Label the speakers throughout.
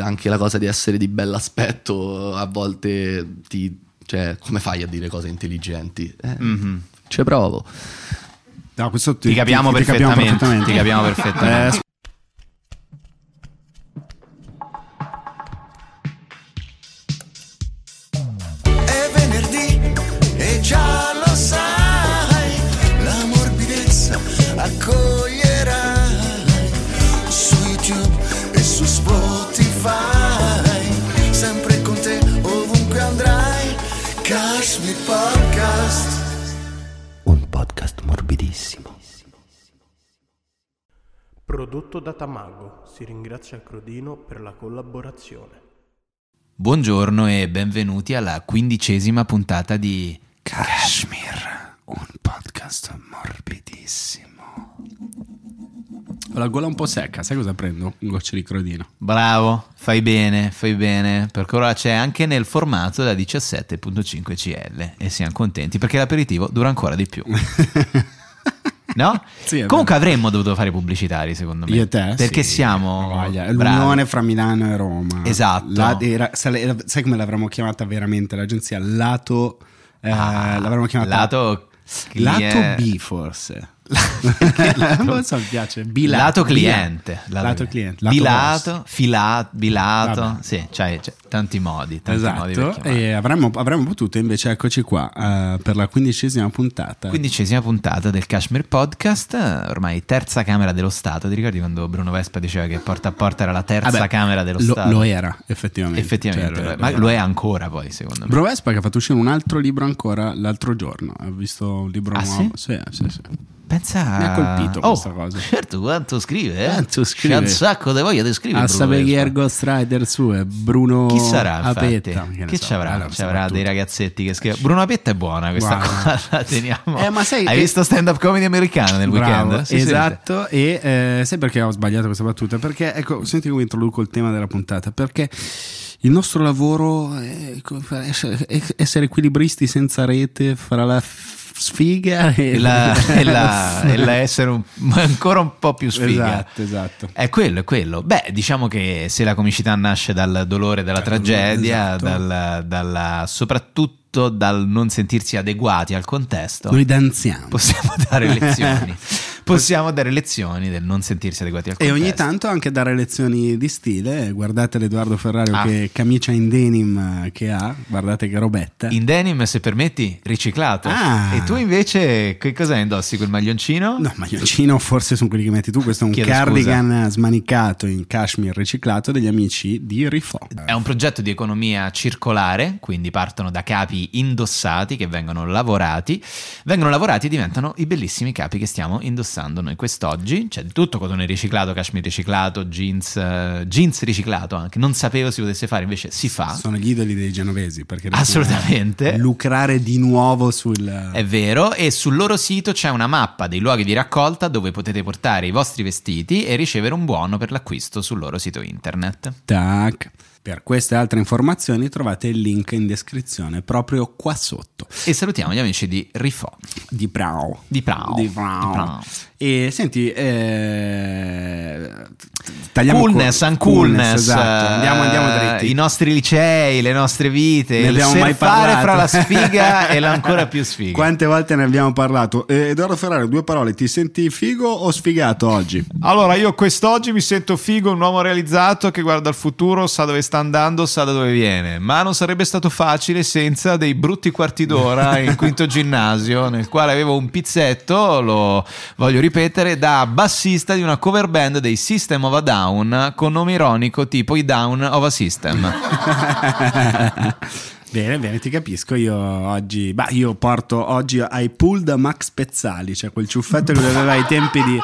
Speaker 1: anche la cosa di essere di bell'aspetto a volte ti... Cioè, come fai a dire cose intelligenti? Eh,
Speaker 2: Mhm.
Speaker 1: Ci provo.
Speaker 3: No, questo
Speaker 2: Ti capiamo
Speaker 3: ti
Speaker 2: perfettamente.
Speaker 3: perfettamente.
Speaker 2: Ti capiamo perfettamente.
Speaker 3: Eh,
Speaker 4: È venerdì e già lo sai, la morbidezza accoglierai su YouTube e su Spotify, sempre con te ovunque andrai, Cashmere Podcast.
Speaker 1: Un podcast morbidissimo.
Speaker 5: Prodotto da Tamago, si ringrazia Crodino per la collaborazione.
Speaker 2: Buongiorno e benvenuti alla quindicesima puntata di Kashmir.
Speaker 3: un podcast morbidissimo. Ho la gola un po' secca, sai cosa prendo? Un goccio di crodino.
Speaker 2: Bravo, fai bene, fai bene, perché ora c'è anche nel formato da 17.5 CL e siamo contenti perché l'aperitivo dura ancora di più. No?
Speaker 3: Sì, è vero.
Speaker 2: Comunque avremmo dovuto fare pubblicitari, secondo me.
Speaker 3: Io e te?
Speaker 2: Perché
Speaker 3: sì,
Speaker 2: siamo
Speaker 3: voglia.
Speaker 2: bravi.
Speaker 3: l'unione fra Milano e Roma.
Speaker 2: Esatto.
Speaker 3: La- era- sa- era- sai come l'avremmo chiamata veramente l'agenzia? Lato. eh,
Speaker 2: Ah,
Speaker 3: l'avremmo chiamata
Speaker 2: lato
Speaker 3: Lato
Speaker 2: clien-
Speaker 3: B, forse. non so, mi piace. B lato,
Speaker 2: lato
Speaker 3: B
Speaker 2: cliente,
Speaker 3: Lato, cliente.
Speaker 2: bilato,
Speaker 3: boss.
Speaker 2: fila- bilato,
Speaker 3: Vabbè.
Speaker 2: sì, c'hai, c'hai tanti modi, tanti modi per
Speaker 3: Esatto,
Speaker 2: chiamarlo.
Speaker 3: e avremmo, avremmo potuto invece, eccoci qua, eh, per la quindicesima puntata.
Speaker 2: Eh. Quindicesima puntata del Kashmir Podcast, eh, ormai terza camera dello Stato. Ti ricordi quando Bruno Vespa diceva che porta a porta era la terza
Speaker 3: Vabbè,
Speaker 2: camera dello
Speaker 3: Ah, lo,
Speaker 2: Stato?
Speaker 3: Lo era, effettivamente.
Speaker 2: Effettivamente,
Speaker 3: Cioè,
Speaker 2: lo era. ma lo è ancora poi, secondo me.
Speaker 3: Bro Vespa che ha fatto uscire un altro libro ancora l'altro giorno. Ho visto un libro
Speaker 2: Ah,
Speaker 3: nuovo. Sì, sì, sì.
Speaker 2: Pensa
Speaker 3: Mi ha colpito
Speaker 2: Oh,
Speaker 3: questa cosa.
Speaker 2: Certo, quanto scrive, eh?
Speaker 3: Quanto scrive. Ah,
Speaker 2: C'è un sacco di voglia di scrivere.
Speaker 3: A
Speaker 2: Bruno
Speaker 3: sapere chi
Speaker 2: Vespa.
Speaker 3: è il Ghost Rider su è Bruno
Speaker 2: Chi sarà infatti?
Speaker 3: Apetta. ne
Speaker 2: Chi
Speaker 3: so,
Speaker 2: ci avrà?
Speaker 3: allora,
Speaker 2: ci avrà dei
Speaker 3: soprattutto.
Speaker 2: ragazzetti che scrivono. Bruno Apetta è buona questa
Speaker 3: Guarda.
Speaker 2: qua, la teniamo.
Speaker 3: Eh, ma sai
Speaker 2: Hai
Speaker 3: che-
Speaker 2: visto stand up comedy americano nel
Speaker 3: Bravo,
Speaker 2: weekend? Sì, sì,
Speaker 3: esatto. E eh, sai perché ho sbagliato questa battuta? Perché, ecco, senti come introduco il tema della puntata. Perché il nostro lavoro è co- essere essere equilibristi senza rete fra la f- sfiga e,
Speaker 2: E la, e la- e la essere un- ancora un po' più sfiga.
Speaker 3: Esatto, esatto.
Speaker 2: È quello, è quello. Beh, diciamo che se la comicità nasce dal dolore, dalla tragedia,
Speaker 3: esatto.
Speaker 2: dal- dalla- soprattutto dal non sentirsi adeguati al contesto,
Speaker 3: Noi danziamo.
Speaker 2: possiamo dare lezioni. Possiamo dare lezioni del non sentirsi adeguati al
Speaker 3: E
Speaker 2: contesto.
Speaker 3: ogni tanto anche dare lezioni di stile. Guardate l'Edoardo Ferrario
Speaker 2: Ah.
Speaker 3: che camicia in denim eh, che ha, guardate che robetta.
Speaker 2: In denim, se permetti, riciclato.
Speaker 3: Ah.
Speaker 2: E tu invece, che cosa indossi? Quel maglioncino?
Speaker 3: No, maglioncino forse sono quelli che metti tu, questo è un
Speaker 2: Chiedo
Speaker 3: cardigan eh, smanicato in cashmere riciclato degli amici di Rifo.
Speaker 2: È un progetto di economia circolare, quindi partono da capi indossati che vengono lavorati, vengono lavorati e diventano i bellissimi capi che stiamo indossando noi quest'oggi. C'è di tutto, cotone riciclato, cashmere riciclato, jeans, eh, jeans riciclato anche. Non sapevo si potesse fare, invece si fa.
Speaker 3: Sono gli idoli dei genovesi perché riescono
Speaker 2: Ah. Assolutamente. Eh.
Speaker 3: a lucrare di nuovo sul...
Speaker 2: È vero, e sul loro sito c'è una mappa dei luoghi di raccolta dove potete portare i vostri vestiti e ricevere un buono per l'acquisto sul loro sito internet.
Speaker 3: Tac. Per queste altre informazioni trovate il link in descrizione proprio qua sotto.
Speaker 2: E salutiamo gli amici di Rifo.
Speaker 3: Di Prao.
Speaker 2: Di Prao.
Speaker 3: Di Prao.
Speaker 2: Di Prao.
Speaker 3: E senti, eh, tagliamo
Speaker 2: Coolness,
Speaker 3: co-
Speaker 2: uncoolness,
Speaker 3: esatto. Andiamo, andiamo
Speaker 2: eh,
Speaker 3: dritti.
Speaker 2: I nostri licei, le nostre vite,
Speaker 3: ne
Speaker 2: il
Speaker 3: abbiamo mai
Speaker 2: surfare
Speaker 3: parlato.
Speaker 2: fra la sfiga e l'ancora più sfiga.
Speaker 3: Quante volte ne abbiamo parlato? Eh, Edoardo Ferrari, due parole, ti senti figo o sfigato oggi?
Speaker 2: Allora, io quest'oggi mi sento figo, un uomo realizzato che guarda al futuro, sa dove sta andando, sa da dove viene. Ma non sarebbe stato facile senza dei brutti quarti d'ora in quinto ginnasio, nel quale avevo un pizzetto, lo voglio ripetere, da bassista di una cover band dei System of a Down, con nome ironico tipo i Down of a System.
Speaker 3: bene, bene, ti capisco. Io oggi, bah, io porto oggi ai pool da Max Pezzali, cioè quel ciuffetto che aveva ai tempi di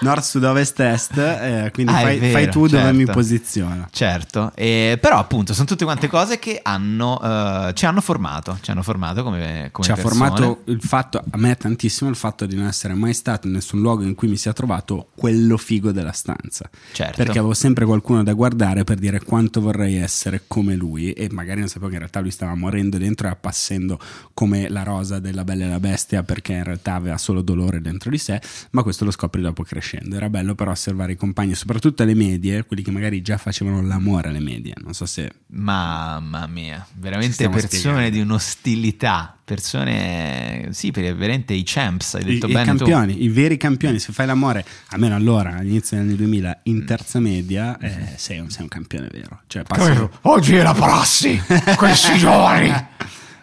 Speaker 3: Nord, Sud, Ovest, Est. eh, quindi
Speaker 2: Ah, è
Speaker 3: fai,
Speaker 2: vero,
Speaker 3: fai tu dove
Speaker 2: certo.
Speaker 3: mi posiziono.
Speaker 2: Certo, e- però appunto sono tutte quante cose che hanno, eh, ci hanno formato, ci hanno formato come, come
Speaker 3: Ci ha
Speaker 2: persone.
Speaker 3: formato il fatto, a me tantissimo, il fatto di non essere mai stato in nessun luogo in cui mi sia trovato quello figo della stanza.
Speaker 2: Certo.
Speaker 3: Perché avevo sempre qualcuno da guardare per dire quanto vorrei essere come lui e magari non sapevo che in realtà lui stava morendo dentro e appassendo come la rosa della Bella e la Bestia perché in realtà aveva solo dolore dentro di sé, ma questo lo scopri dopo che crescendo. Era bello però osservare i compagni, soprattutto alle medie, quelli che magari già facevano l'amore alle medie. Non so se
Speaker 2: Mamma mia,
Speaker 3: Ci
Speaker 2: veramente
Speaker 3: stiamo
Speaker 2: persone
Speaker 3: spiegando.
Speaker 2: di un'ostilità, persone, sì, per- veramente i champs, hai
Speaker 3: I,
Speaker 2: detto
Speaker 3: i
Speaker 2: bene tu.
Speaker 3: campioni, i veri campioni, se fai l'amore, almeno allora, all'inizio degli anni 2000,
Speaker 2: Mm.
Speaker 3: in terza media, eh, sei, un, sei un campione vero. Cioè, passi-
Speaker 2: Oggi è la prassi, questi giovani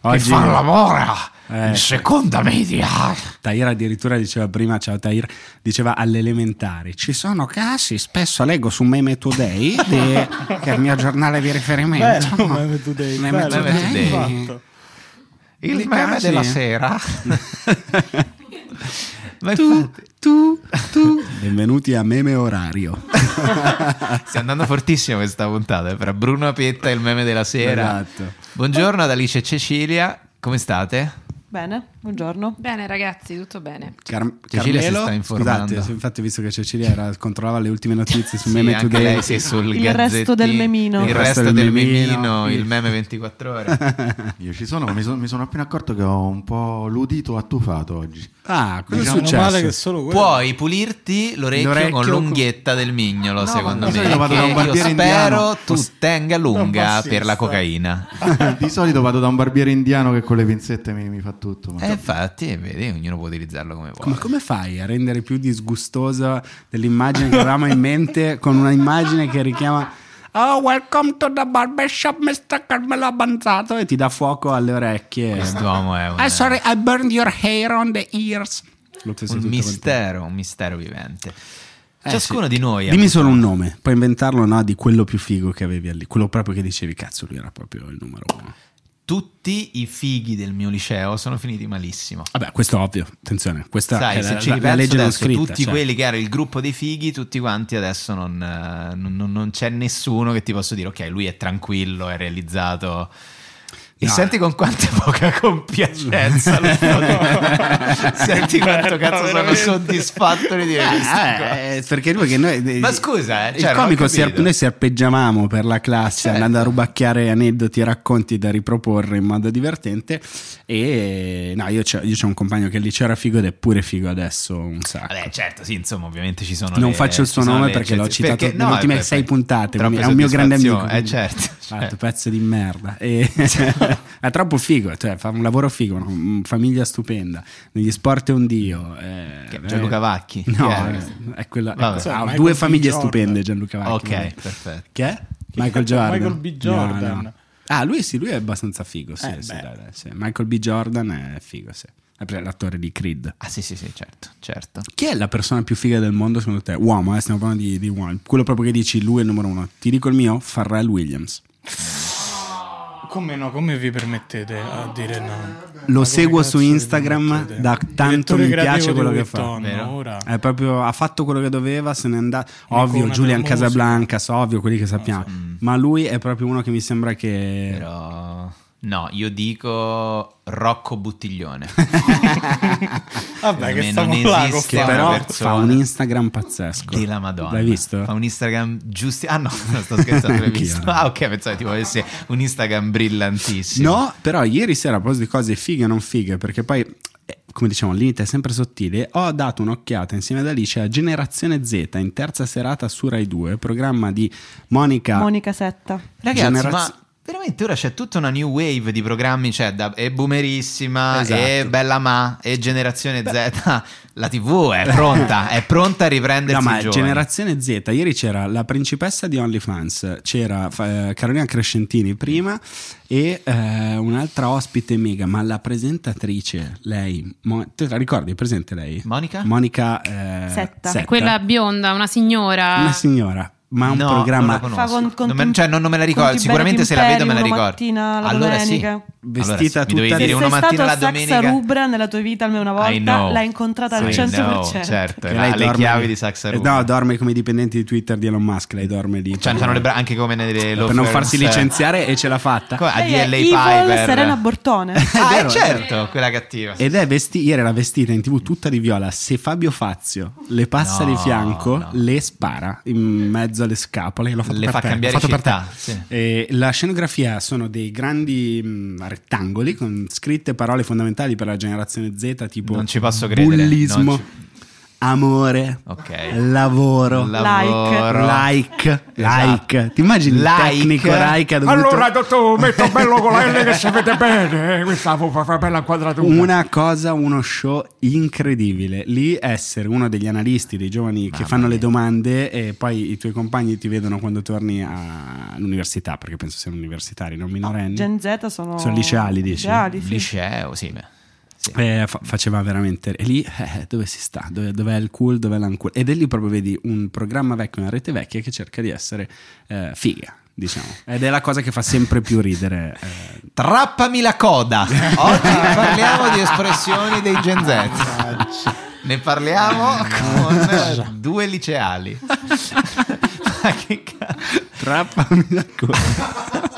Speaker 3: Eh, Oggi- fanno
Speaker 2: l'amore
Speaker 3: in Eh.
Speaker 2: seconda media.
Speaker 3: Tahir addirittura diceva prima, ciao Tahir, diceva all'elementare, ci sono casi, spesso leggo su Meme Today, de- che è il mio giornale di riferimento.
Speaker 4: Bello, Meme Today,
Speaker 3: Meme
Speaker 4: bello,
Speaker 2: Meme
Speaker 3: Today.
Speaker 2: Today.
Speaker 4: Fatto.
Speaker 2: Il
Speaker 3: Dei
Speaker 2: meme
Speaker 3: casi.
Speaker 2: della sera. Ma
Speaker 3: Tu,
Speaker 2: infatti,
Speaker 3: tu, tu. Benvenuti a Meme Orario.
Speaker 2: sta andando fortissimo questa puntata, eh, fra Bruno Pietta e il meme della sera.
Speaker 3: Esatto.
Speaker 2: Buongiorno ad Alice e Cecilia, come state?
Speaker 6: Bene, buongiorno.
Speaker 7: Bene ragazzi, tutto bene.
Speaker 3: Car-
Speaker 2: Cecilia si
Speaker 3: Carmelo?
Speaker 2: sta informando.
Speaker 3: Scusate, infatti visto che Cecilia era- controllava le ultime notizie su Meme
Speaker 2: anche
Speaker 3: Today.
Speaker 2: lei, sì, sul
Speaker 6: Il resto
Speaker 2: gazzettino.
Speaker 6: del memino.
Speaker 2: Il resto del memino, il meme 24 ore.
Speaker 8: Io ci sono, ma mi, sono- mi sono appena accorto che ho un po' l'udito attufato oggi.
Speaker 3: Ah, cosa
Speaker 4: Diciamo
Speaker 3: è successo?
Speaker 4: male che solo quello.
Speaker 2: Puoi pulirti l'orecchio,
Speaker 3: L'orecchio
Speaker 2: con
Speaker 3: con-
Speaker 2: l'unghietta del mignolo, secondo
Speaker 8: di
Speaker 2: me.
Speaker 8: solito vado da un
Speaker 2: che io
Speaker 8: barbiere
Speaker 2: spero
Speaker 8: indiano.
Speaker 2: tu tenga lunga
Speaker 4: pazzesco.
Speaker 2: per la cocaina.
Speaker 8: Di solito vado da un barbiere indiano che con le pinzette mi, mi fa tutto. ma- cioè,
Speaker 2: E infatti, eh, vedi, ognuno può utilizzarlo come vuole.
Speaker 3: Ma come fai a rendere più disgustosa dell'immagine che avevamo in mente con una immagine che richiama Oh, welcome to the barbershop, Mr. Carmelo Avanzato e ti dà fuoco alle orecchie. Eh,
Speaker 2: Quest'uomo è un,
Speaker 3: I'm Ah, sorry, I burned your hair on the ears. Lo
Speaker 2: un
Speaker 3: penso tutto
Speaker 2: mistero, un mistero vivente.
Speaker 3: quanto- Eh,
Speaker 2: Ciascuno
Speaker 3: sì.
Speaker 2: di noi ha
Speaker 3: Dimmi solo un nome, puoi inventarlo, no? Di quello più figo che avevi lì, quello proprio che dicevi, cazzo, lui era proprio il numero uno.
Speaker 2: Tutti i fighi del mio liceo sono finiti malissimo.
Speaker 3: Vabbè, questo è ovvio, attenzione, questa
Speaker 2: Sai,
Speaker 3: è
Speaker 2: se
Speaker 3: Eh, la,
Speaker 2: ci
Speaker 3: la- la
Speaker 2: ripenso
Speaker 3: legge non
Speaker 2: adesso,
Speaker 3: scritta.
Speaker 2: tutti
Speaker 3: cioè.
Speaker 2: quelli che era il gruppo dei fighi, tutti quanti adesso non, eh, non- non- non c'è nessuno che ti posso dire, ok, lui è tranquillo, è realizzato. E
Speaker 3: No.
Speaker 2: senti con quanta poca compiacenza lo fa. Senti quanto cazzo sono soddisfatto di dire questo.
Speaker 3: Certo, Eh, eh, perché perché noi
Speaker 2: Ma scusa, eh,
Speaker 3: il
Speaker 2: cioè, non ho
Speaker 3: comico si
Speaker 2: capito.
Speaker 3: ar- noi si arpeggiavamo per la classe
Speaker 2: Certo.
Speaker 3: andando a rubacchiare aneddoti e racconti da riproporre in modo divertente e no io c'ho, io c'ho un compagno che lì c'era figo ed è pure figo adesso un sacco
Speaker 2: Vabbè, certo, sì, insomma, ovviamente ci sono.
Speaker 3: non
Speaker 2: le-
Speaker 3: faccio il
Speaker 2: ci
Speaker 3: suo
Speaker 2: sono
Speaker 3: nome
Speaker 2: le
Speaker 3: perché l'ho
Speaker 2: eccezioni.
Speaker 3: citato
Speaker 2: Perché-
Speaker 3: nelle
Speaker 2: no,
Speaker 3: ultime
Speaker 2: vabbè,
Speaker 3: sei puntate
Speaker 2: troppe
Speaker 3: quindi è un mio grande amico
Speaker 2: soddisfazioni,
Speaker 3: quindi-
Speaker 2: Eh, certo.
Speaker 3: Ha detto,
Speaker 2: cioè.
Speaker 3: pezzo di merda E- è troppo figo cioè, fa un lavoro figo una una famiglia stupenda negli sport è un dio eh,
Speaker 2: Che- Gianluca Vacchi?
Speaker 3: no
Speaker 2: Chi era?
Speaker 3: eh, è quella-
Speaker 2: Vabbè.
Speaker 3: ecco,
Speaker 2: Cioè,
Speaker 3: ha
Speaker 4: Ah, Michael
Speaker 3: due
Speaker 4: B.
Speaker 3: famiglie
Speaker 4: Jordan.
Speaker 3: stupende Gianluca Vacchi
Speaker 2: Ok,
Speaker 3: vabbè.
Speaker 2: perfetto.
Speaker 3: Che è? Michael Jordan.
Speaker 4: Michael B. Jordan.
Speaker 3: No, no. Ah, lui sì, lui è abbastanza figo. Sì,
Speaker 4: Eh,
Speaker 3: sì,
Speaker 4: beh.
Speaker 3: dai, dai, sì. Michael B. Jordan è figo, sì. È pre- l'attore di Creed.
Speaker 2: Ah, sì, sì, sì, certo, certo.
Speaker 3: Chi è la persona più figa del mondo secondo te? Uomo, eh, stiamo parlando di, di uomo. Quello proprio che dici, lui è il numero uno. Ti dico il mio, Pharrell Williams.
Speaker 4: Come no, come vi permettete a dire no?
Speaker 3: Lo
Speaker 4: Ma
Speaker 3: seguo
Speaker 4: come cazzo
Speaker 3: su
Speaker 4: vi
Speaker 3: Instagram
Speaker 4: permettete?
Speaker 3: da tanto
Speaker 4: Direttore
Speaker 3: mi
Speaker 4: creativo
Speaker 3: piace
Speaker 4: di
Speaker 3: quello che
Speaker 4: Witton,
Speaker 3: fa.
Speaker 2: vero?
Speaker 4: Ora.
Speaker 3: È proprio, ha fatto quello che doveva, se n'è andato. Ovvio,
Speaker 4: Icona
Speaker 3: Julian
Speaker 4: della musica. Mm.
Speaker 3: Casablancas, ovvio, quelli che sappiamo. Ma lui è proprio uno che mi sembra che.
Speaker 2: Però... No, io dico Rocco Buttiglione.
Speaker 4: Vabbè,
Speaker 2: Secondo me
Speaker 4: che stiamo
Speaker 2: non
Speaker 4: là con
Speaker 2: esiste
Speaker 3: che
Speaker 2: una
Speaker 4: però...
Speaker 3: però
Speaker 2: persona
Speaker 3: fa un Instagram pazzesco.
Speaker 2: Della Madonna.
Speaker 3: L'hai visto?
Speaker 2: Fa un Instagram giusti... Ah no, no, sto scherzando, l'hai
Speaker 3: Anch'io.
Speaker 2: visto? Ah ok, pensavo tipo avesse un Instagram brillantissimo.
Speaker 3: No, però ieri sera a proposito di cose fighe e non fighe, perché poi, eh, come diciamo, il limite è sempre sottile, ho dato un'occhiata insieme ad Alice a Generazione Z in terza serata su Rai 2, programma di Monica.
Speaker 2: Ah.
Speaker 6: Monica Setta.
Speaker 2: Ragazzi,
Speaker 3: Generaz-
Speaker 2: ma veramente ora c'è tutta una new wave di programmi, cioè da, e Boomerissima,
Speaker 3: Esatto.
Speaker 2: e Bella Ma, e Generazione Z. La TV è pronta, è pronta a
Speaker 3: No,
Speaker 2: riprendersi
Speaker 3: ma
Speaker 2: i giovani.
Speaker 3: Generazione Z, ieri c'era la principessa di OnlyFans, c'era eh, Carolina Crescentini prima e eh, un'altra ospite mega, ma la presentatrice, lei, Mo- te la ricordi, è presente lei?
Speaker 2: Monica?
Speaker 3: Monica eh,
Speaker 6: Setta.
Speaker 7: Quella bionda, una signora.
Speaker 3: una signora, ma un
Speaker 2: No,
Speaker 3: programma
Speaker 2: non la
Speaker 6: Fa con- con
Speaker 2: Non me- cioè, non, non me la
Speaker 6: Tim-
Speaker 2: ricordo.
Speaker 6: con Tim
Speaker 2: Sicuramente se la
Speaker 6: Bennett
Speaker 2: vedo me la
Speaker 6: Imperium
Speaker 2: ricordo.
Speaker 6: una mattina, la
Speaker 2: allora sì.
Speaker 6: domenica.
Speaker 3: Vestita
Speaker 2: allora, sì, mi dovevi
Speaker 3: tutta di-
Speaker 2: dire
Speaker 6: Se
Speaker 2: una
Speaker 6: sei
Speaker 2: mattina
Speaker 6: stato
Speaker 2: la
Speaker 6: Saxa
Speaker 2: domenica.
Speaker 6: Rubra nella tua vita almeno una
Speaker 2: I
Speaker 6: volta,
Speaker 2: know.
Speaker 6: l'hai incontrata al
Speaker 2: I
Speaker 6: 100%.
Speaker 2: know, certo,
Speaker 3: Che
Speaker 2: era-
Speaker 3: lei
Speaker 2: ha le
Speaker 3: dorme-
Speaker 2: chiavi di Saxa
Speaker 3: eh,
Speaker 2: Rubra.
Speaker 3: No, dorme come i dipendenti di Twitter di Elon Musk, lei dorme lì.
Speaker 2: Cioè, c'hanno le bra- anche come nelle
Speaker 3: per non farsi licenziare e ce l'ha fatta.
Speaker 2: a
Speaker 6: Lei è
Speaker 3: eh,
Speaker 2: DLA
Speaker 6: Evil
Speaker 2: Piper.
Speaker 6: Serena Bortone.
Speaker 3: È
Speaker 2: Ah, eh,
Speaker 3: vero, è
Speaker 2: certo, quella cattiva.
Speaker 3: Ed è vesti- ieri era vestita in tv tutta di viola. Se Fabio Fazio le passa
Speaker 2: No,
Speaker 3: di fianco,
Speaker 2: no.
Speaker 3: le spara in mezzo alle scapole. L'ho fatto
Speaker 2: Le
Speaker 3: per
Speaker 2: fa
Speaker 3: te,
Speaker 2: cambiare
Speaker 3: l'ho fatto per
Speaker 2: città,
Speaker 3: te.
Speaker 2: sì.
Speaker 3: Eh, la scenografia sono dei grandi mh, rettangoli con scritte parole fondamentali per la generazione Z, tipo
Speaker 2: Non ci posso credere,
Speaker 3: bullismo.
Speaker 2: non ci-
Speaker 3: amore,
Speaker 2: Ok.
Speaker 3: lavoro,
Speaker 2: Lavoro.
Speaker 3: like, like.
Speaker 2: Esatto.
Speaker 3: Ti immagini
Speaker 2: Like.
Speaker 3: il tecnico like ha dovuto-
Speaker 9: Allora, dottore, metto bello con la L che si vede bene. eh, Questa fa fa- fa bella inquadratura.
Speaker 3: Una cosa, uno show incredibile. Lì essere uno degli analisti, dei giovani che fanno le domande e poi i tuoi compagni ti vedono quando torni a- all'università, perché penso siano universitari, non minorenni.
Speaker 6: Gen Z sono...
Speaker 3: Sono liceali, dici?
Speaker 6: Liceali, sì.
Speaker 2: Liceo, sì. beh. Sì.
Speaker 3: Eh, fa- faceva veramente e lì eh, dove si sta, dove, dov'è il cool, dov'è l'uncool ed è lì proprio vedi un programma vecchio, una rete vecchia che cerca di essere eh, figa, diciamo, ed è la cosa che fa sempre più ridere. eh.
Speaker 2: Trappami la coda. Oggi parliamo di espressioni dei Gen Z. Ne parliamo con due liceali. Ma che cazzo.
Speaker 3: Trappami la coda.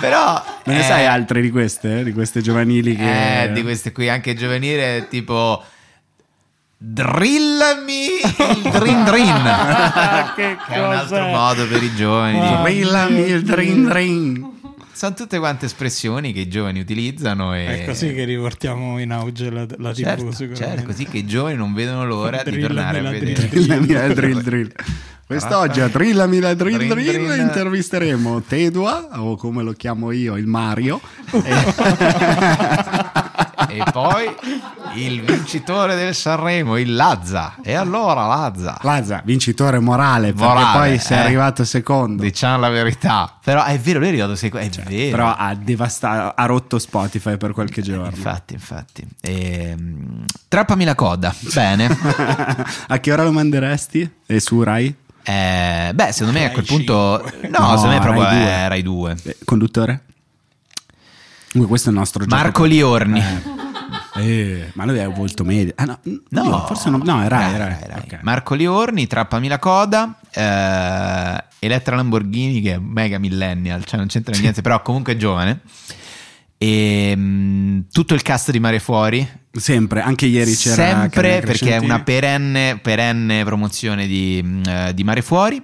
Speaker 2: Però
Speaker 3: Me ne
Speaker 2: eh,
Speaker 3: sai altre di queste, eh? di queste giovanili che
Speaker 2: eh, di queste qui anche giovanile tipo drillami il drin drin.
Speaker 4: che
Speaker 2: che è un altro
Speaker 4: cos'è?
Speaker 2: modo per i giovani. di-
Speaker 3: Brillami il drin drin.
Speaker 2: Sono tutte quante espressioni che i giovani utilizzano e
Speaker 4: È così che riportiamo in auge la, la
Speaker 2: Certo,
Speaker 4: TV, sicuramente.
Speaker 2: certo, così che i giovani non vedono l'ora di
Speaker 4: Drillami
Speaker 2: tornare a
Speaker 4: la
Speaker 2: vedere.
Speaker 4: drill.
Speaker 3: Drillami la drill drill. Quest'oggi a Drillami la drill
Speaker 2: Drill
Speaker 3: drill,
Speaker 2: drill.
Speaker 3: intervisteremo Tedua, o come lo chiamo io, il Mario.
Speaker 2: E poi il vincitore del Sanremo, il Lazza. E allora Lazza,
Speaker 3: Lazza, vincitore morale, perché
Speaker 2: Morale,
Speaker 3: poi sei
Speaker 2: eh.
Speaker 3: arrivato secondo. Cioè,
Speaker 2: diciamo la verità. Però è vero, lui è arrivato secondo, è vero. Eh,
Speaker 3: Però ha devastato, ha rotto Spotify per qualche giorno.
Speaker 2: Infatti, infatti. Ehm, trappami la coda. Bene.
Speaker 3: a che ora lo manderesti? E su Rai?
Speaker 2: Eh, beh, secondo me a
Speaker 4: Rai
Speaker 2: quel punto... No,
Speaker 3: No,
Speaker 2: secondo me è proprio
Speaker 3: Rai due.
Speaker 2: eh, Rai 2.
Speaker 3: Eh, conduttore? Comunque, questo è il nostro
Speaker 2: Marco
Speaker 3: gioco.
Speaker 2: Liorni.
Speaker 3: Eh, ma lui è un volto medio. Ah, no,
Speaker 2: No,
Speaker 3: no, forse non. No, è Rai. è Rai. Ok.
Speaker 2: Marco Liorni, Trappami la coda, eh, Elettra Lamborghini che è mega millennial, cioè non c'entra niente, però comunque è giovane. E mm, tutto il cast di Mare Fuori,
Speaker 3: Sempre, anche ieri c'era.
Speaker 2: sempre
Speaker 3: Carmen
Speaker 2: perché è
Speaker 3: Crescentini.
Speaker 2: una perenne, perenne promozione di, mm, eh, di Mare Fuori.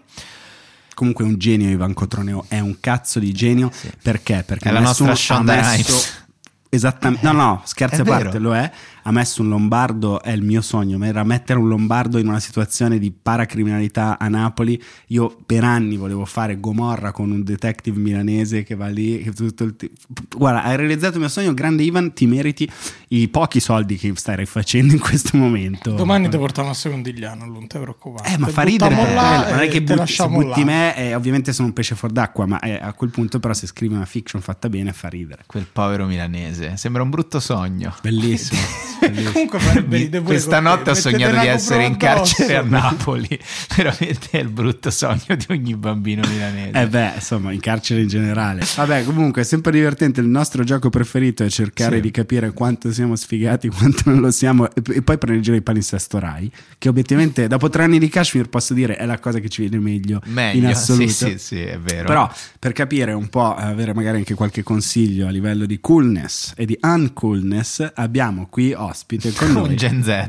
Speaker 3: Comunque è un genio Ivan Cotroneo, è un cazzo di genio. Perché? Perché
Speaker 2: È la
Speaker 3: nessuno
Speaker 2: nostra
Speaker 3: ha
Speaker 2: Shonda
Speaker 3: messo-
Speaker 2: Rhimes.
Speaker 3: Esattamente, no, no, scherzi
Speaker 2: È
Speaker 3: a parte,
Speaker 2: vero.
Speaker 3: lo è. Ha messo un lombardo, è il mio sogno, ma era mettere un lombardo in una situazione di paracriminalità a Napoli. Io per anni volevo fare Gomorra con un detective milanese che va lì. Che tutto il ti- Guarda, hai realizzato il mio sogno, grande Ivan, ti meriti i pochi soldi che stai rifacendo in questo momento.
Speaker 4: Domani ti portiamo a Secondigliano, non ti preoccupare.
Speaker 3: Eh, ma
Speaker 4: Te
Speaker 3: fa ridere
Speaker 4: buttiamo
Speaker 3: perché
Speaker 4: là
Speaker 3: non è
Speaker 4: e
Speaker 3: che
Speaker 4: Eh, te
Speaker 3: butti, se
Speaker 4: lasciamo
Speaker 3: butti
Speaker 4: là.
Speaker 3: me, eh, ovviamente sono un pesce fuor d'acqua, ma eh, a quel punto però se scrivi una fiction fatta bene fa ridere.
Speaker 2: Quel povero milanese, sembra un brutto sogno.
Speaker 3: Bellissimo. bellissimo.
Speaker 4: Comunque farebbe ridere pure
Speaker 2: Questa
Speaker 4: con te,
Speaker 2: notte ho
Speaker 4: mettetela
Speaker 2: sognato di
Speaker 4: proprio
Speaker 2: essere in
Speaker 4: addosso.
Speaker 2: carcere a Napoli. Veramente è il brutto sogno di ogni bambino milanese.
Speaker 3: Eh beh, insomma, in carcere in generale. Vabbè, comunque è sempre divertente. Il nostro gioco preferito è cercare
Speaker 2: Sì.
Speaker 3: di capire quanto siamo sfigati, quanto non lo siamo, e, e poi prendere in giro i palinsesto Rai. Che obiettivamente, dopo tre anni di Kashmir, posso dire è la cosa che ci viene meglio,
Speaker 2: Meglio,
Speaker 3: in assoluto.
Speaker 2: sì, sì, sì, è vero.
Speaker 3: Però per capire un po', eh, avere magari anche qualche consiglio a livello di coolness e di uncoolness, abbiamo qui ospite con
Speaker 2: un
Speaker 3: noi.
Speaker 2: Gen Z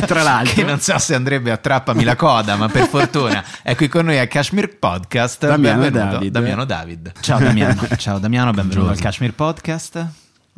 Speaker 3: Tra l'altro.
Speaker 2: che non so se andrebbe a trappami la coda ma per fortuna è qui con noi a Kashmir Podcast
Speaker 3: Damiano
Speaker 2: benvenuto
Speaker 3: David.
Speaker 2: Damiano David ciao Damiano ciao Damiano benvenuto al Kashmir Podcast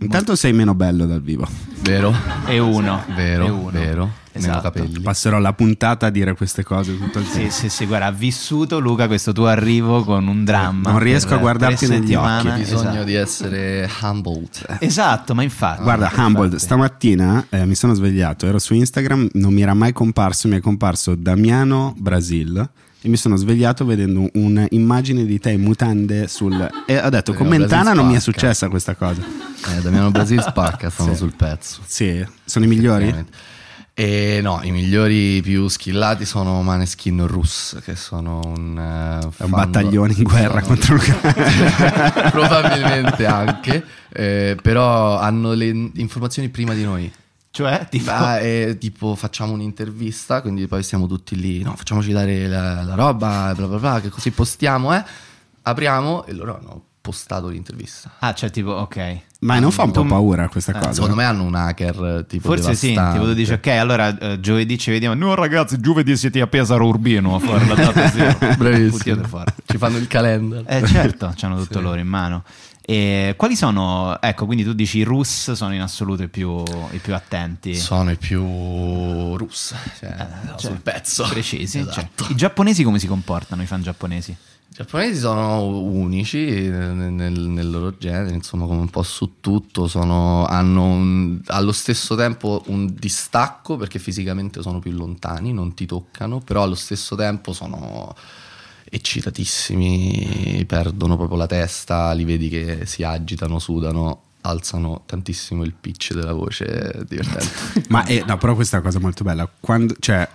Speaker 3: Intanto sei meno bello dal vivo.
Speaker 1: Vero?
Speaker 2: e uno
Speaker 1: Vero,
Speaker 2: E uno.
Speaker 1: vero. Meno
Speaker 2: esatto
Speaker 1: capelli.
Speaker 3: Passerò la puntata a dire queste cose tutto il tempo.
Speaker 2: sì, sì, sì, guarda, ha vissuto Luca questo tuo arrivo con un dramma.
Speaker 3: Non riesco
Speaker 2: per
Speaker 3: a guardarti
Speaker 2: tre
Speaker 3: negli occhi,
Speaker 2: settimane.
Speaker 1: Bisogna
Speaker 2: Esatto.
Speaker 1: di essere humbled.
Speaker 2: Esatto, ma infatti.
Speaker 3: Ah, Guarda, Humboldt, stamattina eh, mi sono svegliato, ero su Instagram, non mi era mai comparso, mi è comparso Damiano Brasil e mi sono svegliato vedendo un'immagine di te in mutande sul... E ho detto,
Speaker 1: Damiano
Speaker 3: con Mentana
Speaker 1: Eh, Brasil
Speaker 3: non mi è
Speaker 1: spacca."
Speaker 3: successa questa cosa.
Speaker 1: Eh, Damiano Brasil spacca, stanno sul pezzo.
Speaker 3: Sì, sono i migliori?
Speaker 1: Effettivamente. E no, i migliori più schillati sono Maneskin Rus, che sono un, eh,
Speaker 3: È un
Speaker 1: fango-
Speaker 3: battaglione in guerra
Speaker 1: sono-
Speaker 3: contro Luca.
Speaker 1: Probabilmente anche, eh, però hanno le informazioni prima di noi.
Speaker 2: Cioè, ti fa...
Speaker 1: Ah, eh, tipo facciamo un'intervista, quindi poi siamo tutti lì, no, facciamoci dare la, la roba, bla bla bla, che così postiamo, eh. Apriamo e loro hanno spostato l'intervista.
Speaker 2: Ah, cioè, tipo, ok.
Speaker 3: Ma non fa un po'
Speaker 2: Tu-
Speaker 3: paura questa
Speaker 1: Eh,
Speaker 3: cosa?
Speaker 1: secondo me hanno un hacker eh, tipo
Speaker 2: Forse sì,
Speaker 1: devastante.
Speaker 2: tipo tu dici, ok, allora eh, giovedì ci vediamo. No, ragazzi, giovedì siete a Pesaro Urbino a fare la data zero. Putti
Speaker 1: Bravissimo.
Speaker 2: da fare.
Speaker 1: Ci fanno il calendar.
Speaker 2: Eh, certo, hanno tutto
Speaker 1: Sì.
Speaker 2: loro in mano. E quali sono, ecco, quindi tu dici i Rus sono in assoluto i più, i più attenti.
Speaker 1: Sono i più russi, cioè, no,
Speaker 2: cioè,
Speaker 1: sul pezzo.
Speaker 2: Precisi. cioè,
Speaker 1: Esatto.
Speaker 2: I giapponesi come si comportano, i fan giapponesi?
Speaker 1: I giapponesi sono unici eh, nel, nel loro genere, insomma, come un po' su tutto, sono- hanno un- allo stesso tempo un distacco perché fisicamente sono più lontani, non ti toccano, però allo stesso tempo sono eccitatissimi, perdono proprio la testa, li vedi che si agitano, sudano, alzano tantissimo il pitch della voce, è divertente.
Speaker 3: Ma è- no, però questa è una cosa molto bella. Quando, cioè,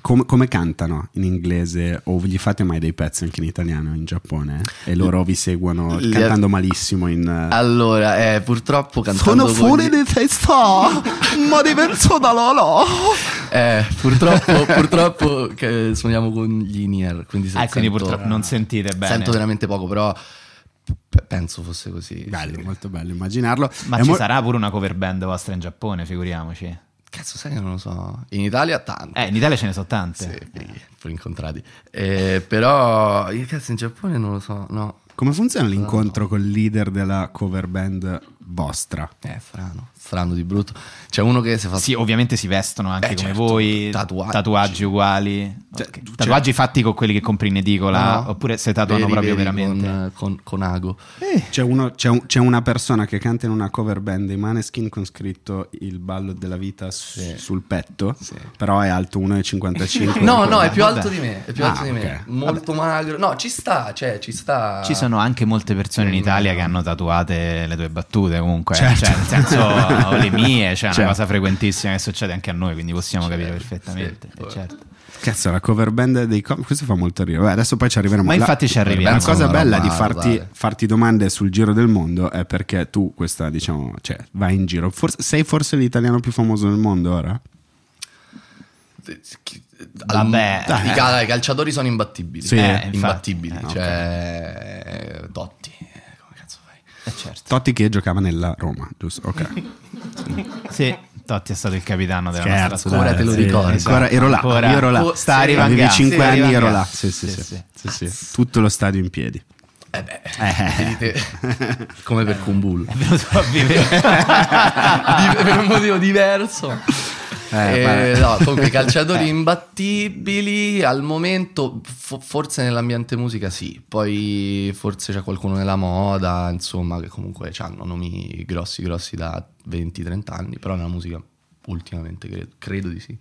Speaker 3: com- come cantano in inglese? O gli fate mai dei pezzi anche in italiano, in Giappone? E loro vi seguono
Speaker 1: Le-
Speaker 3: cantando malissimo in... eh,
Speaker 1: Allora, eh, purtroppo cantando con gli-
Speaker 3: di testa, ma diverso da loro.
Speaker 1: Eh, purtroppo, purtroppo che suoniamo con gli in-ear, quindi, se
Speaker 2: Ah, quindi
Speaker 1: sento-
Speaker 2: purtroppo non sentite bene.
Speaker 1: sento veramente poco, però p- penso fosse così.
Speaker 3: Bello,
Speaker 1: sì.
Speaker 3: molto bello immaginarlo.
Speaker 2: Ma
Speaker 3: È
Speaker 2: ci
Speaker 3: mo-
Speaker 2: sarà pure una cover band vostra in Giappone, figuriamoci.
Speaker 1: Cazzo, sai che non lo so. In Italia tanto.
Speaker 2: Eh, in Italia ce ne sono tante.
Speaker 1: Sì, fighi, pure incontrati. Eh, però, io cazzo, in Giappone non lo so, no.
Speaker 3: Come funziona l'incontro col leader della cover band vostra?
Speaker 1: Eh, strano, strano di brutto. C'è uno che si fa...
Speaker 2: Sì, ovviamente si vestono anche
Speaker 1: Eh,
Speaker 2: come
Speaker 1: certo,
Speaker 2: voi,
Speaker 1: tatuaggi.
Speaker 2: uguali,
Speaker 3: Cioè,
Speaker 2: Ok.
Speaker 3: cioè-
Speaker 2: tatuaggi fatti con quelli che compri in edicola,
Speaker 1: No, no.
Speaker 2: oppure se tatuano
Speaker 1: Ah, Veri,
Speaker 2: proprio
Speaker 1: veri,
Speaker 2: veramente.
Speaker 1: Con, eh, con, con ago. Eh.
Speaker 3: C'è, uno- c'è un- c'è una persona che canta in una cover band dei Maneskin con scritto il ballo della vita su-
Speaker 1: Sì.
Speaker 3: sul petto,
Speaker 1: Sì.
Speaker 3: però è alto 1,55.
Speaker 1: No, no, è più
Speaker 2: vabbè.
Speaker 1: alto di me. È più
Speaker 3: Ah,
Speaker 1: alto di me.
Speaker 3: ok.
Speaker 1: Molto magro. No, ci sta, cioè, ci sta.
Speaker 2: Ci sono anche molte persone in Italia che hanno tatuate le tue battute comunque,
Speaker 3: Certo.
Speaker 2: cioè, nel senso o le mie, cioè, è
Speaker 3: Certo.
Speaker 2: una cosa frequentissima che succede anche a noi, quindi possiamo
Speaker 1: Certo,
Speaker 2: capire perfettamente.
Speaker 1: sì.
Speaker 2: eh, certo.
Speaker 3: Cazzo, la cover band dei com- questo fa molto ridere. Vabbè, adesso poi ci arriveremo.
Speaker 2: Ma
Speaker 3: La-
Speaker 2: infatti ci arriviamo.
Speaker 3: La cosa
Speaker 1: Una
Speaker 3: bella di
Speaker 1: roba
Speaker 3: farti,
Speaker 1: totale.
Speaker 3: farti domande sul giro del mondo è perché tu questa, diciamo, cioè, vai in giro. Forse- sei forse l'italiano più famoso del mondo ora?
Speaker 2: Vabbè.
Speaker 1: Al- i, cal- i calciatori sono imbattibili.
Speaker 3: Sì,
Speaker 2: eh, infatti.
Speaker 1: imbattibili.
Speaker 2: Eh,
Speaker 1: cioè, eh, Totti. eh, Come cazzo fai?
Speaker 2: Eh, certo.
Speaker 3: Totti che giocava nella Roma, giusto? Ok.
Speaker 2: Sì, Totti è stato il capitano della
Speaker 3: Scherzo,
Speaker 1: ancora
Speaker 3: Certo, dai,
Speaker 2: nostra squadra.
Speaker 1: te lo
Speaker 3: sì,
Speaker 1: ricordi.
Speaker 3: sì, ancora ero là,
Speaker 2: esatto. Ancora.
Speaker 3: io ero là.
Speaker 1: Oh,
Speaker 2: sta
Speaker 1: sì,
Speaker 2: arrivando.
Speaker 3: Avevi 5
Speaker 2: sì,
Speaker 3: anni, ero
Speaker 2: arrivando.
Speaker 3: là. Sì, sì, sì.
Speaker 2: Sì, sì.
Speaker 3: Sì, sì. Tutto lo stadio in piedi.
Speaker 2: Eh.
Speaker 1: Vedete? Come per Kumbul.
Speaker 2: È venuto a vivere.
Speaker 1: Di- per un motivo diverso.
Speaker 3: Eh,
Speaker 1: Eh,
Speaker 3: vabbè.
Speaker 1: no, comunque calciatori
Speaker 2: Eh.
Speaker 1: imbattibili al momento, fo- forse nell'ambiente musica sì, poi forse c'è qualcuno nella moda, insomma, che comunque hanno nomi grossi grossi da 20-30 anni, però nella musica ultimamente credo, credo di sì.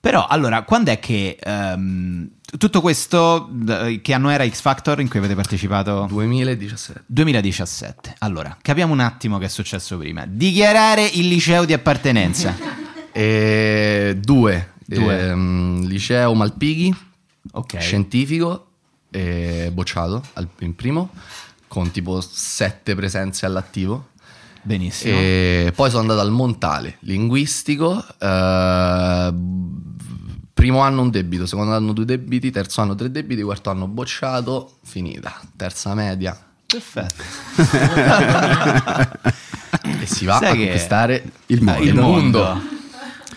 Speaker 2: Però allora, quando è che ehm, tutto questo, d- che anno era X Factor in cui avete partecipato?
Speaker 1: 2017.
Speaker 2: 2017. Allora, capiamo un attimo che è successo prima. Dichiarare il liceo di appartenenza.
Speaker 1: E due,
Speaker 2: Due.
Speaker 1: Ehm, liceo Malpighi,
Speaker 2: Ok.
Speaker 1: scientifico, eh, bocciato al, in primo, con tipo sette presenze all'attivo.
Speaker 2: Benissimo.
Speaker 1: E poi sono andato al Montale, linguistico, eh, primo anno un debito, secondo anno due debiti, terzo anno tre debiti, quarto anno bocciato, finita, terza media
Speaker 2: Perfetto.
Speaker 1: e si va
Speaker 2: Sai
Speaker 1: a
Speaker 2: che-
Speaker 1: conquistare
Speaker 3: il mondo.
Speaker 1: Il mondo.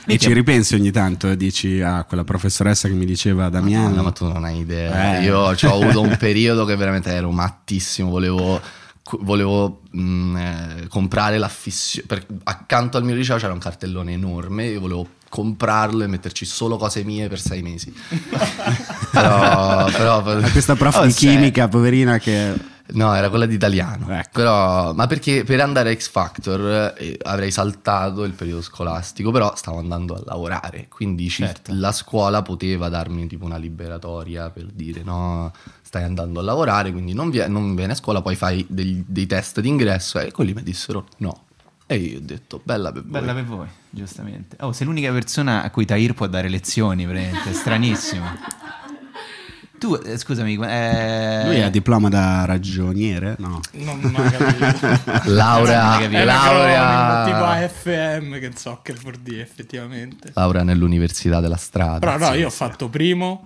Speaker 3: E ci ripensi ogni tanto e dici a quella professoressa che mi diceva Damiano.
Speaker 1: No, ma tu non hai idea.
Speaker 3: Eh.
Speaker 1: Io cioè, ho avuto un periodo che veramente ero mattissimo, volevo, cu- volevo mh, eh, comprare l'affissione. Accanto al mio liceo c'era un cartellone enorme, io volevo comprarlo e metterci solo cose mie per sei mesi. però, però-
Speaker 3: a Eh, questa prof
Speaker 2: Oh,
Speaker 3: di
Speaker 1: Cioè,
Speaker 3: chimica, poverina, che
Speaker 1: No, era quella di italiano.
Speaker 3: Ecco.
Speaker 1: Però, ma perché per andare a X Factor eh, avrei saltato il periodo scolastico, però stavo andando a lavorare, quindi ci-
Speaker 2: Certo.
Speaker 1: la scuola poteva darmi tipo una liberatoria per dire no, stai andando a lavorare, quindi non, vie- non vieni a scuola, poi fai dei, dei test d'ingresso e quelli mi dissero no. E io ho detto bella per voi.
Speaker 2: Bella per voi, giustamente. Oh, sei l'unica persona a cui Tahir può dare lezioni, veramente. è Stranissimo. Tu, eh, scusami. eh,
Speaker 3: lui ha diploma da ragioniere, no?
Speaker 4: Non ho capito.
Speaker 1: Laurea,
Speaker 4: È un acronimo, tipo
Speaker 1: laurea,
Speaker 4: AFM che so che vuol dire effettivamente.
Speaker 1: laurea nell'università della strada.
Speaker 4: Però no, io ho fatto primo,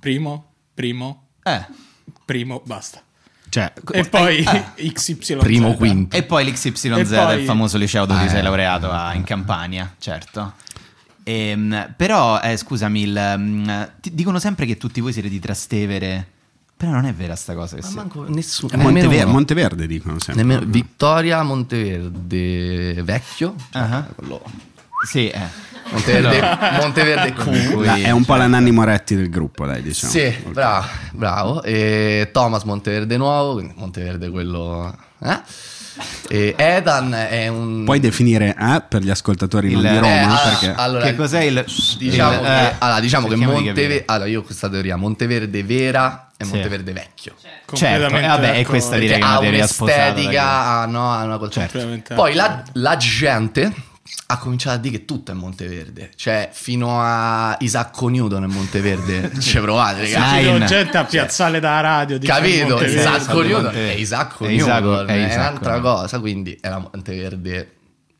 Speaker 4: primo, primo,
Speaker 2: Eh,
Speaker 4: primo, basta.
Speaker 3: Cioè,
Speaker 4: E poi
Speaker 2: Ah.
Speaker 4: XY.
Speaker 1: Primo quinto.
Speaker 2: E poi l'XYZ,
Speaker 4: E poi-
Speaker 2: il famoso liceo dove
Speaker 1: Ah,
Speaker 2: ti sei
Speaker 1: eh.
Speaker 2: laureato a- in Campania, certo. Ehm, però, eh, scusami, il, mm, ti- dicono sempre che tutti voi siete di Trastevere, però non è vera sta cosa. Che
Speaker 1: Ma
Speaker 2: si-
Speaker 1: manco nessuno.
Speaker 3: Montever-
Speaker 1: nemmeno
Speaker 3: Monteverde,
Speaker 1: uno.
Speaker 3: dicono sempre.
Speaker 1: Eh, Nemmeno- Vittoria Monteverde Vecchio.
Speaker 2: Ah,
Speaker 1: Quello-
Speaker 2: Sì, eh.
Speaker 1: Monteverde, Monteverde Q.
Speaker 3: Ma è un po'
Speaker 2: certo.
Speaker 3: la Nanni Moretti del gruppo, dai, diciamo.
Speaker 1: Sì, bravo, bravo. E Thomas Monteverde nuovo, quindi Monteverde quello... eh? E Edan è un...
Speaker 3: Puoi definire eh, per gli ascoltatori non
Speaker 2: Il-
Speaker 3: di
Speaker 2: eh,
Speaker 1: Eh,
Speaker 3: Roma,
Speaker 1: allora-
Speaker 3: perché
Speaker 1: allora,
Speaker 2: Che cos'è il-
Speaker 1: Diciamo
Speaker 2: il-
Speaker 1: che,
Speaker 2: eh,
Speaker 1: allora, diciamo che
Speaker 2: cerchiamo di
Speaker 1: Monteve-
Speaker 2: capire.
Speaker 1: allora, io ho questa teoria, Monteverde vera e
Speaker 2: Sì.
Speaker 1: Monteverde vecchio.
Speaker 2: certo, eh, vabbè, e
Speaker 4: d'accordo.
Speaker 2: questa direi
Speaker 1: Perché
Speaker 2: che è una
Speaker 1: Cioè, ha
Speaker 2: teoria sposata.
Speaker 1: un'estetica,
Speaker 2: dai.
Speaker 1: ha, no, ha una cosa. cioè,
Speaker 4: Completamente
Speaker 1: Poi la,
Speaker 4: d'accordo.
Speaker 1: la gente ha cominciato a dire che tutto è Monteverde, cioè fino a Isacco Newton è Monteverde, ci provate,
Speaker 4: Se
Speaker 1: ragazzi.
Speaker 2: Sai,
Speaker 4: ci
Speaker 2: Nine.
Speaker 4: sono gente a piazzale da radio. diciamo. dice
Speaker 1: Capito?
Speaker 4: Monteverde.
Speaker 1: Isacco
Speaker 2: Monteverde.
Speaker 1: Newton è Isacco
Speaker 2: È Isacco,
Speaker 1: Newton,
Speaker 2: è
Speaker 1: è,
Speaker 2: Isacco,
Speaker 1: un'altra
Speaker 2: no.
Speaker 1: cosa, quindi è la Monteverde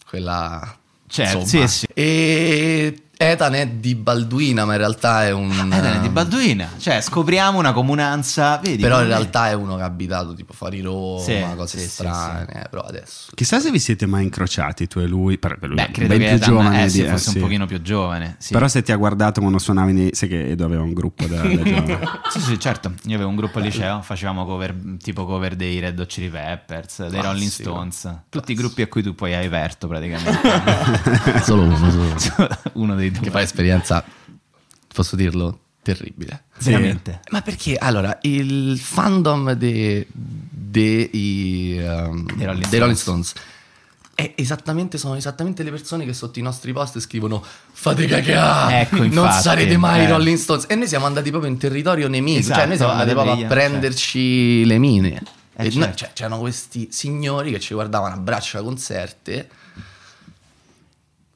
Speaker 1: quella
Speaker 2: Certo,
Speaker 1: insomma.
Speaker 2: sì, sì.
Speaker 1: E Ethan è di Balduina, ma in realtà è un
Speaker 2: Eh, dai, di Balduina, cioè scopriamo una comunanza, vedi?
Speaker 1: eh, Però in
Speaker 2: come-
Speaker 1: realtà è uno che è abitato tipo fuori Roma,
Speaker 2: Sì,
Speaker 1: cose
Speaker 2: sì, sì,
Speaker 1: strane, eh, però adesso
Speaker 3: chissà se vi siete mai incrociati tu e lui, per- per lui
Speaker 2: Beh,
Speaker 3: è
Speaker 2: credo
Speaker 3: ben
Speaker 2: che
Speaker 3: più
Speaker 2: Adam-
Speaker 3: giovane
Speaker 2: eh, sì,
Speaker 3: di- eh,
Speaker 2: fosse
Speaker 3: sì.
Speaker 2: un pochino più giovane. Sì.
Speaker 3: Però se ti ha guardato quando suonavi, nei... sai che Edo aveva un gruppo da, da giovane.
Speaker 2: Sì, sì, certo. Io avevo un gruppo al liceo, facevamo cover tipo cover dei Red Hot Chili Peppers, dei
Speaker 1: Classico.
Speaker 2: Rolling Stones, tutti i
Speaker 1: Classico.
Speaker 2: gruppi a cui tu poi hai aperto praticamente.
Speaker 1: solo uno, solo uno.
Speaker 2: Uno dei due.
Speaker 1: che fa esperienza posso dirlo terribile.
Speaker 2: Veramente.
Speaker 1: Ma perché allora il fandom de- de- i, um,
Speaker 2: Dei
Speaker 1: dei
Speaker 2: Rolling
Speaker 1: Rolling, Stones è esattamente, sono esattamente le persone che sotto i nostri post scrivono fate cagare,
Speaker 2: Ecco,
Speaker 1: non
Speaker 2: infatti,
Speaker 1: sarete mai
Speaker 2: eh.
Speaker 1: Rolling Stones. E noi siamo andati proprio in territorio nemico, cioè
Speaker 2: Esatto,
Speaker 1: noi siamo andati
Speaker 2: alla
Speaker 1: proprio a
Speaker 2: griglia,
Speaker 1: prenderci le mine. e
Speaker 2: Eh,
Speaker 1: noi-
Speaker 2: certo.
Speaker 1: cioè, c'erano questi signori che ci guardavano a braccia concerte.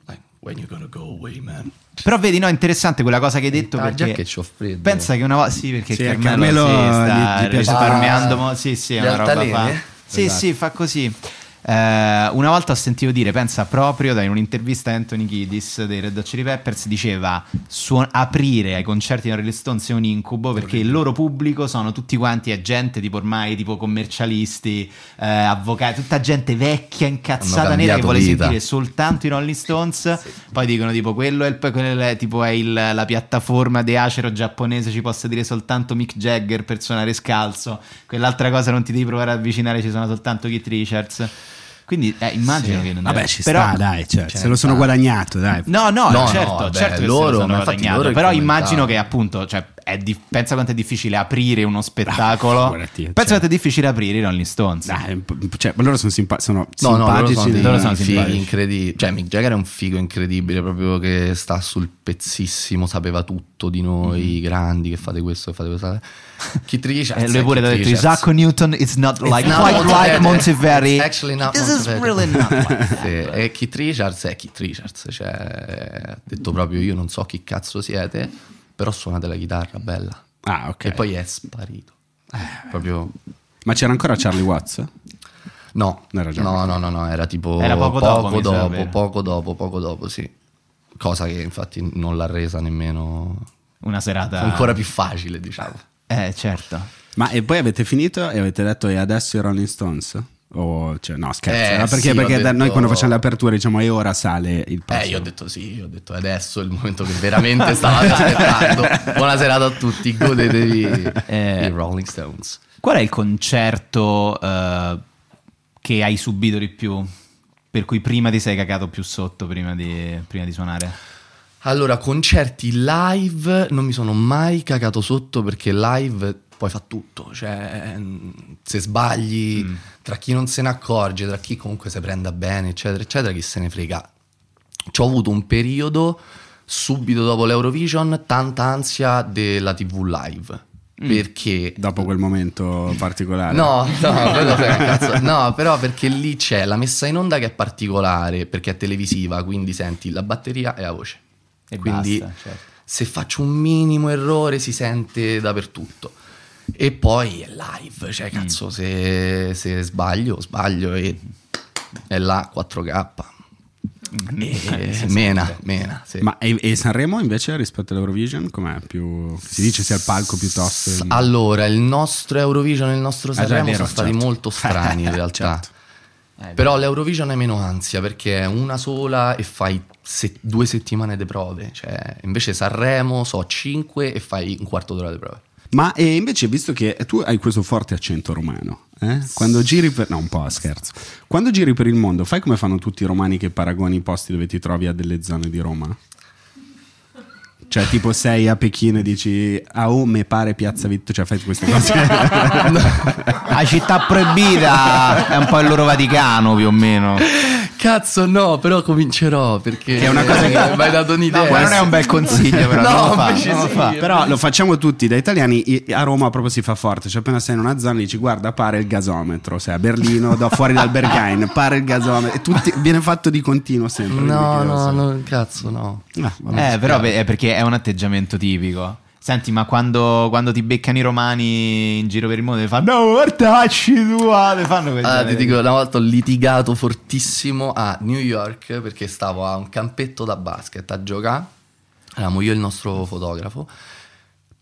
Speaker 1: Like, when you gonna go away, man?
Speaker 2: Però vedi, no, è interessante quella cosa che hai detto
Speaker 1: Ah,
Speaker 2: perché
Speaker 1: già che c'ho freddo.
Speaker 2: Pensa che una volta sì, perché
Speaker 3: Sì, a
Speaker 2: Carmelo,
Speaker 3: Carmelo
Speaker 2: sì, sta
Speaker 3: gli- gli piace
Speaker 2: risparmiando,
Speaker 1: fare-
Speaker 2: mo- sì, sì, è
Speaker 1: Ah. Gli eh?
Speaker 2: una roba
Speaker 1: altalene?
Speaker 2: fa. Sì,
Speaker 3: Esatto.
Speaker 2: sì, fa così. Eh, una volta ho sentito dire, pensa proprio da in un'intervista a Anthony Kiddis dei Red Hot Chili Peppers, diceva suon- aprire ai concerti di Rolling Stones è un incubo perché il loro pubblico sono tutti quanti è gente tipo ormai tipo commercialisti, eh, avvocati, tutta gente vecchia, incazzata nera che
Speaker 1: cambiato
Speaker 2: vuole
Speaker 1: vita.
Speaker 2: sentire soltanto i Rolling Stones. Poi dicono tipo quello è, il, quello è- tipo, è il- la piattaforma di acero giapponese, ci possa dire soltanto Mick Jagger per suonare scalzo. Quell'altra cosa non ti devi provare ad avvicinare, ci sono soltanto Keith Richards. Quindi eh, immagino che non
Speaker 3: Vabbè,
Speaker 2: deve-
Speaker 3: ci
Speaker 2: però-
Speaker 3: sta, dai, cioè,
Speaker 1: Cioè,
Speaker 3: se lo sono
Speaker 1: dai.
Speaker 3: guadagnato, dai.
Speaker 2: No, no,
Speaker 1: No, no,
Speaker 2: certo,
Speaker 1: beh,
Speaker 2: certo che
Speaker 1: loro-
Speaker 2: se lo sono
Speaker 1: ma infatti
Speaker 2: guadagnato,
Speaker 1: loro
Speaker 2: però
Speaker 1: il
Speaker 2: immagino
Speaker 1: commentavo.
Speaker 2: che appunto, cioè, è di- pensa quanto è difficile aprire uno spettacolo.
Speaker 3: figurati,
Speaker 2: pensa
Speaker 3: cioè.
Speaker 2: quanto è difficile aprire i Rolling Stones.
Speaker 3: Dai, un po'- cioè, loro sono, simpa- sono
Speaker 1: No, no, loro sono,
Speaker 3: simpatici.
Speaker 1: dei
Speaker 2: loro sono
Speaker 1: fighi
Speaker 2: simpatici.
Speaker 1: incredibili. Cioè, Mick Jagger è un figo incredibile, proprio che sta sul pezzissimo, sapeva tutto di noi, grandi, che fate questo, che fate questo. Keith Richards.
Speaker 2: Mm-hmm. Eh, lui
Speaker 1: è
Speaker 2: pure
Speaker 1: Keith
Speaker 2: ha detto
Speaker 1: Richards.
Speaker 2: Isacco Newton is not like,
Speaker 1: It's not
Speaker 2: quite like Monteverdi
Speaker 1: It's actually not
Speaker 2: This is
Speaker 1: Monteverdi.
Speaker 2: really not like
Speaker 1: Sì, e Keith Richards è Keith Richards, cioè, ha detto proprio io non so chi cazzo siete, però suonate la chitarra, bella.
Speaker 3: Ah, ok.
Speaker 2: Eh.
Speaker 1: E poi è sparito. Proprio...
Speaker 3: Ma c'era ancora Charlie Watts?
Speaker 1: No,
Speaker 3: Non era già
Speaker 1: no,
Speaker 3: morto.
Speaker 1: no, no, no, era tipo
Speaker 2: Era poco dopo, mi sa,
Speaker 1: dopo,
Speaker 2: vero?
Speaker 1: poco dopo, poco dopo, sì. Cosa che infatti non l'ha resa nemmeno
Speaker 2: Una serata
Speaker 1: ancora più facile, diciamo.
Speaker 2: Eh certo
Speaker 3: Ma e poi avete finito e avete detto e adesso i Rolling Stones? O cioè, no, scherzo.
Speaker 1: Eh,
Speaker 3: era perché
Speaker 1: sì,
Speaker 3: perché
Speaker 1: ho
Speaker 3: da noi
Speaker 1: detto-
Speaker 3: quando facciamo l'apertura diciamo e ora sale il
Speaker 2: Ah,
Speaker 3: prossimo.
Speaker 1: Eh, io ho detto sì, io ho detto adesso è il momento che veramente stavate aspettando. Buona serata a tutti, godetevi
Speaker 2: Eh.
Speaker 1: i Rolling Stones.
Speaker 2: Qual è il concerto eh, che hai subito di più? Per cui prima ti sei cagato più sotto prima di, prima di suonare?
Speaker 1: Allora, concerti live non mi sono mai cagato sotto perché live poi fa tutto, cioè mm, se sbagli, tra chi non se ne accorge, tra chi comunque se prenda bene, eccetera, eccetera, chi se ne frega. Ci ho avuto un periodo subito dopo l'Eurovision, tanta ansia della TV live. Perché
Speaker 3: Dopo quel momento particolare.
Speaker 1: No, no, quello frega un cazzo. No, però perché lì c'è la messa in onda che è particolare, perché è televisiva, quindi senti la batteria e la voce.
Speaker 2: E
Speaker 1: quindi
Speaker 2: basta, certo.
Speaker 1: se faccio un minimo errore si sente dappertutto. E poi è live, cioè cazzo,
Speaker 2: Mm.
Speaker 1: se, se sbaglio, sbaglio e è là 4K. Eh, mena, mena. sì.
Speaker 3: Ma e, e Sanremo invece rispetto all'Eurovision com'è più si dice sia il palco piuttosto il-
Speaker 1: Allora, il nostro Eurovision e il nostro
Speaker 3: Ah, già, è
Speaker 1: Sanremo
Speaker 3: vero,
Speaker 1: sono stati
Speaker 3: certo.
Speaker 1: molto strani in realtà. Però l'Eurovision è meno ansia perché è una sola e fai se- due settimane di prove. Cioè, invece Sanremo so cinque e fai un quarto d'ora di prove.
Speaker 3: Ma e invece, visto che tu hai questo forte accento romano, eh? quando giri per. No, un po' scherzo. Quando giri per il mondo, fai come fanno tutti i romani che paragoni i posti dove ti trovi a delle zone di Roma? Cioè, tipo sei a Pechino e dici a oh, me pare Piazza Vittorio, cioè fai queste cose.
Speaker 2: La città proibita è un po' il loro Vaticano più o meno.
Speaker 1: Cazzo, no, però comincerò perché
Speaker 2: Che è una cosa che-
Speaker 1: mi hai dato un'idea.
Speaker 2: No, ma non è un bel consiglio, però,
Speaker 1: no,
Speaker 2: non lo fa,
Speaker 1: invece
Speaker 2: non lo
Speaker 1: sì,
Speaker 2: fa.
Speaker 1: invece
Speaker 3: Però lo facciamo tutti da italiani, i- a Roma proprio si fa forte, cioè appena sei in una zona dici guarda pare il gasometro, sei a Berlino, da fuori dal Berghain, pare il gasometro, e tutti, viene fatto di continuo
Speaker 1: No,
Speaker 3: sempre. quindi che lo
Speaker 1: no,
Speaker 3: so.
Speaker 1: no, cazzo, no.
Speaker 3: Ah, vabbè.
Speaker 2: Eh, però è perché è un atteggiamento tipico. Senti, ma quando, quando ti beccano i romani in giro per il mondo, ti fanno no, mortacci tua, ti fanno quel
Speaker 1: Ah,
Speaker 2: genere
Speaker 1: ti
Speaker 2: di-
Speaker 1: dico, una volta ho litigato fortissimo a New York perché stavo a un campetto da basket a giocare. Eravamo io e il nostro fotografo.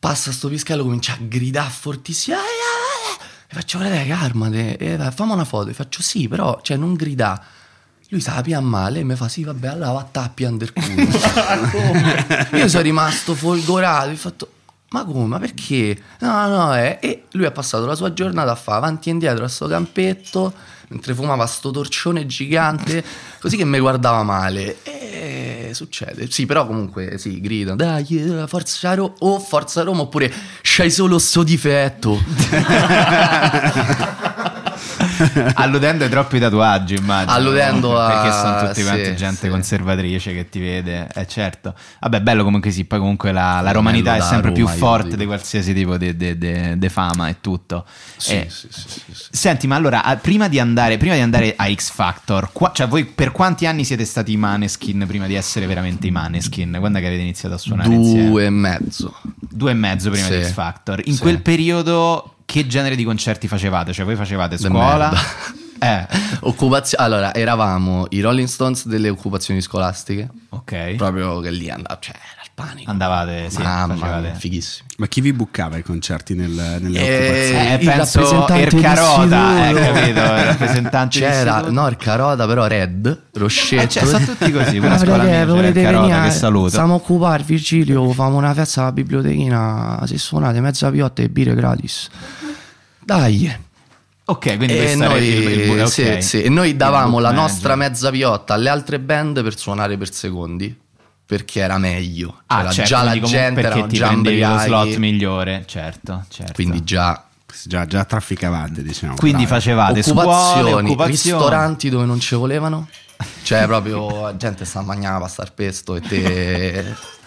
Speaker 1: Passa sto pischello, comincia a gridare fortissimo. "Ah, ah, ah!" E faccio, "Guarda, calmate, e va, fammi una foto. E faccio, sì, però, cioè, non gridà. Lui sa a male e mi fa, sì, vabbè, allora va a tappi under culo. Io sono rimasto folgorato, ho fatto ma come, ma perché? No, no, eh. e lui ha passato la sua giornata a fare avanti e indietro a sto campetto, mentre fumava sto torcione gigante, così che mi guardava male. E succede. Sì, però comunque sì, gridano, dai, eh, forza Roma, o forza Roma, oppure c'hai solo sto difetto.
Speaker 2: Alludendo ai troppi tatuaggi, immagino.
Speaker 1: Alludendo a-
Speaker 2: Perché sono tutti quanti
Speaker 1: sì,
Speaker 2: gente
Speaker 1: sì.
Speaker 2: conservatrice che ti vede, eh, certo. Vabbè, bello comunque sì, poi comunque la, la romanità è
Speaker 1: Bello da
Speaker 2: sempre più
Speaker 1: Roma, io
Speaker 2: forte
Speaker 1: dico.
Speaker 2: di qualsiasi tipo di de, de- de fama e tutto.
Speaker 1: Sì,
Speaker 2: Eh,
Speaker 1: sì, sì, sì, sì.
Speaker 2: Senti, ma allora, a- prima di andare, prima di andare a X Factor, qua- cioè voi per quanti anni siete stati i Maneskin prima di essere veramente i Maneskin? Quando è che avete iniziato a suonare insieme?
Speaker 1: Due e mezzo.
Speaker 2: Due e mezzo prima
Speaker 1: Sì.
Speaker 2: di X Factor. In
Speaker 1: Sì.
Speaker 2: quel periodo che genere di concerti facevate? Cioè voi facevate
Speaker 1: De
Speaker 2: scuola?
Speaker 1: merda.
Speaker 2: Eh,
Speaker 1: Occupazio- allora, eravamo i Rolling Stones delle occupazioni scolastiche,
Speaker 2: ok.
Speaker 1: proprio che lì andava, cioè era il panico.
Speaker 2: Andavate, sì,
Speaker 1: Mamma mia,
Speaker 2: facevate.
Speaker 1: fighissimo.
Speaker 3: Ma chi vi buccava i concerti nel, nelle occupazioni?
Speaker 2: Eh,
Speaker 1: Eh, il
Speaker 2: penso
Speaker 1: rappresentante di
Speaker 2: Ercarota, eh,
Speaker 1: Siluro.
Speaker 2: capito? Il rappresentante
Speaker 1: C'era,
Speaker 2: di Siluro.
Speaker 1: no, il Carota, però Red, Rocchetto.
Speaker 2: Eh, cioè, sono tutti così, quella
Speaker 1: Ah,
Speaker 2: scuola
Speaker 1: perché
Speaker 2: mia c'era
Speaker 1: volete
Speaker 2: il Carota,
Speaker 1: venire?
Speaker 2: che saluto.
Speaker 1: Stiamo a occupare Virgilio, famo una festa alla bibliotechina, se suonate mezza piotta e birre gratis. Dai.
Speaker 2: Ok, quindi
Speaker 1: E
Speaker 2: questo era il, il,
Speaker 1: Eh, noi,
Speaker 2: il-
Speaker 1: sì,
Speaker 2: ok.
Speaker 1: sì, e noi
Speaker 2: Il
Speaker 1: davamo
Speaker 2: book
Speaker 1: la
Speaker 2: manager.
Speaker 1: nostra mezza piotta alle altre band per suonare per secondi. Perché era meglio.
Speaker 2: Ah,
Speaker 1: Era
Speaker 2: certo,
Speaker 1: già cioè, la
Speaker 2: quindi comunque
Speaker 1: gente
Speaker 2: perché
Speaker 1: era
Speaker 2: ti
Speaker 1: già
Speaker 2: prendevi lo
Speaker 1: embriachi,
Speaker 2: slot migliore, certo, certo.
Speaker 1: Quindi già
Speaker 3: Già, già trafficavate, diciamo.
Speaker 2: Quindi
Speaker 3: bravi.
Speaker 2: facevate
Speaker 1: occupazioni,
Speaker 2: scuole, occupazioni.
Speaker 1: ristoranti dove non ci volevano. Cioè, proprio la gente sta mangiando pasta al pesto e
Speaker 2: Eh.
Speaker 1: te.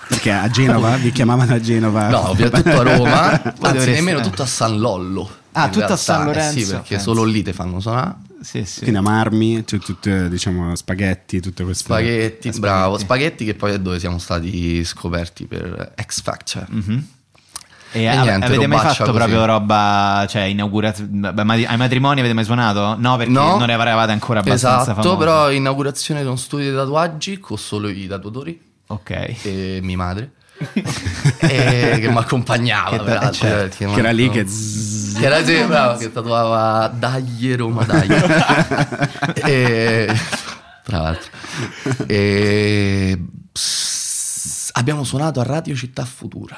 Speaker 3: Perché a Genova vi chiamavano a Genova.
Speaker 1: No, ovviamente tutto a Roma, anzi,
Speaker 2: dovreste-
Speaker 1: nemmeno tutto a San Lollo.
Speaker 2: Ah,
Speaker 1: in
Speaker 2: tutto a
Speaker 1: realtà.
Speaker 2: San
Speaker 1: Eh
Speaker 2: Lorenzo,
Speaker 1: Sì, perché
Speaker 2: penso.
Speaker 1: solo lì te fanno suonare.
Speaker 2: Sì, sì.
Speaker 3: Quindi a Marmi, cioè, tutte, diciamo spaghetti, tutte queste
Speaker 1: Spaghetti,
Speaker 2: Eh,
Speaker 1: bravo, spaghetti che poi è dove siamo stati scoperti per X Factor.
Speaker 2: Mhm. E,
Speaker 1: E
Speaker 2: ave-
Speaker 1: niente,
Speaker 2: avete mai
Speaker 1: robaccia
Speaker 2: fatto
Speaker 1: così.
Speaker 2: proprio roba, cioè inaugurazione ai matrimoni avete mai suonato? No, perché
Speaker 1: Eh, No.
Speaker 2: non ne eravate ancora abbastanza
Speaker 1: Esatto,
Speaker 2: famosi.
Speaker 1: però inaugurazione di uno studio di tatuaggi con solo i tatuatori.
Speaker 2: Ok.
Speaker 1: e mia madre e- Eh, che mi accompagnava
Speaker 2: Che ta-
Speaker 1: peraltro, eh,
Speaker 2: certo,
Speaker 1: perché
Speaker 3: che era lì che
Speaker 1: che era sì, bravo, che tatuava Dagli Roma Dagli e tra l'altro e s- abbiamo suonato a Radio Città Futura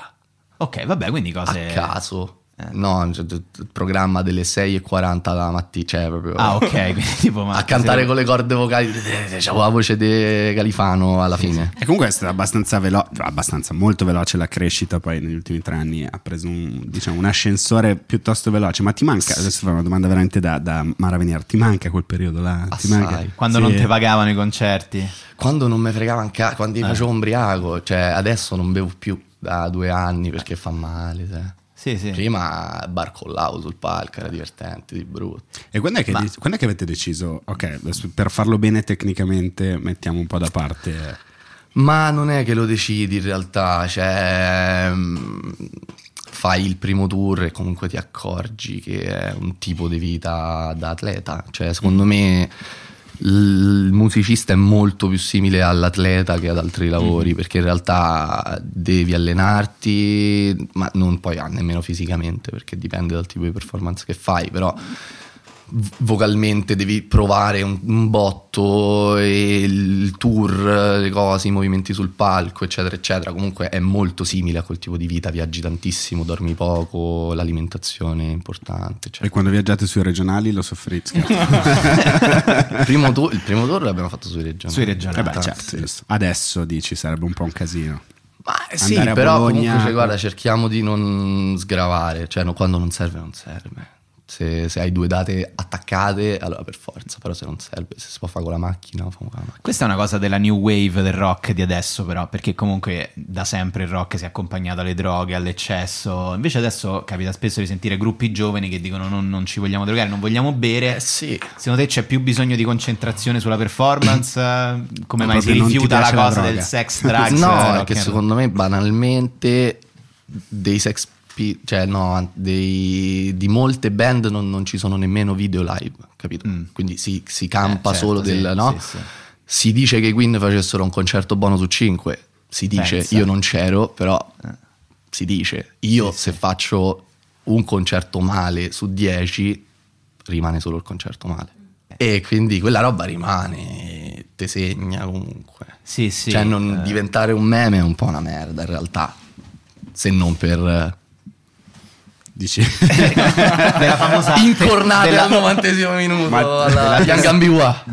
Speaker 2: Ok, vabbè, quindi cose
Speaker 1: a caso
Speaker 2: eh.
Speaker 1: no cioè, d- d- programma delle 6.40 la mattina cioè proprio
Speaker 2: Ah, ok, quindi tipo ma
Speaker 1: a cantare con le corde vocali c'avevo la voce di Califano alla fine
Speaker 3: E comunque è stata abbastanza veloce, abbastanza molto veloce la crescita poi negli ultimi tre anni, ha preso un, diciamo, un ascensore piuttosto veloce, ma ti manca, adesso fa una domanda veramente da, da Maravenier, ti manca quel periodo là? Ti
Speaker 1: Assai.
Speaker 3: manca?
Speaker 2: quando
Speaker 3: Sì.
Speaker 2: non ti pagavano i concerti.
Speaker 1: Quando non mi fregava anche ah, quando
Speaker 2: Eh.
Speaker 1: mi facevo ombriaco, cioè adesso non bevo più da due anni perché fa male. sai.
Speaker 2: Sì, sì.
Speaker 1: Prima barcollavo sul palco, era divertente, di brutto.
Speaker 3: E quando è, che dici- quando è che avete deciso, ok, adesso per farlo bene tecnicamente mettiamo un po' da parte...
Speaker 1: Ma non è che lo decidi in realtà, cioè mm, fai il primo tour e comunque ti accorgi che è un tipo di vita da atleta, cioè secondo me il musicista è molto più simile all'atleta che ad altri lavori, perché in realtà devi allenarti, ma non poi ah, nemmeno fisicamente, perché dipende dal tipo di performance che fai, però v- vocalmente devi provare un, un botto e il tour, le cose, i movimenti sul palco, eccetera, eccetera. Comunque è molto simile a quel tipo di vita, viaggi tantissimo, dormi poco, l'alimentazione è importante, eccetera.
Speaker 3: E quando viaggiate sui regionali lo soffrite. Eh
Speaker 1: Il primo tour- il primo tour l'abbiamo fatto sui regionali.
Speaker 3: Ecco, Sui regionali.
Speaker 1: Eh beh,
Speaker 3: certo. Adesso dici sarebbe un po' un casino.
Speaker 1: Eh sì,
Speaker 3: Andare a
Speaker 1: però
Speaker 3: Bologna-
Speaker 1: comunque cioè, guarda, cerchiamo di non sgravare, cioè no, quando non serve non serve. Se, se hai due date attaccate, allora per forza, però se non serve, se si può fare con la macchina, lo facciamo con la macchina.
Speaker 2: Questa è una cosa della new wave del rock di adesso, però, perché comunque da sempre il rock si è accompagnato alle droghe, all'eccesso. Invece adesso capita spesso di sentire gruppi giovani che dicono non, non ci vogliamo drogare, non vogliamo
Speaker 1: Eh,
Speaker 2: bere. Secondo te c'è più bisogno di concentrazione sulla performance? Eh, Come
Speaker 1: Ma
Speaker 2: mai si
Speaker 1: proprio non ti
Speaker 2: rifiuta la
Speaker 1: piace
Speaker 2: cosa
Speaker 1: droga.
Speaker 2: del sex drugs? eh, rock
Speaker 1: No,
Speaker 2: and
Speaker 1: perché
Speaker 2: roll?
Speaker 1: secondo me banalmente dei sex pi- cioè no, dei- di molte band non, non ci sono nemmeno video live, capito? Quindi si, si campa
Speaker 2: Mm. certo,
Speaker 1: solo
Speaker 2: sì,
Speaker 1: del no?
Speaker 2: sì, sì.
Speaker 1: Si dice che i Queen facessero un concerto buono su 5, si dice
Speaker 2: Pensa. Eh.
Speaker 1: io non c'ero, però si dice io se faccio un concerto male su 10 rimane solo il concerto male.
Speaker 2: Eh.
Speaker 1: E quindi quella roba rimane, te segna comunque.
Speaker 2: Sì, sì.
Speaker 1: Cioè, non
Speaker 2: eh.
Speaker 1: diventare un meme è un po' una merda in realtà. Se non per.
Speaker 3: Dici.
Speaker 2: della Eh, famosa
Speaker 1: Incornate
Speaker 2: della-
Speaker 1: al 90 minuto.
Speaker 3: Ma-
Speaker 1: alla
Speaker 3: della-
Speaker 1: Yangambiwa.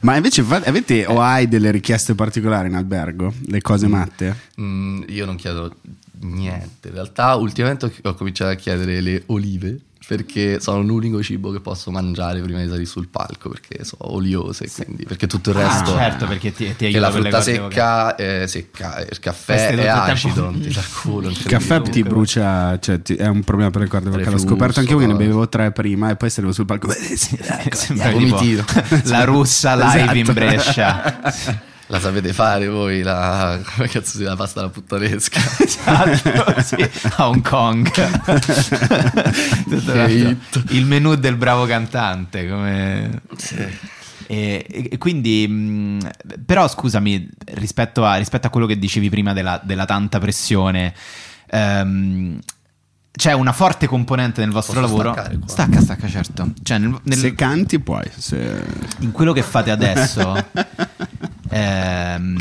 Speaker 3: Ma invece fa- avete o hai delle richieste particolari in albergo? Le cose matte?
Speaker 1: Mm, io non chiedo niente. In realtà, ultimamente ho- ho cominciato a chiedere le olive. Perché sono l'unico cibo che posso mangiare prima di salire sul palco. Perché sono oliose. Quindi, perché tutto il
Speaker 2: Ah,
Speaker 1: resto.
Speaker 2: certo, perché ti- ti
Speaker 1: che
Speaker 2: aiuta
Speaker 1: la
Speaker 2: per le
Speaker 1: frutta
Speaker 2: corde
Speaker 1: secca è secca, il
Speaker 2: Queste
Speaker 1: caffè è
Speaker 2: tutto il tempo-
Speaker 1: acido. Non ti dà il culo.
Speaker 3: Il caffè ti brucia, cioè ti- è un problema per le corde vocali. L'ho scoperto anche io che ne
Speaker 1: cose.
Speaker 3: bevevo tre prima e poi salivo sul palco.
Speaker 1: ecco,
Speaker 2: Sembra tipo la russa live
Speaker 1: Esatto.
Speaker 2: in Brescia.
Speaker 1: La sapete fare voi la come cazzo si la pasta alla puttanesca?
Speaker 2: Esatto, sì, a Hong Kong. Tutto l'altro.
Speaker 1: hit.
Speaker 2: il menù del bravo cantante. Come... E, e quindi, mh, però, scusami, rispetto a, rispetto a quello che dicevi prima della, della tanta pressione, ehm, c'è una forte componente nel vostro
Speaker 3: Posso
Speaker 2: lavoro.
Speaker 3: staccare qua?
Speaker 2: Stacca, stacca, certo. Cioè, nel- nel-
Speaker 3: Se canti puoi. Se...
Speaker 2: in quello che fate adesso ehm,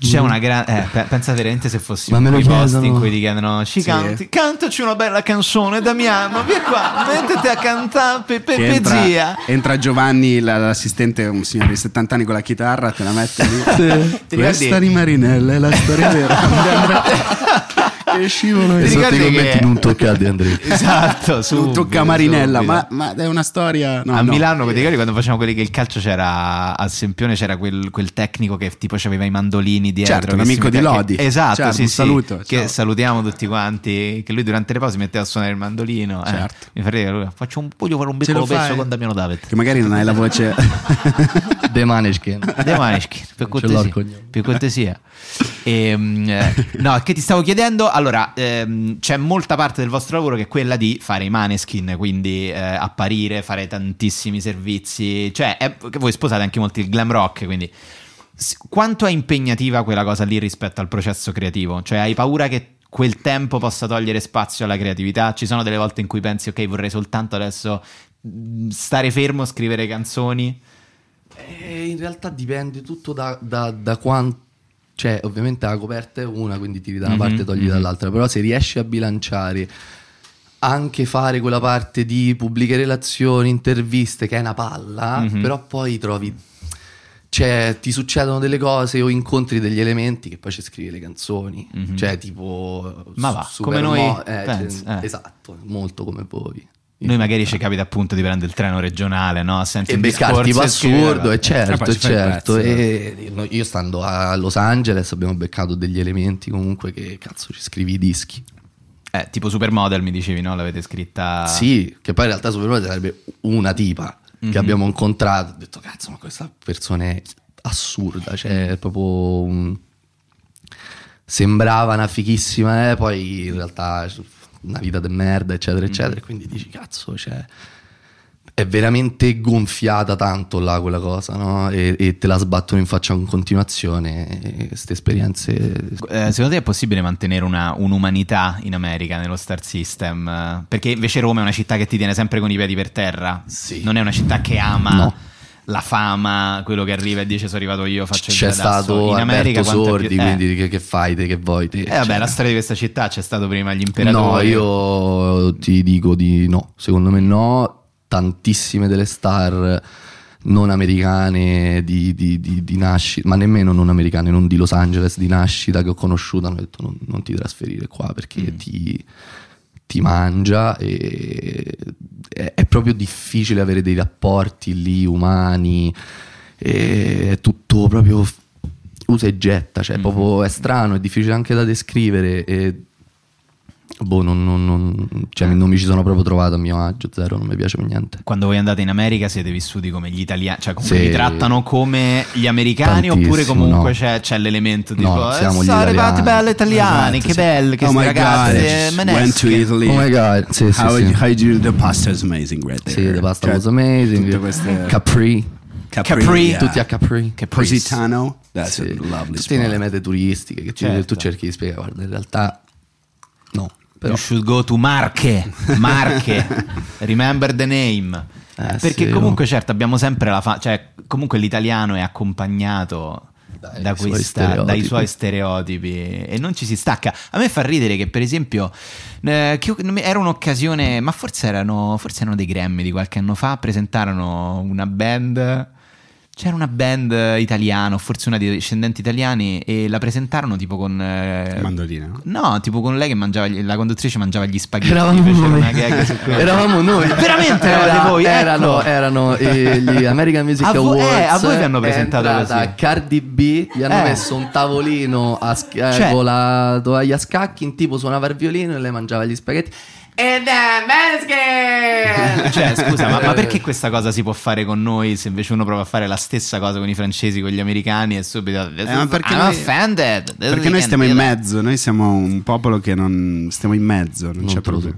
Speaker 2: c'è una grande pensa veramente se fossimo
Speaker 3: Ma me lo
Speaker 2: quei posti
Speaker 3: chiedono.
Speaker 2: in cui ti chiedono ci
Speaker 3: Sì.
Speaker 2: canti cantaci una bella canzone Damiano via qua mettiti a cantare per
Speaker 3: Che entra,
Speaker 2: pezia
Speaker 3: entra Giovanni, la- l'assistente, un signore di 70 anni con la chitarra, te la mette lì.
Speaker 2: Ti ricordi?
Speaker 3: Questa di Marinella è la storia vera. che scivolano
Speaker 2: Ti ricordi che-
Speaker 1: toccate Andrea.
Speaker 2: esatto
Speaker 3: non tocca a Marinella, ma, ma è una storia. No,
Speaker 2: a
Speaker 3: no.
Speaker 2: Milano, ti ricordi quando facevamo quelli che il calcio c'era a Sempione, c'era quel, quel tecnico che tipo aveva i mandolini dietro.
Speaker 3: Certo,
Speaker 2: che
Speaker 3: un
Speaker 2: si
Speaker 3: amico di
Speaker 2: metteva-
Speaker 3: Lodi.
Speaker 2: che- esatto,
Speaker 3: Certo,
Speaker 2: sì,
Speaker 3: un
Speaker 2: sì,
Speaker 3: saluto, ciao.
Speaker 2: Che salutiamo tutti quanti. Che lui durante le pause metteva a suonare il mandolino. eh.
Speaker 3: Certo.
Speaker 2: Mi fa ridere, lui, faccio un, voglio fare un
Speaker 3: Ce
Speaker 2: piccolo
Speaker 3: lo fai?
Speaker 2: pezzo con Damiano Davet.
Speaker 3: Che magari non hai la voce.
Speaker 1: The Maneskin.
Speaker 2: De Maneskin, per
Speaker 1: Non ce l'ho il
Speaker 2: cortesia.
Speaker 1: cognome.
Speaker 2: Per cortesia. Ehm, eh, no, che ti stavo chiedendo, allora, ehm, c'è molta parte del vostro lavoro che è quella di fare i maneskin, quindi eh, apparire, fare tantissimi servizi, cioè è- che voi sposate anche molto il glam rock, quindi s- quanto è impegnativa quella cosa lì rispetto al processo creativo? Cioè hai paura che quel tempo possa togliere spazio alla creatività? Ci sono delle volte in cui pensi, ok, vorrei soltanto adesso mh, stare fermo, scrivere canzoni?
Speaker 1: Eh, in realtà dipende tutto da, da, quanto. Cioè, ovviamente la coperta è una, quindi tiri da una
Speaker 2: Mhm,
Speaker 1: parte e togli
Speaker 2: mhm.
Speaker 1: dall'altra. Però se riesci a bilanciare anche fare quella parte di pubbliche relazioni, interviste, che è una palla,
Speaker 2: Mhm.
Speaker 1: però poi trovi. Cioè, ti succedono delle cose o incontri degli elementi che poi ci scrivi le canzoni.
Speaker 2: Mhm.
Speaker 1: Cioè, tipo.
Speaker 2: Ma
Speaker 1: su-
Speaker 2: va,
Speaker 1: Supermo-
Speaker 2: come noi,
Speaker 1: eh,
Speaker 2: penso,
Speaker 1: cioè,
Speaker 2: eh.
Speaker 1: Esatto, molto come voi.
Speaker 2: Noi magari ci capita appunto di prendere il treno regionale, no? Senti
Speaker 1: e
Speaker 2: il
Speaker 1: beccarti tipo
Speaker 2: discorso e
Speaker 1: assurdo,
Speaker 2: scrivere-
Speaker 1: è
Speaker 2: Eh,
Speaker 1: certo,
Speaker 2: poi
Speaker 1: è
Speaker 2: ci fai il
Speaker 1: certo.
Speaker 2: pezzo. eh.
Speaker 1: E noi- io stando a Los Angeles abbiamo beccato degli elementi comunque che cazzo ci scrivi i dischi.
Speaker 2: Eh, tipo Supermodel mi dicevi, no? L'avete scritta...
Speaker 1: Sì, che poi in realtà Superman sarebbe una tipa
Speaker 2: Mhm.
Speaker 1: che abbiamo incontrato, ho detto cazzo ma questa persona è assurda, cioè è proprio un- sembrava una fichissima, eh, poi in realtà una vita de merda eccetera eccetera, e quindi dici cazzo, cioè è veramente gonfiata tanto là quella cosa, no? E, e te la sbattono in faccia in continuazione. Queste esperienze.
Speaker 2: Eh, secondo te è possibile mantenere una, un'umanità in America nello star system? Eh, Perché invece Roma è una città che ti tiene sempre con i piedi per terra. Non è una città che ama
Speaker 1: No.
Speaker 2: la fama, quello che arriva e dice sono arrivato io, faccio il
Speaker 1: C'è
Speaker 2: badasso".
Speaker 1: stato
Speaker 2: in America
Speaker 1: Alberto
Speaker 2: quanto è più-
Speaker 1: Sordi,
Speaker 2: eh,
Speaker 1: quindi che, che fai te, che vuoi te?
Speaker 2: eh, vabbè,
Speaker 1: Cioè,
Speaker 2: la storia di questa città c'è stato prima gli imperatori.
Speaker 1: No, io ti dico di no. Secondo me no. Tantissime delle star non americane di, di- di- di nascita, ma nemmeno non americane, non di Los Angeles, di nascita che ho conosciuto, hanno detto non, non ti trasferire qua perché ti, ti mangia e è, è proprio difficile avere dei rapporti lì umani, e è tutto proprio f- usa e getta, cioè proprio è strano, è difficile anche da descrivere. E Boh, non, non- non- cioè,
Speaker 3: Eh.
Speaker 1: non mi ci sono proprio trovato a mio agio, zero, non mi piace per niente.
Speaker 2: Quando voi andate in America siete vissuti come gli italiani, cioè comunque
Speaker 1: Sì.
Speaker 2: vi trattano come gli americani
Speaker 1: Tantissimo,
Speaker 2: oppure comunque
Speaker 1: no.
Speaker 2: c'è, c'è l'elemento tipo
Speaker 1: No,
Speaker 2: "Eh,
Speaker 1: siamo gli
Speaker 2: sono arrivati
Speaker 1: italiani."
Speaker 2: belli italiani,
Speaker 3: Esatto,
Speaker 2: che
Speaker 3: sì.
Speaker 2: belli che
Speaker 3: Oh
Speaker 2: sti
Speaker 3: my
Speaker 2: ragazzi,
Speaker 3: God,
Speaker 2: eh,
Speaker 3: went to
Speaker 2: menesche.
Speaker 3: Italy.
Speaker 1: Oh my God, sì, sì,
Speaker 3: how,
Speaker 1: sì.
Speaker 3: how you, the pasta is amazing right there.
Speaker 1: Sì, The Pasta
Speaker 3: Cioè,
Speaker 1: was amazing.
Speaker 3: tutte queste-
Speaker 1: Capri.
Speaker 3: Capri, yeah.
Speaker 1: Tutti a Capri.
Speaker 3: Caprice. Positano, that's
Speaker 1: Sì.
Speaker 3: a lovely
Speaker 1: Tutti
Speaker 3: spot.
Speaker 1: nelle mete turistiche che ti-
Speaker 2: Certo.
Speaker 1: tu cerchi di spiegare, guarda, in realtà no. Però
Speaker 2: You should go to Marche, Marche, remember the name.
Speaker 1: Eh,
Speaker 2: Perché
Speaker 1: sì,
Speaker 2: comunque certo abbiamo sempre la fa- cioè comunque l'italiano è accompagnato
Speaker 1: Dai,
Speaker 2: da
Speaker 1: i suoi
Speaker 2: questa- dai
Speaker 1: stereotipi.
Speaker 2: suoi stereotipi e non ci si stacca. A me fa ridere che per esempio eh, chi- non mi- era un'occasione, ma forse erano, forse erano dei Grammy di qualche anno fa, presentarono una band... C'era una band italiana, o forse una dei discendenti italiani, e la presentarono tipo con... eh,
Speaker 3: Mandolina.
Speaker 2: No, tipo con lei che mangiava, gli- la conduttrice mangiava gli spaghetti.
Speaker 1: Eravamo
Speaker 2: fecero
Speaker 1: noi.
Speaker 2: una gag su quello.
Speaker 1: Eravamo noi.
Speaker 2: Veramente eravate
Speaker 1: Era-
Speaker 2: voi. ecco.
Speaker 1: Erano, erano eh, gli American Music
Speaker 2: A vo- eh,
Speaker 1: Awards.
Speaker 2: a voi vi hanno
Speaker 1: è
Speaker 2: presentato
Speaker 1: entrata
Speaker 2: così.
Speaker 1: Cardi B gli hanno
Speaker 2: Eh.
Speaker 1: messo un tavolino a sc- eh,
Speaker 2: Cioè-
Speaker 1: con la tovaglia a scacchi. Un tipo suonava il violino e lei mangiava gli spaghetti. And the Meneskin!
Speaker 2: Cioè, scusa, ma,
Speaker 1: Eh.
Speaker 2: ma perché questa cosa si può fare con noi se invece uno prova a fare la stessa cosa con i francesi, con gli americani e subito... "This
Speaker 3: Eh, ma
Speaker 2: is-
Speaker 3: perché
Speaker 2: I'm
Speaker 3: noi-
Speaker 2: offended. This
Speaker 3: Perché
Speaker 2: we
Speaker 3: noi
Speaker 2: can
Speaker 3: stiamo
Speaker 2: do
Speaker 3: in
Speaker 2: that."
Speaker 3: mezzo, noi siamo un popolo che non stiamo in mezzo, non, c'è
Speaker 1: te lo so
Speaker 3: problema.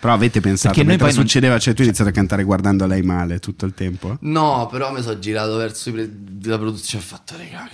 Speaker 3: Però avete pensato
Speaker 2: Perché
Speaker 3: che
Speaker 2: noi
Speaker 3: mentre
Speaker 2: poi non-
Speaker 3: succedeva, cioè tu hai iniziato a cantare guardando lei male tutto il tempo?
Speaker 1: No, però mi sono girato verso i pre- la produzione e ho fatto regà.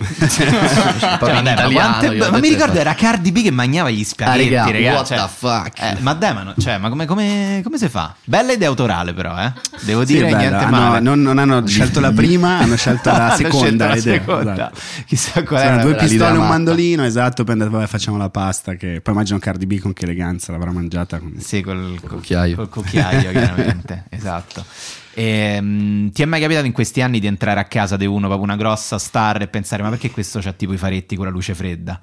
Speaker 1: Proprio
Speaker 2: Cioè,
Speaker 1: in
Speaker 2: vabbè, ma,
Speaker 1: italiano,
Speaker 2: quante-
Speaker 1: io ho
Speaker 2: ma mi
Speaker 1: detto,
Speaker 2: ricordo
Speaker 1: "Fa-
Speaker 2: era Cardi B che mangiava gli spaghetti,
Speaker 1: Ah, raga,
Speaker 2: raga,
Speaker 1: what
Speaker 2: cioè-
Speaker 1: the fuck?"
Speaker 2: Eh, ma dai, ma, no- cioè, ma come, come- come si fa? Bella idea autorale però, eh? Devo
Speaker 3: Sì,
Speaker 2: dire
Speaker 3: è bello.
Speaker 2: niente
Speaker 3: Hanno-
Speaker 2: male.
Speaker 3: non, non hanno scelto la prima, hanno scelto la
Speaker 2: Hanno scelto
Speaker 3: seconda.
Speaker 2: la
Speaker 3: idea,
Speaker 2: seconda.
Speaker 3: esatto.
Speaker 2: Chissà qual
Speaker 3: C'erano
Speaker 2: era
Speaker 3: due
Speaker 2: la- l'idea
Speaker 3: pistole e un
Speaker 2: matta.
Speaker 3: mandolino, esatto, per andare, vabbè, facciamo la pasta. Che poi immagino Cardi B con che eleganza l'avrà mangiata. con-
Speaker 2: Sì, col
Speaker 1: cucchiaio.
Speaker 2: Col cucchiaio, chiaramente, esatto. Ehm, ti è mai capitato in questi anni di entrare a casa di uno, proprio una grossa star, e pensare: ma perché questo c'ha tipo i faretti con la luce fredda?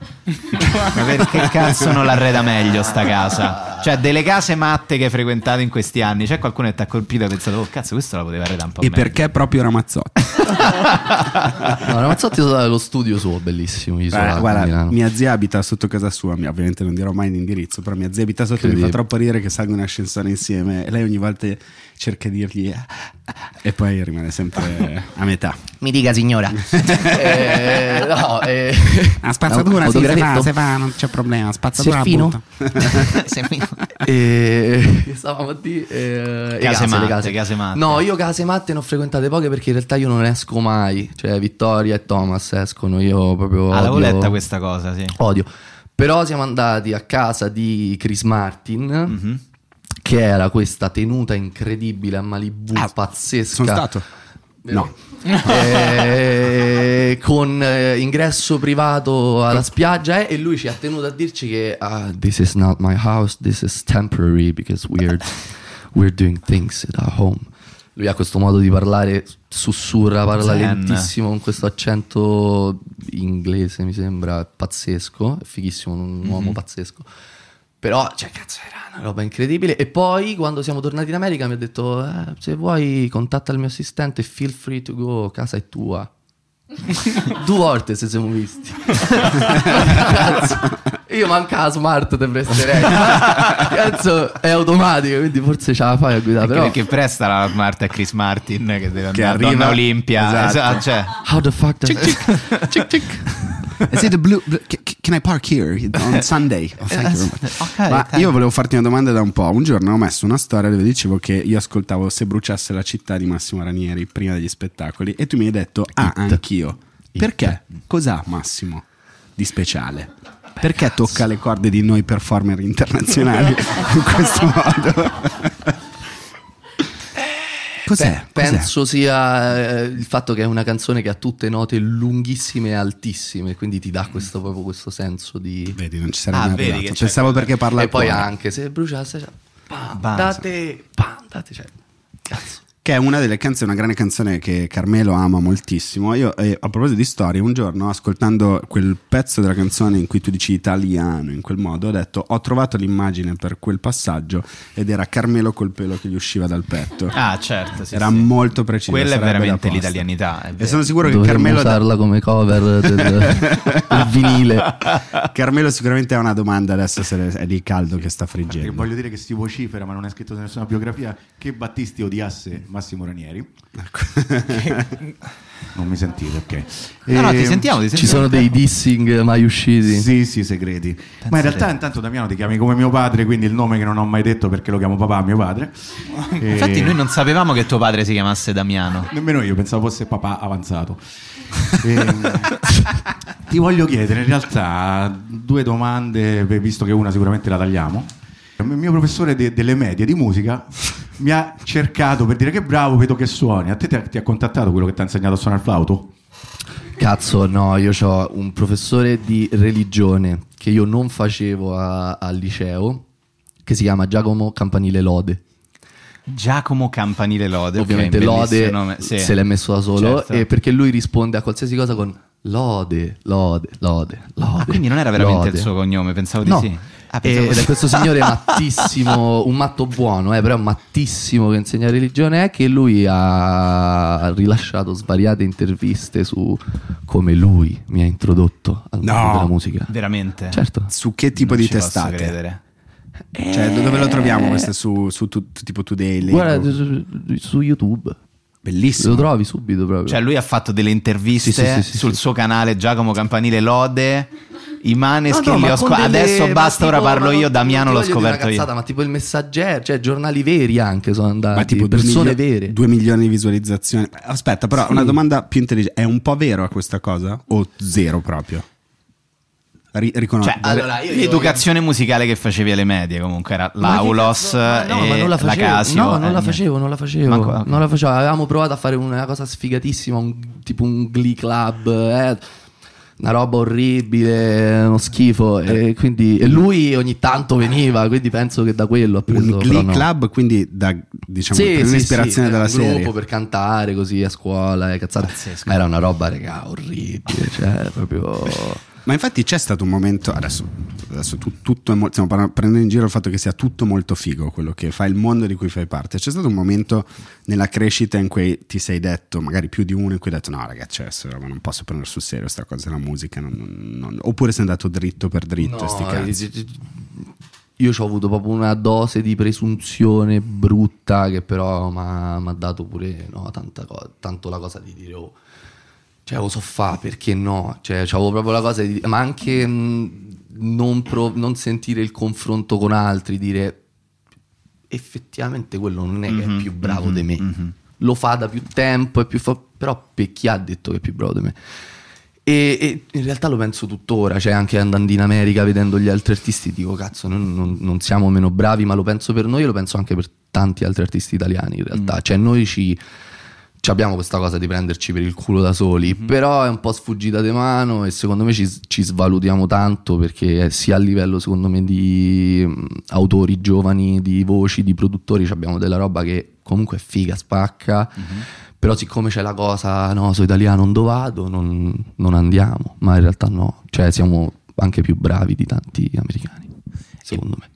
Speaker 2: ma perché cazzo non l'arreda meglio sta casa? Cioè, delle case matte che hai frequentato in questi anni, c'è qualcuno che ti ha colpito e ha pensato: oh, cazzo, questo la poteva arredare un po'
Speaker 3: E
Speaker 2: meglio.
Speaker 3: perché proprio Ramazzotti?
Speaker 1: No, Ramazzotti lo lo studio suo, bellissimo. Gli
Speaker 3: Guarda,
Speaker 1: suonava a
Speaker 3: Eh, guarda,
Speaker 1: Milano.
Speaker 3: mia zia abita sotto casa sua, mi- ovviamente non dirò mai l'indirizzo, però mia zia abita sotto e mi fa
Speaker 1: Incredibile.
Speaker 3: troppo ridere che salgono in ascensore insieme e lei ogni volta cerca di dirgli "Ah, ah", e poi rimane sempre a metà.
Speaker 2: Mi dica, signora.
Speaker 1: Eh, no, eh.
Speaker 3: La spazzatura
Speaker 1: No,
Speaker 3: sì, se va,
Speaker 1: fotografetto.
Speaker 3: se va, non c'è problema, la spazzatura
Speaker 1: Se è fino.
Speaker 3: butta.
Speaker 2: Se mi-
Speaker 1: E stavamo a dire eh,
Speaker 2: Case
Speaker 1: le le
Speaker 2: matte, case matte.
Speaker 1: No, io case matte ne ho frequentate poche perché in realtà io non esco mai. Cioè, Vittoria e Thomas escono. Io proprio.
Speaker 2: Ah, l'avevo
Speaker 1: odio,
Speaker 2: letta questa cosa, sì.
Speaker 1: Odio. Però siamo andati a casa di Chris Martin.
Speaker 2: Mhm.
Speaker 1: Che era questa tenuta incredibile a Malibu,
Speaker 3: Ah,
Speaker 1: pazzesca.
Speaker 3: Sono stato. No.
Speaker 1: Eh, con eh, ingresso privato alla spiaggia eh, e lui ci ha tenuto a dirci che ah, this is not my house, this is temporary because we're, we're doing things at our home. Lui ha questo modo di parlare, sussurra, parla
Speaker 2: Zen.
Speaker 1: lentissimo con questo accento inglese, mi sembra pazzesco, è fighissimo, un
Speaker 2: Mhm.
Speaker 1: uomo pazzesco. Però, cioè, cazzo, era una roba incredibile. E poi, quando siamo tornati in America, mi ha detto: "Eh, Se vuoi, contatta il mio assistente, feel free to go, casa è tua. Due volte se siamo visti. Cazzo, io manca la smart te presterei. Cazzo, è automatico, quindi forse ce la fai a guidare.
Speaker 2: Anche
Speaker 1: Però,
Speaker 2: Perché presta la Marta a Chris Martin che deve andare a
Speaker 3: arriva-
Speaker 2: Donna Olimpia.
Speaker 3: Esatto.
Speaker 2: Esatto, cioè.
Speaker 1: how the fuck does
Speaker 2: Cic, cic, cic, cic.
Speaker 3: Is it a blue, blue- c- c- can I park here on Sunday? Oh, thank you very much.
Speaker 2: Ok,
Speaker 3: Ma
Speaker 2: thank-
Speaker 3: io volevo farti una domanda da un po'. Un giorno ho messo una storia dove dicevo che io ascoltavo Se bruciasse la città di Massimo Ranieri prima degli spettacoli e tu mi hai detto, ah, anch'io. Perché? Cos'ha Massimo di speciale? Perché tocca le corde di noi performer internazionali in questo modo? Cos'è?
Speaker 1: Pe-
Speaker 3: Cos'è?
Speaker 1: penso sia eh, il fatto che è una canzone che ha tutte note lunghissime e altissime, quindi ti dà questo, proprio questo senso di...
Speaker 3: Vedi, non ci sarebbe mai arrivato. Pensavo perché parla
Speaker 1: E poi
Speaker 3: ancora.
Speaker 1: anche se bruciasse... cioè, pam,
Speaker 3: Bam.
Speaker 1: date, pam, date, cioè, cazzo.
Speaker 3: Che è una delle canzoni, una grande canzone che Carmelo ama moltissimo. Io, eh, a proposito di storie, un giorno ascoltando quel pezzo della canzone in cui tu dici italiano in quel modo, ho detto: Ho trovato l'immagine per quel passaggio ed era Carmelo col pelo che gli usciva dal petto.
Speaker 2: Ah, certo. sì,
Speaker 3: era
Speaker 2: sì.
Speaker 3: molto preciso.
Speaker 2: Quella è
Speaker 3: sarebbe
Speaker 2: veramente
Speaker 3: da posta.
Speaker 2: l'italianità. è
Speaker 3: E
Speaker 2: vero.
Speaker 3: sono sicuro che
Speaker 1: Dovremmo
Speaker 3: Carmelo. da-
Speaker 1: usarla come cover del, del vinile.
Speaker 3: Carmelo sicuramente ha una domanda adesso se è lì caldo che sta
Speaker 8: Perché
Speaker 3: friggendo.
Speaker 8: voglio dire che si vocifera, ma non è scritto in nessuna biografia, che Battisti odiasse Massimo Ranieri.
Speaker 3: Ecco.
Speaker 8: non mi sentite, ok.
Speaker 2: No, no, ti
Speaker 8: Ehm,
Speaker 2: sentiamo, ti
Speaker 1: Ci sono dei dissing mai usciti.
Speaker 8: Sì, sì, segreti. Ma in realtà intanto Damiano ti chiami come mio padre, quindi il nome che non ho mai detto perché lo chiamo papà mio padre. E-
Speaker 1: Eh.
Speaker 2: Infatti, noi non sapevamo che tuo padre si chiamasse Damiano.
Speaker 8: Nemmeno io, pensavo fosse papà avanzato. Ehm, ti voglio chiedere in realtà due domande, beh, visto che una sicuramente la tagliamo. Il mio professore de- delle medie di musica mi ha cercato per dire che bravo, vedo che suoni. A te ti ha, ti ha contattato quello che ti ha insegnato a suonare il flauto?
Speaker 1: Cazzo, no, io ho un professore di religione che io non facevo a- al liceo, che si chiama Giacomo Campanile Lode.
Speaker 2: Giacomo Campanile Lode. ok,
Speaker 1: Ovviamente
Speaker 2: bellissimo
Speaker 1: Lode
Speaker 2: nome, sì.
Speaker 1: se l'è messo da solo,
Speaker 2: Certo.
Speaker 1: e perché lui risponde a qualsiasi cosa con Lode, Lode, Lode, Lode.
Speaker 2: Ah, quindi non era veramente
Speaker 1: Lode.
Speaker 2: il suo cognome, pensavo di
Speaker 1: No.
Speaker 2: sì. Ah, pensavo-
Speaker 1: E- Ed è questo signore mattissimo, un matto buono, eh, però mattissimo che insegna religione è che lui ha rilasciato svariate interviste su come lui mi ha introdotto al mondo
Speaker 3: No.
Speaker 1: della musica.
Speaker 2: Veramente?
Speaker 1: Certo.
Speaker 3: Su che tipo
Speaker 2: Non
Speaker 3: di
Speaker 2: ci posso
Speaker 3: testate?
Speaker 2: credere. Eh.
Speaker 3: Cioè, do- dove lo troviamo? Queste su, su tu- tipo Today?
Speaker 1: Guarda
Speaker 3: Lego?
Speaker 1: su, su YouTube.
Speaker 3: Bellissimo.
Speaker 1: Lo trovi subito proprio.
Speaker 2: Cioè, lui ha fatto delle interviste
Speaker 1: Sì, sì, sì, sì,
Speaker 2: sul
Speaker 1: sì.
Speaker 2: suo canale Giacomo Campanile Lode. I Maneskin
Speaker 1: No, no,
Speaker 2: li
Speaker 1: ma
Speaker 2: ho
Speaker 1: con
Speaker 2: sco-
Speaker 1: delle-
Speaker 2: Adesso
Speaker 1: ma
Speaker 2: basta, ora
Speaker 1: tipo-
Speaker 2: parlo
Speaker 1: ma
Speaker 2: io.
Speaker 1: non-
Speaker 2: Damiano
Speaker 1: non
Speaker 2: l'ho
Speaker 1: ti voglio dire
Speaker 2: scoperto
Speaker 1: una
Speaker 2: io.
Speaker 1: cazzata, Ma tipo il messaggero, cioè giornali veri anche sono andati.
Speaker 3: Ma tipo due
Speaker 1: persone
Speaker 3: milio-
Speaker 1: vere.
Speaker 3: due milioni di visualizzazioni. Aspetta, però,
Speaker 1: Sì.
Speaker 3: una domanda più intelligente: è un po' vero questa cosa? O zero proprio? Ri- riconos-
Speaker 2: Cioè,
Speaker 1: allora, io-
Speaker 2: l'educazione musicale che facevi alle medie comunque era
Speaker 1: Ma che
Speaker 2: l'Aulos
Speaker 1: cazzo- ma no,
Speaker 2: e
Speaker 1: ma non la facevo.
Speaker 2: Eh, Casio.
Speaker 1: No, non
Speaker 2: eh,
Speaker 1: la facevo, non la facevo.
Speaker 2: Manco- ok.
Speaker 1: Non la facevo. Avevamo provato a fare una cosa sfigatissima, un- tipo un glee club, eh, una roba orribile, uno schifo. E, quindi, e lui ogni tanto veniva, quindi penso che da quello ha preso.
Speaker 3: un
Speaker 1: però
Speaker 3: Glee
Speaker 1: no.
Speaker 3: Club, quindi da, diciamo,
Speaker 1: Sì,
Speaker 3: prende
Speaker 1: sì,
Speaker 3: ispirazione
Speaker 1: sì,
Speaker 3: dalla
Speaker 1: era un
Speaker 3: serie.
Speaker 1: gruppo per cantare così a scuola, eh, cazzate.
Speaker 2: Pazzesco.
Speaker 1: Ma era una roba, regà, orribile. Cioè, proprio.
Speaker 3: Ma infatti c'è stato un momento, adesso, adesso tu- tutto è molto, stiamo parla- prendendo in giro il fatto che sia tutto molto figo quello che fa, il mondo di cui fai parte. C'è stato un momento nella crescita in cui ti sei detto, magari più di uno, in cui hai detto no ragazzi, cioè, sta roba non posso prendere sul serio sta cosa della musica, non- non- non- oppure sei andato dritto per dritto.
Speaker 1: No,
Speaker 3: sti cazzi.
Speaker 1: Io ho avuto proprio una dose di presunzione brutta che però mi ha dato pure no, tanta co- tanto la cosa di dire oh, cioè lo so fa perché no, cioè c'avevo proprio la cosa di ma anche mh, non, pro- non sentire il confronto con altri, dire effettivamente quello non è che è più bravo di me, lo fa da più tempo, è più fa- però per chi ha detto che è più bravo di me? E, e in realtà lo penso tuttora, cioè anche andando in America vedendo gli altri artisti dico cazzo non, non- non siamo meno bravi, ma lo penso per noi e lo penso anche per tanti altri artisti italiani in realtà, cioè noi ci, ci abbiamo questa cosa di prenderci per il culo da soli, però è un po' sfuggita di mano e secondo me ci, ci svalutiamo tanto perché eh, sia a livello secondo me di mh, autori giovani, di voci, di produttori, ci abbiamo della roba che comunque è figa, spacca. Però siccome c'è la cosa, no, sono italiano, non vado, non, non andiamo, ma in realtà no, cioè siamo anche più bravi di tanti americani, secondo me.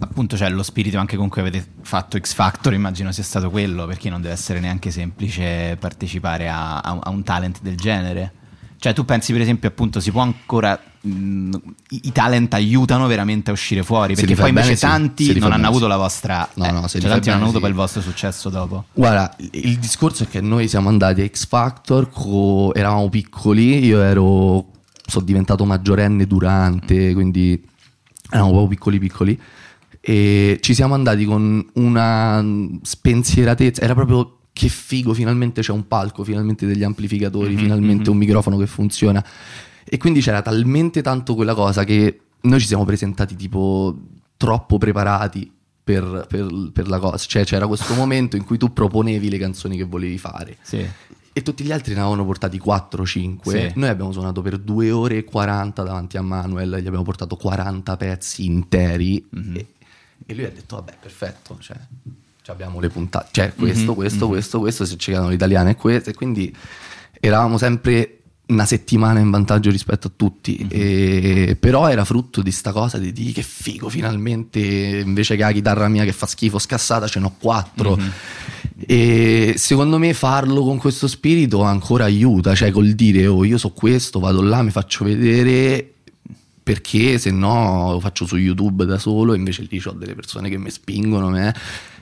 Speaker 2: Appunto, cioè, lo spirito anche con cui avete fatto X Factor, immagino sia stato quello, perché non deve essere neanche semplice partecipare a, a- a un talent del genere. Cioè, tu pensi, per esempio, appunto, si può ancora. mh, i, i talent aiutano veramente a uscire fuori.
Speaker 1: Se li
Speaker 2: Perché
Speaker 1: fai
Speaker 2: poi invece
Speaker 1: bene, sì.
Speaker 2: tanti
Speaker 1: Se li
Speaker 2: non
Speaker 1: fai
Speaker 2: hanno
Speaker 1: bene,
Speaker 2: avuto
Speaker 1: sì.
Speaker 2: la vostra.
Speaker 1: No,
Speaker 2: eh,
Speaker 1: no, se
Speaker 2: cioè,
Speaker 1: li fai
Speaker 2: tanti non hanno
Speaker 1: bene,
Speaker 2: avuto
Speaker 1: sì.
Speaker 2: poi il vostro successo dopo.
Speaker 1: Guarda, il- il discorso è che noi siamo andati a X Factor, co- eravamo piccoli, io ero sono diventato maggiorenne durante, quindi eravamo proprio piccoli piccoli. E ci siamo andati con una spensieratezza, era proprio che figo, finalmente c'è un palco, finalmente degli amplificatori, finalmente un microfono che funziona. E quindi c'era talmente tanto quella cosa che noi ci siamo presentati tipo troppo preparati per, per- per la cosa. Cioè, c'era questo momento in cui tu proponevi le canzoni che volevi fare. E tutti gli altri ne avevano portati 4-5.
Speaker 2: Sì.
Speaker 1: Noi abbiamo suonato per 2 ore e 40 davanti a Manuel, gli abbiamo portato 40 pezzi interi. E, e lui ha detto: Vabbè, perfetto. Cioè, ci abbiamo le puntate. Cioè, questo,
Speaker 2: Mhm,
Speaker 1: questo,
Speaker 2: mhm.
Speaker 1: questo, questo. Se ci chiedono l'italiano è questo. E quindi eravamo sempre una settimana in vantaggio rispetto a tutti.
Speaker 2: Mhm.
Speaker 1: E- però era frutto di sta cosa di, di che figo, finalmente invece che la chitarra mia che fa schifo scassata, ce n'ho quattro.
Speaker 2: Mhm.
Speaker 1: E secondo me farlo con questo spirito ancora aiuta, cioè col dire oh io so questo, vado là, mi faccio vedere perché se no lo faccio su YouTube da solo, invece lì ho delle persone che mi spingono, me,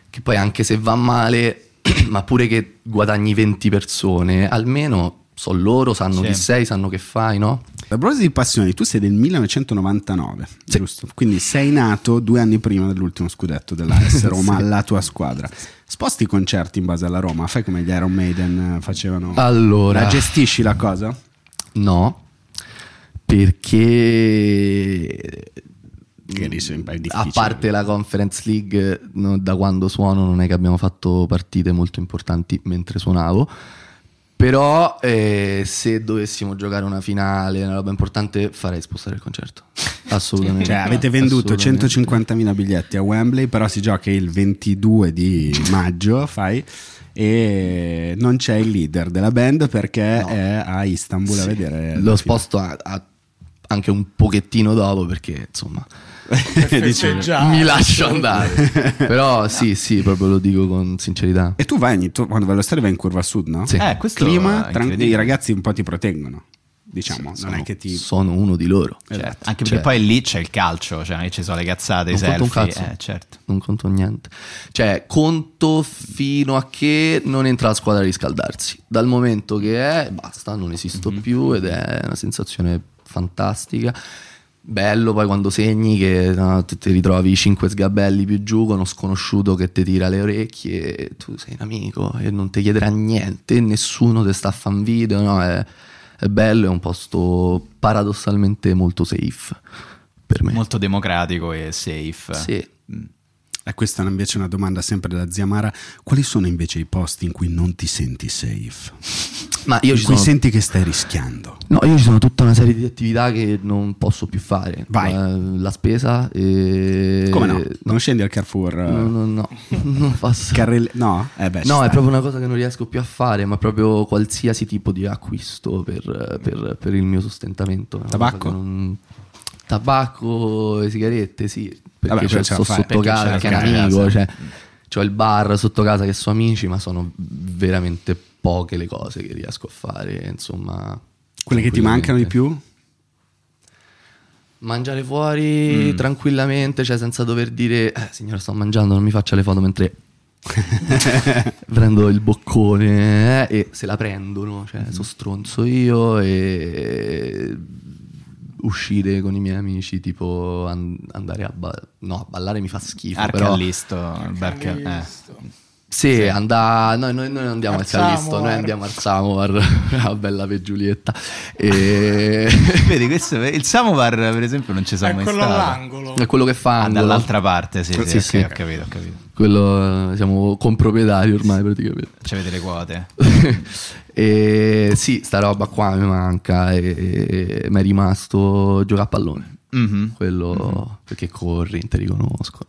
Speaker 1: che poi anche se va male, ma pure che guadagni 20 persone, almeno so loro, sanno
Speaker 3: Sì.
Speaker 1: chi sei, sanno che fai, no?
Speaker 3: A proposito di passioni, tu sei del 1999, giusto? Quindi sei nato due anni prima dell'ultimo scudetto della S Roma
Speaker 1: Sì.
Speaker 3: alla tua squadra. Sposti i concerti in base alla Roma, fai come gli Iron Maiden eh, facevano.
Speaker 1: Allora.
Speaker 3: La gestisci la cosa?
Speaker 1: No, perché a parte la Conference League, no, da quando suono non è che abbiamo fatto partite molto importanti mentre suonavo. Però eh, se dovessimo giocare una finale, una roba importante, farei spostare il concerto. Assolutamente.
Speaker 3: Cioè, avete venduto
Speaker 1: Assolutamente.
Speaker 3: 150.000 biglietti a Wembley, però si gioca il 22 di maggio, fai, e non c'è il leader della band perché è a Istanbul a
Speaker 1: Sì.
Speaker 3: vedere.
Speaker 1: Lo sposto a- a- anche un pochettino dopo perché insomma
Speaker 3: Dice,
Speaker 1: mi lascio andare. Però sì, sì, proprio lo dico con sincerità.
Speaker 3: E tu vai ogni tu- quando vai allo stadio vai in curva sud, no?
Speaker 1: Sì. Eh, questo è
Speaker 3: clima, tran-
Speaker 1: incredibile.
Speaker 3: i ragazzi un po' ti proteggono. Diciamo,
Speaker 1: Sì,
Speaker 3: non
Speaker 1: sono-
Speaker 3: è che ti
Speaker 1: sono uno di loro.
Speaker 3: Esatto.
Speaker 2: Certo, anche perché
Speaker 1: Certo.
Speaker 2: poi lì c'è il calcio, cioè ci sono le cazzate, i
Speaker 1: Non conto
Speaker 2: selfie,
Speaker 1: un cazzo.
Speaker 2: eh, certo.
Speaker 1: Non conto niente. Cioè, conto fino a che non entra la squadra a riscaldarsi. Dal momento che è, basta, non esisto
Speaker 2: Mhm.
Speaker 1: più ed è una sensazione fantastica. Bello poi quando segni che no, te- ti ritrovi cinque sgabelli più giù con uno sconosciuto che ti tira le orecchie e tu sei un amico e non ti chiederà niente, nessuno ti sta a fan video, no? È, è bello, è un posto paradossalmente molto safe.
Speaker 2: Molto democratico e safe.
Speaker 3: Mm. E questa è invece una domanda sempre da zia Mara. Quali sono invece i posti in cui non ti senti safe?
Speaker 1: Ma io
Speaker 3: in
Speaker 1: ci
Speaker 3: cui
Speaker 1: sono-
Speaker 3: senti che stai rischiando.
Speaker 1: No, io ci sono tutta una serie di attività che non posso più fare. Eh, La spesa e...
Speaker 3: Come no? Non scendi al Carrefour? eh?
Speaker 1: Eh, No, no, no. Non posso.
Speaker 3: Carrelli- no? Eh beh, ci
Speaker 1: no,
Speaker 3: sta.
Speaker 1: è proprio una cosa che non riesco più a fare, ma proprio qualsiasi tipo di acquisto per, per- per il mio sostentamento. È una cosa
Speaker 3: Tabacco?
Speaker 1: che non- Tabacco e sigarette, sì. Perché
Speaker 3: Vabbè, cioè,
Speaker 1: c'è-
Speaker 3: ce la
Speaker 1: sto
Speaker 3: fai,
Speaker 1: sotto
Speaker 3: perché ce
Speaker 1: casa,
Speaker 3: la
Speaker 1: che è un
Speaker 3: fai a
Speaker 1: amico,
Speaker 3: casa.
Speaker 1: cioè, c'ho il bar sotto casa che sono amici, ma sono veramente poche le cose che riesco a fare, insomma.
Speaker 3: Quelle che
Speaker 1: tranquillamente.
Speaker 3: ti mancano di più?
Speaker 1: Mangiare fuori
Speaker 3: Mm.
Speaker 1: tranquillamente, cioè senza dover dire eh, signora sto mangiando, non mi faccia le foto mentre prendo il boccone eh, e se la prendono, cioè sono stronzo io e uscire con i miei amici, tipo an- andare a ballare, no, a ballare mi fa schifo,
Speaker 2: Al
Speaker 1: però
Speaker 2: Callisto, al bar Cal- eh.
Speaker 1: sì, anda- noi, noi- noi non andiamo al
Speaker 2: Al
Speaker 1: Callisto, noi
Speaker 2: Samovar.
Speaker 1: andiamo al Samovar, la bella per Giulietta. E...
Speaker 2: Vedi, questo, il Samovar per esempio non ci sono
Speaker 1: È
Speaker 2: mai
Speaker 1: quello
Speaker 2: stato.
Speaker 1: all'angolo. È quello che fa
Speaker 2: Ah,
Speaker 1: angolo.
Speaker 2: dall'altra parte, sì, sì,
Speaker 1: Sì,
Speaker 2: ok,
Speaker 1: sì.
Speaker 2: ho capito, ho capito.
Speaker 1: Quello eh, siamo comproprietari ormai praticamente.
Speaker 2: Ci avete le quote.
Speaker 1: e sì, sta roba qua mi manca e, e mi è rimasto giocare a pallone.
Speaker 3: Mm-hmm.
Speaker 2: Mhm.
Speaker 1: Quello perché corri, te riconoscono.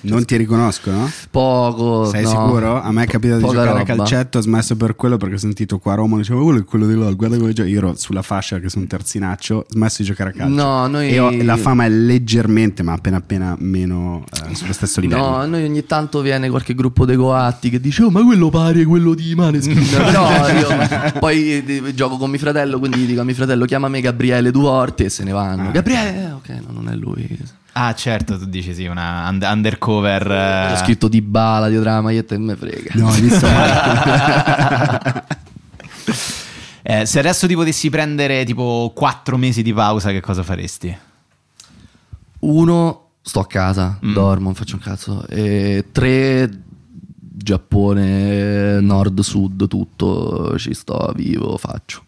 Speaker 3: Non ti riconoscono?
Speaker 1: Poco.
Speaker 3: Sei
Speaker 1: Oh, no.
Speaker 3: sicuro? A me è capitato di
Speaker 1: Poca
Speaker 3: giocare a
Speaker 1: roba.
Speaker 3: calcetto, ho smesso per quello perché ho sentito qua a Roma, dicevo quello è quello di LOL, guarda come gioca. Io ero sulla fascia che sono un terzinaccio, ho smesso di giocare a calcio.
Speaker 1: No, noi-
Speaker 3: E ho- la fama è leggermente, ma appena appena meno eh, sullo stesso livello.
Speaker 1: No, a noi ogni tanto viene qualche gruppo dei coatti che dice "Oh, ma quello pare quello di Maneskin". Però io poi eh, gioco con mio fratello, quindi dico a mio fratello "Chiama me Gabriele Duorte" e se ne
Speaker 3: Ah.
Speaker 1: vanno. Gabriele, eh, ok, no, non è lui.
Speaker 2: Ah, certo, tu dici sì, una und- undercover.
Speaker 1: Ho
Speaker 2: eh.
Speaker 1: scritto di bala dietro la maglietta e me frega.
Speaker 2: No, gli sto male. Eh, se adesso ti potessi prendere tipo 4 mesi di pausa, che cosa faresti?
Speaker 1: Uno, sto a casa,
Speaker 2: Mm.
Speaker 1: dormo, non faccio un cazzo. E tre, Giappone, nord, sud, tutto, ci sto, vivo, faccio.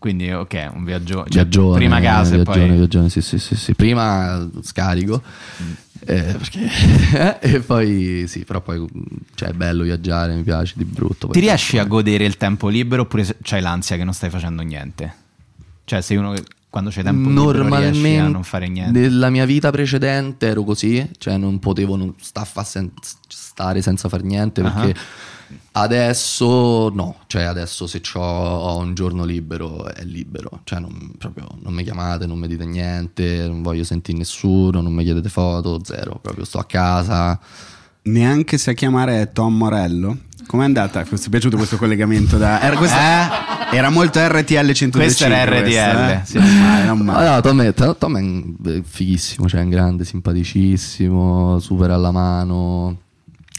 Speaker 2: Quindi, ok, un viaggio. cioè,
Speaker 1: Viaggione,
Speaker 2: prima casa e
Speaker 1: viaggione,
Speaker 2: poi. Mm.
Speaker 1: viaggione, sì, sì, sì, sì. Prima scarico. eh, perché- e poi sì, però poi cioè, è bello viaggiare, mi piace di brutto.
Speaker 2: Ti
Speaker 1: poi-
Speaker 2: riesci a godere il tempo libero oppure se- c'hai l'ansia che non stai facendo niente? Cioè, sei uno che quando c'è tempo libero riesci a non fare niente.
Speaker 1: Nella mia vita precedente ero così, cioè non potevo non sta- fa sen- stare senza far niente
Speaker 2: Ah.
Speaker 1: perché adesso no, cioè adesso se c'ho- ho un giorno libero è libero, cioè non, proprio non mi chiamate, non mi dite niente, non voglio sentire nessuno, non mi chiedete foto, zero, proprio sto a casa.
Speaker 3: Neanche se a chiamare è Tom Morello. Com'è andata? Ti è piaciuto questo collegamento? Da... Era,
Speaker 1: Eh?
Speaker 3: questa- era molto RTL 125.
Speaker 2: Questa era RTL,
Speaker 3: questa, eh?
Speaker 2: sì.
Speaker 3: Non male, non male.
Speaker 1: Ah, no, Tom, è, Tom è un- beh, fighissimo, cioè è un grande, simpaticissimo, super alla mano.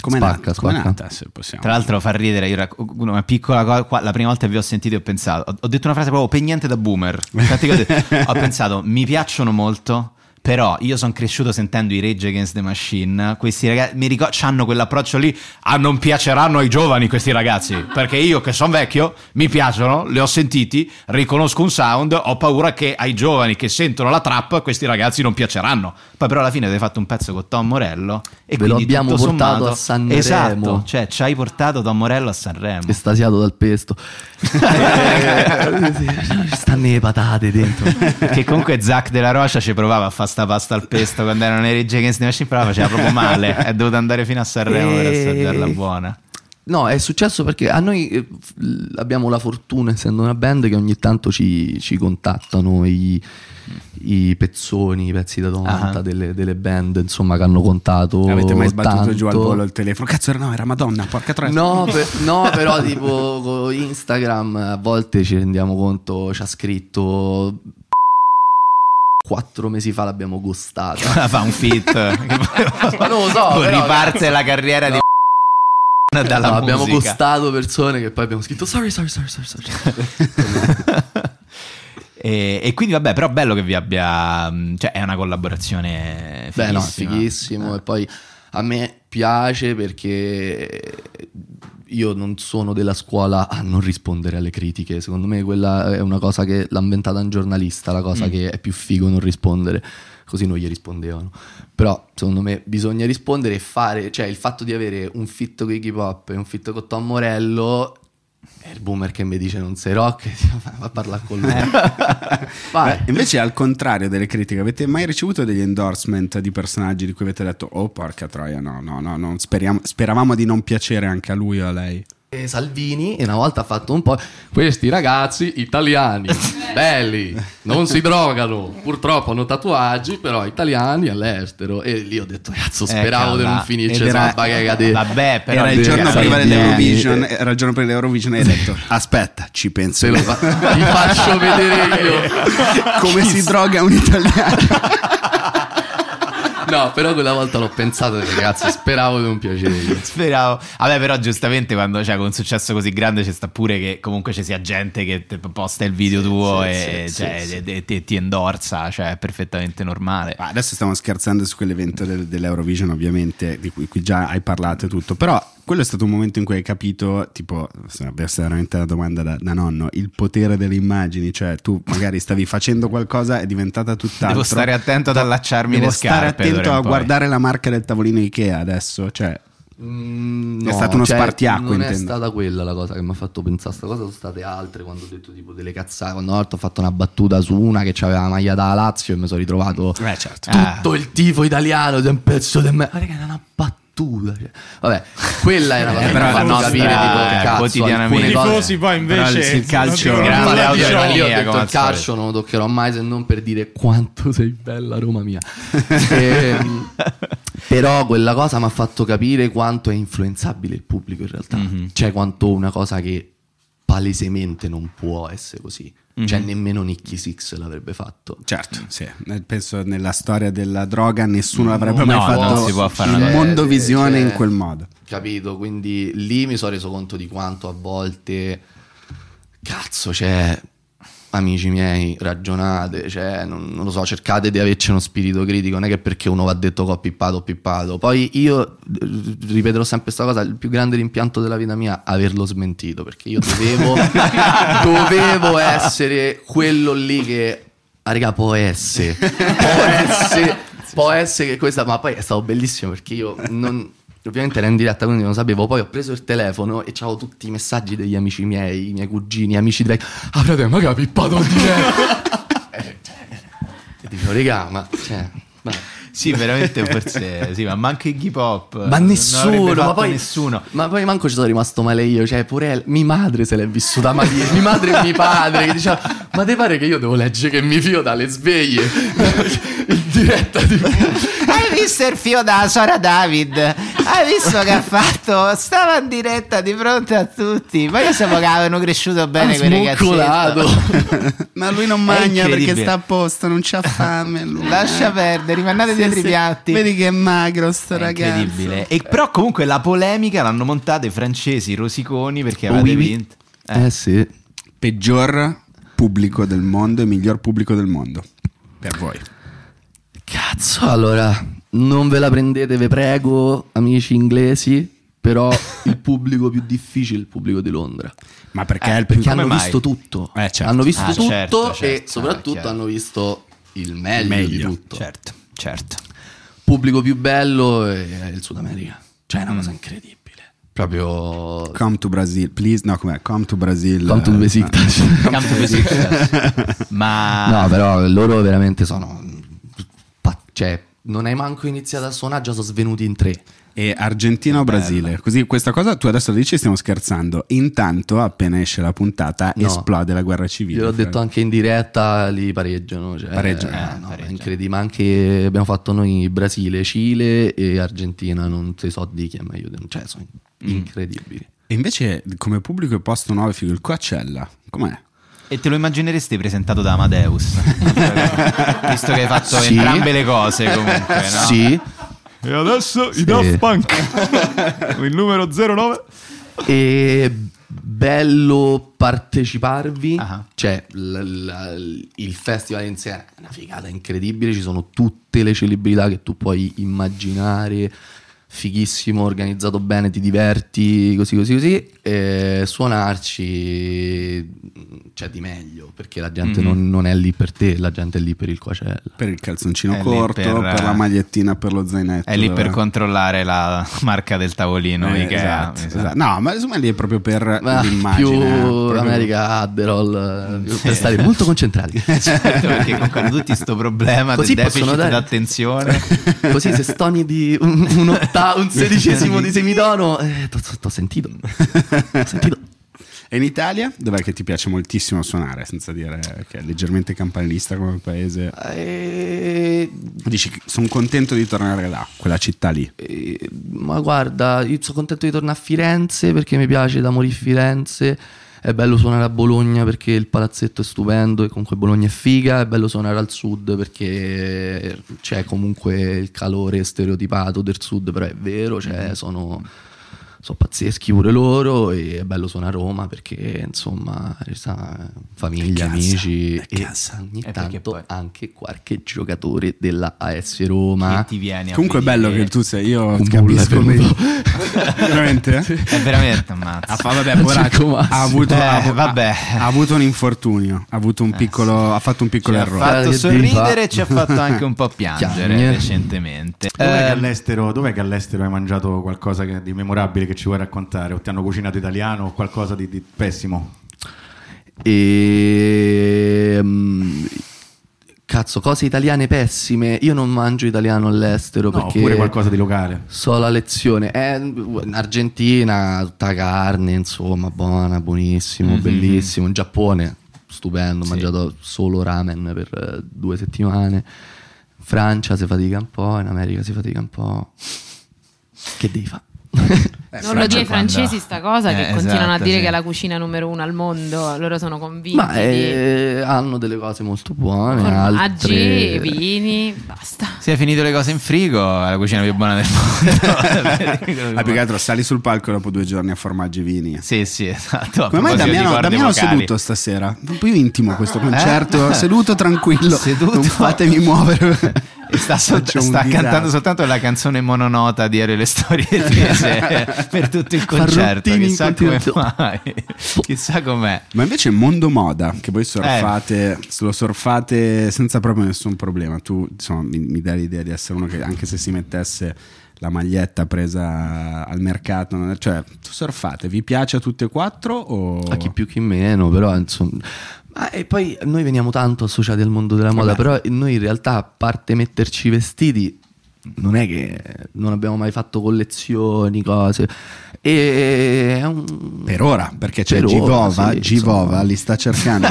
Speaker 3: Com'è
Speaker 1: spacca,
Speaker 3: nata- com'è
Speaker 1: spacca.
Speaker 3: nata, se possiamo.
Speaker 2: Tra l'altro fa ridere, io racco- una piccola cosa, qua- la prima volta che vi ho sentito ho pensato, ho, ho detto una frase proprio pegnente da boomer, Infatti che ho, detto- ho pensato mi piacciono molto, però io sono cresciuto sentendo i Rage Against the Machine, questi ragazzi, mi ricordo, hanno quell'approccio lì, ah non piaceranno ai giovani questi ragazzi, perché io che sono vecchio, mi piacciono, li ho sentiti, riconosco un sound, ho paura che ai giovani che sentono la trap questi ragazzi non piaceranno, poi però alla fine avete fatto un pezzo con Tom Morello e
Speaker 1: Ve lo
Speaker 2: quindi
Speaker 1: abbiamo
Speaker 2: tutto
Speaker 1: portato
Speaker 2: sommato-
Speaker 1: a Sanremo.
Speaker 2: Esatto, cioè, ci hai portato Don Morello a Sanremo.
Speaker 1: Estasiato dal pesto. Eh, sì, ci stanno le patate dentro.
Speaker 2: Perché comunque Zach della Rocha ci provava a fare sta pasta al pesto quando erano nei Rage Against the Machine, però la faceva proprio male. È dovuto andare fino a Sanremo per
Speaker 1: Eh.
Speaker 2: assaggiarla buona.
Speaker 1: No, è successo perché a noi eh, f- l- abbiamo la fortuna, essendo una band, che ogni tanto ci, ci contattano i, i pezzoni, i pezzi da 90
Speaker 3: Ah.
Speaker 1: delle, delle band, insomma, che hanno contato.
Speaker 3: Avete mai sbattuto giù al
Speaker 1: tanto.
Speaker 3: volo il telefono? Cazzo, era- no, era Madonna, porca troia.
Speaker 1: No, per- no, però tipo con Instagram a volte ci rendiamo conto, ci ha scritto quattro mesi fa l'abbiamo gustata.
Speaker 2: Fa un fit.
Speaker 1: Ma non lo so,
Speaker 2: Poi
Speaker 1: però,
Speaker 2: riparte la carriera di dalla
Speaker 1: No, abbiamo
Speaker 2: musica.
Speaker 1: gustato persone che poi abbiamo scritto Então, sorry, sorry, sorry, sorry. sorry".
Speaker 2: E, e quindi vabbè, però bello che vi abbia... mh, Cioè, è una collaborazione fighissima. Eh.
Speaker 1: Beh, no, è fighissimo. E poi a me piace perché io non sono della scuola a non rispondere alle critiche. Secondo me quella è una cosa che l'ha inventata un giornalista, la cosa
Speaker 2: Mm.
Speaker 1: che è più figo non rispondere. Così non gli rispondevano. Però secondo me bisogna rispondere e fare, cioè il fatto di avere un fit con Iggy Pop e un fit con Tom Morello è il boomer che mi dice non sei rock, va a parlare con lui. Vai.
Speaker 3: Beh, invece, al contrario delle critiche, avete mai ricevuto degli endorsement di personaggi di cui avete detto, oh porca troia, no, no, no, no, speriamo- speravamo di non piacere anche a lui o a lei?
Speaker 1: E Salvini e una volta ha fatto un po' questi ragazzi italiani belli non si drogano purtroppo hanno tatuaggi però italiani all'estero e lì ho detto
Speaker 3: Eh,
Speaker 2: Eh,
Speaker 1: cazzo speravo di non finirci sta bagaglia di-
Speaker 2: Vabbè, però...
Speaker 3: era il giorno
Speaker 1: ragazzi,
Speaker 3: prima
Speaker 1: eh,
Speaker 3: dell'Eurovision,
Speaker 1: eh,
Speaker 3: era il giorno prima dell'Eurovision e hai detto, aspetta, ci penso. io."
Speaker 1: ti faccio vedere io
Speaker 3: Come si droga un italiano?
Speaker 1: no però quella volta l'ho pensato e dico, cazzo speravo di non piacere io.
Speaker 2: Speravo. Vabbè, però, giustamente, quando cioè, con un successo così grande, ci sta pure che comunque ci sia gente che te- posta il video tuo
Speaker 1: sì,
Speaker 2: e
Speaker 1: sì,
Speaker 2: cioè,
Speaker 1: sì, sì.
Speaker 2: e- e- e ti endorsa. Cioè, è perfettamente normale.
Speaker 3: Ma Ah, Adesso stiamo scherzando su quell'evento del- dell'Eurovision, ovviamente, di cui, cui già hai parlato e tutto, però quello è stato un momento in cui hai capito, tipo, sarebbe stata veramente una domanda da, da nonno, il potere delle immagini, cioè tu magari stavi facendo qualcosa, è diventata tutt'altro.
Speaker 2: Devo stare attento ad allacciarmi
Speaker 3: Devo
Speaker 2: le
Speaker 3: stare
Speaker 2: scarpe. d'ora
Speaker 3: attento
Speaker 2: in
Speaker 3: a
Speaker 2: poi.
Speaker 3: guardare la marca del tavolino Ikea adesso, cioè...
Speaker 1: Mm,
Speaker 3: È stato uno spartiacque,
Speaker 1: Non è
Speaker 3: intendo.
Speaker 1: stata quella la cosa che mi ha fatto pensare a sta cosa, sono state altre quando ho detto tipo delle cazzate. Quando una volta ho fatto una battuta su una che aveva la maglia da Lazio e mi sono ritrovato
Speaker 2: Eh.
Speaker 1: tutto il tifo italiano di un pezzo di me. Ma raga, era una battuta. cioè. Vabbè, quella era la
Speaker 2: Eh,
Speaker 1: cosa che
Speaker 2: però
Speaker 1: mi ha
Speaker 2: la
Speaker 1: fatto
Speaker 2: nostra,
Speaker 1: capire
Speaker 2: eh,
Speaker 1: tipo, cazzo,
Speaker 2: quotidianamente.
Speaker 1: alcune
Speaker 4: I
Speaker 1: cose-
Speaker 4: tifosi poi invece...
Speaker 3: Però il calcio-
Speaker 4: non
Speaker 2: Grande
Speaker 4: toccano.
Speaker 1: Infatti,
Speaker 2: autoironia,
Speaker 1: io ho detto
Speaker 2: come al
Speaker 1: il calcio non lo toccherò mai se non per dire quanto sei bella Roma mia. Ehm, però quella cosa mi ha fatto capire quanto è influenzabile il pubblico in realtà. Cioè quanto una cosa che palesemente non può essere così. Cioè
Speaker 2: Mhm.
Speaker 1: nemmeno Nicky Six l'avrebbe fatto.
Speaker 3: Certo, sì. Nel- Penso nella storia della droga nessuno l'avrebbe
Speaker 2: No,
Speaker 3: mai
Speaker 2: Mm. no,
Speaker 3: fatto
Speaker 2: non si può fare
Speaker 3: il
Speaker 2: una-
Speaker 3: mondo visione
Speaker 1: Cioè,
Speaker 3: in quel modo.
Speaker 1: Capito? Quindi lì mi sono reso conto di quanto a volte cazzo, cioè, amici miei, ragionate, cioè, non, non lo so, cercate di averci uno spirito critico, non è che perché uno va detto che ho pippato, ho pippato. Poi io eh, ripeterò sempre questa cosa, il più grande rimpianto della vita mia, averlo smentito, perché io dovevo, dovevo essere quello lì che... Ah, raga, può essere. Può essere, può essere che questa... Ma poi è stato bellissimo perché io non... Ovviamente era in diretta, quindi non sapevo. Poi ho preso il telefono e c'avevo tutti i messaggi degli amici miei, i miei cugini, amici vecchi. Ah, frate, ma che ha pippato di Eh, cioè, E dico, regà, ma... Cioè, ma...
Speaker 2: Sì, veramente forse sì, ma manca il hip
Speaker 3: Eh,
Speaker 2: hop.
Speaker 1: Ma
Speaker 2: Non
Speaker 1: nessuno,
Speaker 2: avrebbe
Speaker 1: ma
Speaker 2: fatto
Speaker 1: poi,
Speaker 2: nessuno.
Speaker 1: ma poi manco ci sono rimasto male io, cioè pure el- mia madre se l'è vissuta malissimo, mia madre e mio padre che diceva ma te pare che io devo leggere che mio figlio dalle sveglie
Speaker 3: Eh,
Speaker 1: in diretta di...
Speaker 2: Hai visto il fio della Sora David? Hai visto che ha fatto? Stava in diretta di fronte a tutti. Ma io sapevo che avevano cresciuto bene quei ragazzi.
Speaker 3: certo. Ma lui non
Speaker 2: È
Speaker 3: mangia perché
Speaker 2: incredibile.
Speaker 3: sta a posto, non c'ha fame. Lui. eh.
Speaker 2: Lascia perdere, rimanate dietro i piatti.
Speaker 3: Vedi che è magro sto ragazzo.
Speaker 2: Incredibile. E però comunque la polemica l'hanno montata i francesi, i Rosiconi, perché avete
Speaker 3: Oh, Oui, oui.
Speaker 2: vinto.
Speaker 1: Eh sì.
Speaker 3: Peggior pubblico del mondo e miglior pubblico del mondo. Per voi.
Speaker 1: Cazzo, allora, non ve la prendete, ve prego, amici inglesi, però il pubblico più difficile è il pubblico di Londra.
Speaker 3: Ma perché
Speaker 1: Eh,
Speaker 3: è il più-
Speaker 1: perché
Speaker 3: come
Speaker 1: hanno
Speaker 3: mai?
Speaker 1: visto tutto.
Speaker 3: Eh, certo.
Speaker 1: Hanno visto
Speaker 3: Ah,
Speaker 1: tutto
Speaker 3: certo,
Speaker 1: e
Speaker 3: certo. Ah,
Speaker 1: soprattutto
Speaker 3: chiaro.
Speaker 1: hanno visto il meglio, di
Speaker 3: Meglio,
Speaker 1: tutto.
Speaker 2: Certo, certo.
Speaker 1: Pubblico più bello è è il Sud America. Cioè, è una cosa incredibile. Proprio
Speaker 3: Come to Brazil, please. No, com'è? Come to Brazil.
Speaker 1: Come to
Speaker 3: eh,
Speaker 1: Besiktas.
Speaker 3: no.
Speaker 1: Come to Besiktas. No, però loro veramente sono. pa- Cioè, non hai manco iniziato a suonare, già sono svenuti in tre.
Speaker 3: E Argentina o Brasile? Così questa cosa tu adesso la dici e stiamo scherzando. Intanto, appena esce la puntata,
Speaker 1: No.
Speaker 3: esplode la guerra civile.
Speaker 1: Gliel'ho
Speaker 3: fra-
Speaker 1: detto anche in diretta, li pareggiano. Cioè,
Speaker 3: Pareggiano,
Speaker 1: eh, no, è incredibile. Ma anche abbiamo fatto noi Brasile, Cile e Argentina. Non si so di chi è meglio. di- Cioè, sono incredibili.
Speaker 3: E invece, come pubblico, il posto 9 figo, il Coachella. Com'è?
Speaker 2: E te lo immagineresti presentato da Amadeus? Visto che hai fatto
Speaker 3: Sì.
Speaker 2: entrambe le cose comunque,
Speaker 1: Eh,
Speaker 2: no?
Speaker 1: Sì.
Speaker 10: E adesso
Speaker 1: Sì.
Speaker 10: i Daft Punk, il numero 09.
Speaker 1: E bello parteciparvi. Cioè, l- l- il festival in sé è una figata incredibile. Ci sono tutte le celebrità che tu puoi immaginare. Fighissimo, organizzato bene, ti diverti, così così così. E suonarci c'è di meglio, perché la gente
Speaker 3: Mhm.
Speaker 1: non, non è lì per te, la gente è lì per il coacello.
Speaker 3: Per il calzoncino
Speaker 2: È lì
Speaker 3: corto, per,
Speaker 2: per,
Speaker 3: la
Speaker 2: eh,
Speaker 3: magliettina, per lo zainetto.
Speaker 2: È lì per
Speaker 3: dove-
Speaker 2: controllare la marca del tavolino
Speaker 3: Eh,
Speaker 2: Ikea.
Speaker 3: esatto,
Speaker 2: mi sa.
Speaker 3: esatto. No, ma insomma lì è proprio per
Speaker 1: Ma
Speaker 3: l'immagine.
Speaker 1: Ah, più
Speaker 3: eh, proprio-
Speaker 1: l'America Adderall, eh,
Speaker 3: Sì.
Speaker 1: per stare molto concentrati.
Speaker 2: Certo, perché comunque hanno tutti sto problema
Speaker 1: Così
Speaker 2: del deficit
Speaker 1: possono dare-
Speaker 2: d'attenzione.
Speaker 1: Così se stoni di un, un otta- un sedicesimo di semitono, eh, t'ho- t'ho sentito. T'ho sentito.
Speaker 3: E in Italia? Dov'è che ti piace moltissimo suonare? Senza dire che è leggermente campanilista come paese. Dici, sono contento di tornare là, quella città lì.
Speaker 1: Ma guarda, io sono contento di tornare a Firenze perché mi piace da morire Firenze. È bello suonare a Bologna perché il palazzetto è stupendo e comunque Bologna è figa. È bello suonare al sud perché c'è comunque il calore stereotipato del sud, però è vero, cioè sono, sono pazzeschi pure loro. E è bello suonare a Roma perché insomma ci sta famiglia, amici e ogni tanto anche qualche giocatore della AS Roma.
Speaker 2: Che ti viene a
Speaker 3: Comunque è bello che tu sei, io
Speaker 1: Un
Speaker 3: capisco.
Speaker 1: bullo è venuto.
Speaker 3: Veramente?
Speaker 2: È veramente ammazzo.
Speaker 3: Ah, fa- vabbè, poveraccio,
Speaker 2: Giacomo Assi.
Speaker 3: ha avuto,
Speaker 2: Eh,
Speaker 3: ha avu-
Speaker 2: vabbè.
Speaker 3: ha avuto un infortunio, ha, avuto un piccolo, ha fatto un piccolo
Speaker 2: Ci ha
Speaker 3: errore.
Speaker 2: fatto sorridere e ci ha fatto anche un po' piangere recentemente.
Speaker 8: Dov'è, che
Speaker 2: Eh,
Speaker 8: all'estero, dov'è che all'estero hai mangiato qualcosa che- di memorabile che ci vuoi raccontare? O ti hanno cucinato italiano o qualcosa di, di pessimo?
Speaker 1: E mm, cazzo, cose italiane pessime. Io non mangio italiano all'estero
Speaker 8: No,
Speaker 1: perché
Speaker 8: oppure qualcosa di locale.
Speaker 1: So la lezione. Eh, in Argentina, tutta carne, insomma, buona, buonissimo,
Speaker 2: Mhm.
Speaker 1: bellissimo. In Giappone, stupendo, ho mangiato solo ramen per eh, due settimane. In Francia si fatica un po', in America si fatica un po'. Che devi fare?
Speaker 7: non lo dire ai francesi sta cosa che
Speaker 1: Eh,
Speaker 7: continuano a
Speaker 1: esatto,
Speaker 7: dire
Speaker 1: sì.
Speaker 7: che è la cucina numero uno al mondo, loro sono convinti
Speaker 1: Ma eh, hanno delle cose molto buone,
Speaker 7: di formaggi,
Speaker 1: altre...
Speaker 7: vini, basta.
Speaker 2: Si è finito le cose in frigo, è la cucina più buona del mondo.
Speaker 3: Ah, più che altro sali sul palco dopo due giorni a formaggi e vini.
Speaker 2: Sì, sì, esatto.
Speaker 3: Come mai
Speaker 2: proposito di
Speaker 3: Damiano,
Speaker 2: corde
Speaker 3: Damiano è
Speaker 2: vocali.
Speaker 3: seduto stasera? Un po' intimo questo concerto,
Speaker 2: Eh?
Speaker 3: seduto tranquillo,
Speaker 2: Seduto.
Speaker 3: non fatemi muovere.
Speaker 2: E Sta, sol-
Speaker 3: Faccio un
Speaker 2: sta
Speaker 3: disastro.
Speaker 2: cantando soltanto la canzone mononota di Aereo e le storie tese per tutto il concerto.
Speaker 3: Parruttini in
Speaker 2: Chissà come
Speaker 3: continuazione.
Speaker 2: mai. Chissà com'è.
Speaker 3: Ma invece mondo moda, che voi surfate,
Speaker 1: Eh.
Speaker 3: se lo surfate senza proprio nessun problema. Tu insomma, mi, mi dai l'idea di essere uno che anche se si mettesse la maglietta presa al mercato, non- cioè tu surfate, vi piace a tutte e quattro o...
Speaker 1: A chi più chi meno, però insomma. Ma e poi noi veniamo tanto associati al mondo della
Speaker 2: Eh
Speaker 1: moda, però noi in realtà, a parte metterci i vestiti, non è che non abbiamo mai fatto collezioni, cose. E è un-
Speaker 3: Per ora, perché c'è
Speaker 1: Per ora,
Speaker 3: Givova,
Speaker 1: sì,
Speaker 3: Givova
Speaker 1: insomma.
Speaker 3: li sta cercando.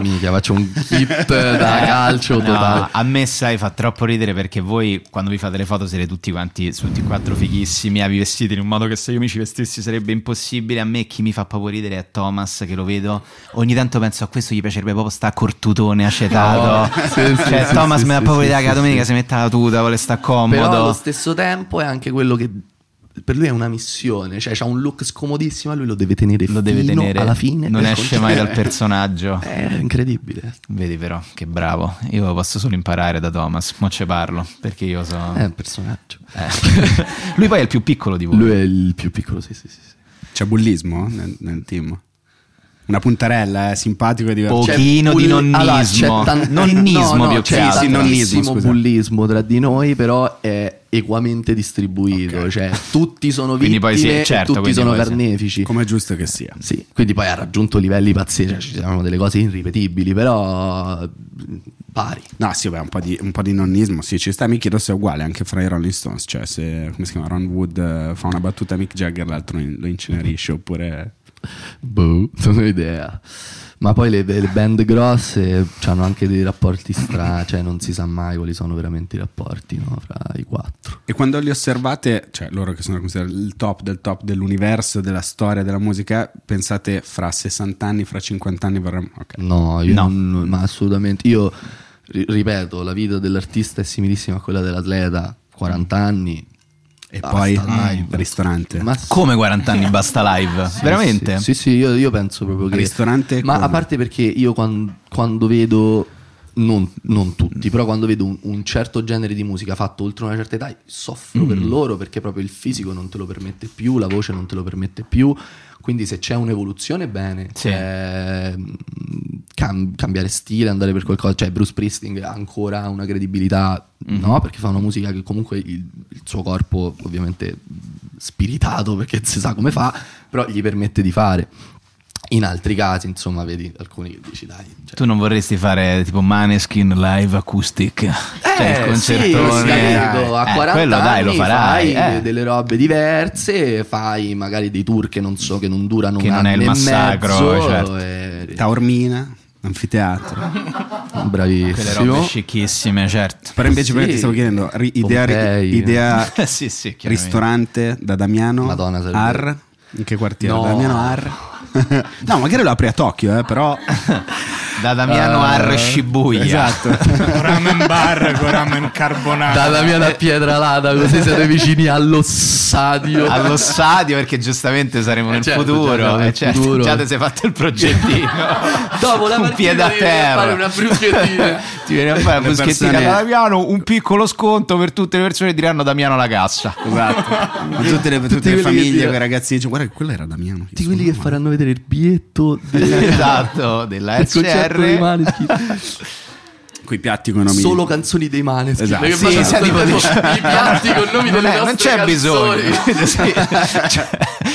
Speaker 1: Minchia, faccio un clip da calcio
Speaker 2: No,
Speaker 1: totale.
Speaker 2: A me, sai, fa troppo ridere perché voi quando vi fate le foto siete tutti quanti, tutti e quattro fighissimi, avevi vestiti in un modo che se io mi ci vestissi sarebbe impossibile. A me chi mi fa proprio ridere è Thomas, che lo vedo. Ogni tanto penso a questo gli piacerebbe proprio sta cortutone acetato.
Speaker 1: No, sì, sì,
Speaker 2: cioè,
Speaker 1: sì,
Speaker 2: Thomas
Speaker 1: sì,
Speaker 2: mi dà
Speaker 1: sì,
Speaker 2: proprio
Speaker 1: sì,
Speaker 2: l'idea
Speaker 1: sì,
Speaker 2: che la
Speaker 1: sì.
Speaker 2: domenica si metta la tuta, vuole sta comodo.
Speaker 1: Però allo stesso tempo è anche quello che per lui è una missione, cioè ha un look scomodissimo e lui lo deve tenere
Speaker 2: lo deve
Speaker 1: fino
Speaker 2: tenere
Speaker 1: alla fine.
Speaker 2: non
Speaker 1: del Eh.
Speaker 2: esce
Speaker 1: concerto.
Speaker 2: mai dal personaggio
Speaker 1: è incredibile
Speaker 2: vedi però che bravo io posso solo imparare da Thomas mo ce parlo perché io so
Speaker 1: È un personaggio.
Speaker 2: Eh. lui poi è il più piccolo di voi
Speaker 1: Lui è il più piccolo, sì, sì, sì. sì.
Speaker 3: C'è bullismo nel, nel team? Una puntarella, eh, simpatico e divertente.
Speaker 2: Pochino di nonnismo.
Speaker 1: Allora, c'è tan-
Speaker 2: Nonnismo
Speaker 1: no, no,
Speaker 2: più
Speaker 1: c'è
Speaker 2: che altro.
Speaker 1: tantissimo
Speaker 2: Nonnismo, scusa.
Speaker 1: bullismo tra di noi, però è equamente distribuito, cioè tutti sono
Speaker 2: Quindi
Speaker 1: vittime,
Speaker 2: poi sì, certo,
Speaker 1: tutti
Speaker 2: quindi
Speaker 1: sono
Speaker 2: poi sì.
Speaker 1: carnefici.
Speaker 3: Come è giusto che sia.
Speaker 1: Sì, quindi poi ha raggiunto livelli pazzeschi, cioè, ci sono delle cose irripetibili, però pari.
Speaker 3: No, sì, beh, un po' di, un po' di nonnismo, sì, ci sta. Mi chiedo se è uguale anche fra i Rolling Stones, cioè se, come si chiama, Ron Wood eh, fa una battuta a Mick Jagger, l'altro in- lo incenerisce,
Speaker 1: Mm-hmm.
Speaker 3: oppure...
Speaker 1: Boh, non ho idea. Ma poi le, le band grosse cioè, hanno anche dei rapporti strani, cioè non si sa mai quali sono veramente i rapporti no, fra i quattro.
Speaker 3: E quando li osservate, cioè loro che sono considerati il top del top dell'universo, della storia, della musica, pensate fra 60 anni, fra 50 anni vorremmo... ok.
Speaker 1: No, io non- ma assolutamente. Io ri- ripeto, la vita dell'artista è similissima a quella dell'atleta, 40 anni.
Speaker 3: E
Speaker 2: poi,
Speaker 1: al
Speaker 2: mm,
Speaker 3: ristorante.
Speaker 1: Ma
Speaker 2: come 40 anni basta live
Speaker 1: sì,
Speaker 2: veramente
Speaker 1: Sì, sì, sì, io, io penso proprio che...
Speaker 3: Ristorante
Speaker 1: Ma
Speaker 3: come?
Speaker 1: a parte perché io quan- quando, vedo... Non, non tutti, però quando vedo un, un certo genere di musica fatto oltre una certa età soffro
Speaker 2: Mm.
Speaker 1: per loro perché proprio il fisico non te lo permette più, la voce non te lo permette più, quindi se c'è un'evoluzione bene,
Speaker 2: Sì.
Speaker 1: eh, cam- cambiare stile, andare per qualcosa, cioè Bruce Priesting ha ancora una credibilità,
Speaker 2: Mhm.
Speaker 1: no? Perché fa una musica che comunque il, il suo corpo ovviamente spiritato perché si sa come fa, però gli permette di fare. In altri casi, insomma, vedi alcuni che dici dai. cioè,
Speaker 2: tu non vorresti fare tipo Maneskin live acoustic cioè il
Speaker 1: eh,
Speaker 2: concertone
Speaker 1: sì, capito, a
Speaker 2: Eh,
Speaker 1: 40
Speaker 2: quello dai lo
Speaker 1: anni
Speaker 2: farai
Speaker 1: fai
Speaker 2: eh.
Speaker 1: delle robe diverse, fai magari dei tour che non so, che non durano
Speaker 2: Che
Speaker 1: un
Speaker 2: non è
Speaker 1: anno
Speaker 2: il
Speaker 1: e
Speaker 2: massacro,
Speaker 1: mezzo, eh,
Speaker 2: certo.
Speaker 1: e-
Speaker 3: Taormina, anfiteatro.
Speaker 2: quelle robe
Speaker 1: Bravissimo.
Speaker 2: scicchissime certo
Speaker 3: Però invece prima
Speaker 1: Sì.
Speaker 3: ti stavo chiedendo, ri- idea,
Speaker 1: Pompei.
Speaker 3: idea
Speaker 1: Ah.
Speaker 2: sì sì chiaramente.
Speaker 3: ristorante da Damiano
Speaker 1: Madonna, sarebbe-
Speaker 3: Ar in che quartiere?
Speaker 1: No.
Speaker 3: Da Damiano Ar no magari lo apri a Tokyo eh, però
Speaker 2: da Damiano
Speaker 1: Eh,
Speaker 2: a Shibuya
Speaker 3: esatto
Speaker 11: ramen bar con ramen carbonato.
Speaker 2: Ah,
Speaker 1: Dalla
Speaker 2: eh.
Speaker 1: mia da Pietralata, così siete vicini allo stadio.
Speaker 2: allo stadio perché giustamente saremo Ah, nel
Speaker 1: certo,
Speaker 2: futuro
Speaker 1: già nel
Speaker 2: eh, certo,
Speaker 1: futuro.
Speaker 2: già ti sei fatto il progettino
Speaker 1: Dopo la
Speaker 2: un
Speaker 1: partita
Speaker 2: piede a
Speaker 1: devi venire a
Speaker 2: terra
Speaker 1: fare una bruschettina.
Speaker 2: ti viene a fare la
Speaker 3: Le
Speaker 2: bruschettina
Speaker 3: persone-
Speaker 2: da Damiano un piccolo sconto per tutte le persone che diranno Damiano la cassa
Speaker 3: esatto Ma tutte le, tutte le
Speaker 1: quelli che
Speaker 3: famiglie
Speaker 1: dicono-
Speaker 3: con i ragazzi dicono guarda che quello era Damiano
Speaker 1: Tutti quelli che faranno vedere il biglietto del
Speaker 2: esatto della
Speaker 1: del concerto dei
Speaker 2: SR
Speaker 1: Maneskin.
Speaker 3: con i piatti con nomi
Speaker 1: Solo canzoni dei Maneskin.
Speaker 3: Esatto.
Speaker 1: Perché
Speaker 3: Sì,
Speaker 1: faccio
Speaker 2: sì, tipo
Speaker 1: ascoltare
Speaker 2: dici-
Speaker 1: i piatti con nomi
Speaker 2: non,
Speaker 1: delle
Speaker 2: è- non
Speaker 1: nostre
Speaker 2: c'è
Speaker 1: canzoni.
Speaker 2: bisogno Sì, cioè,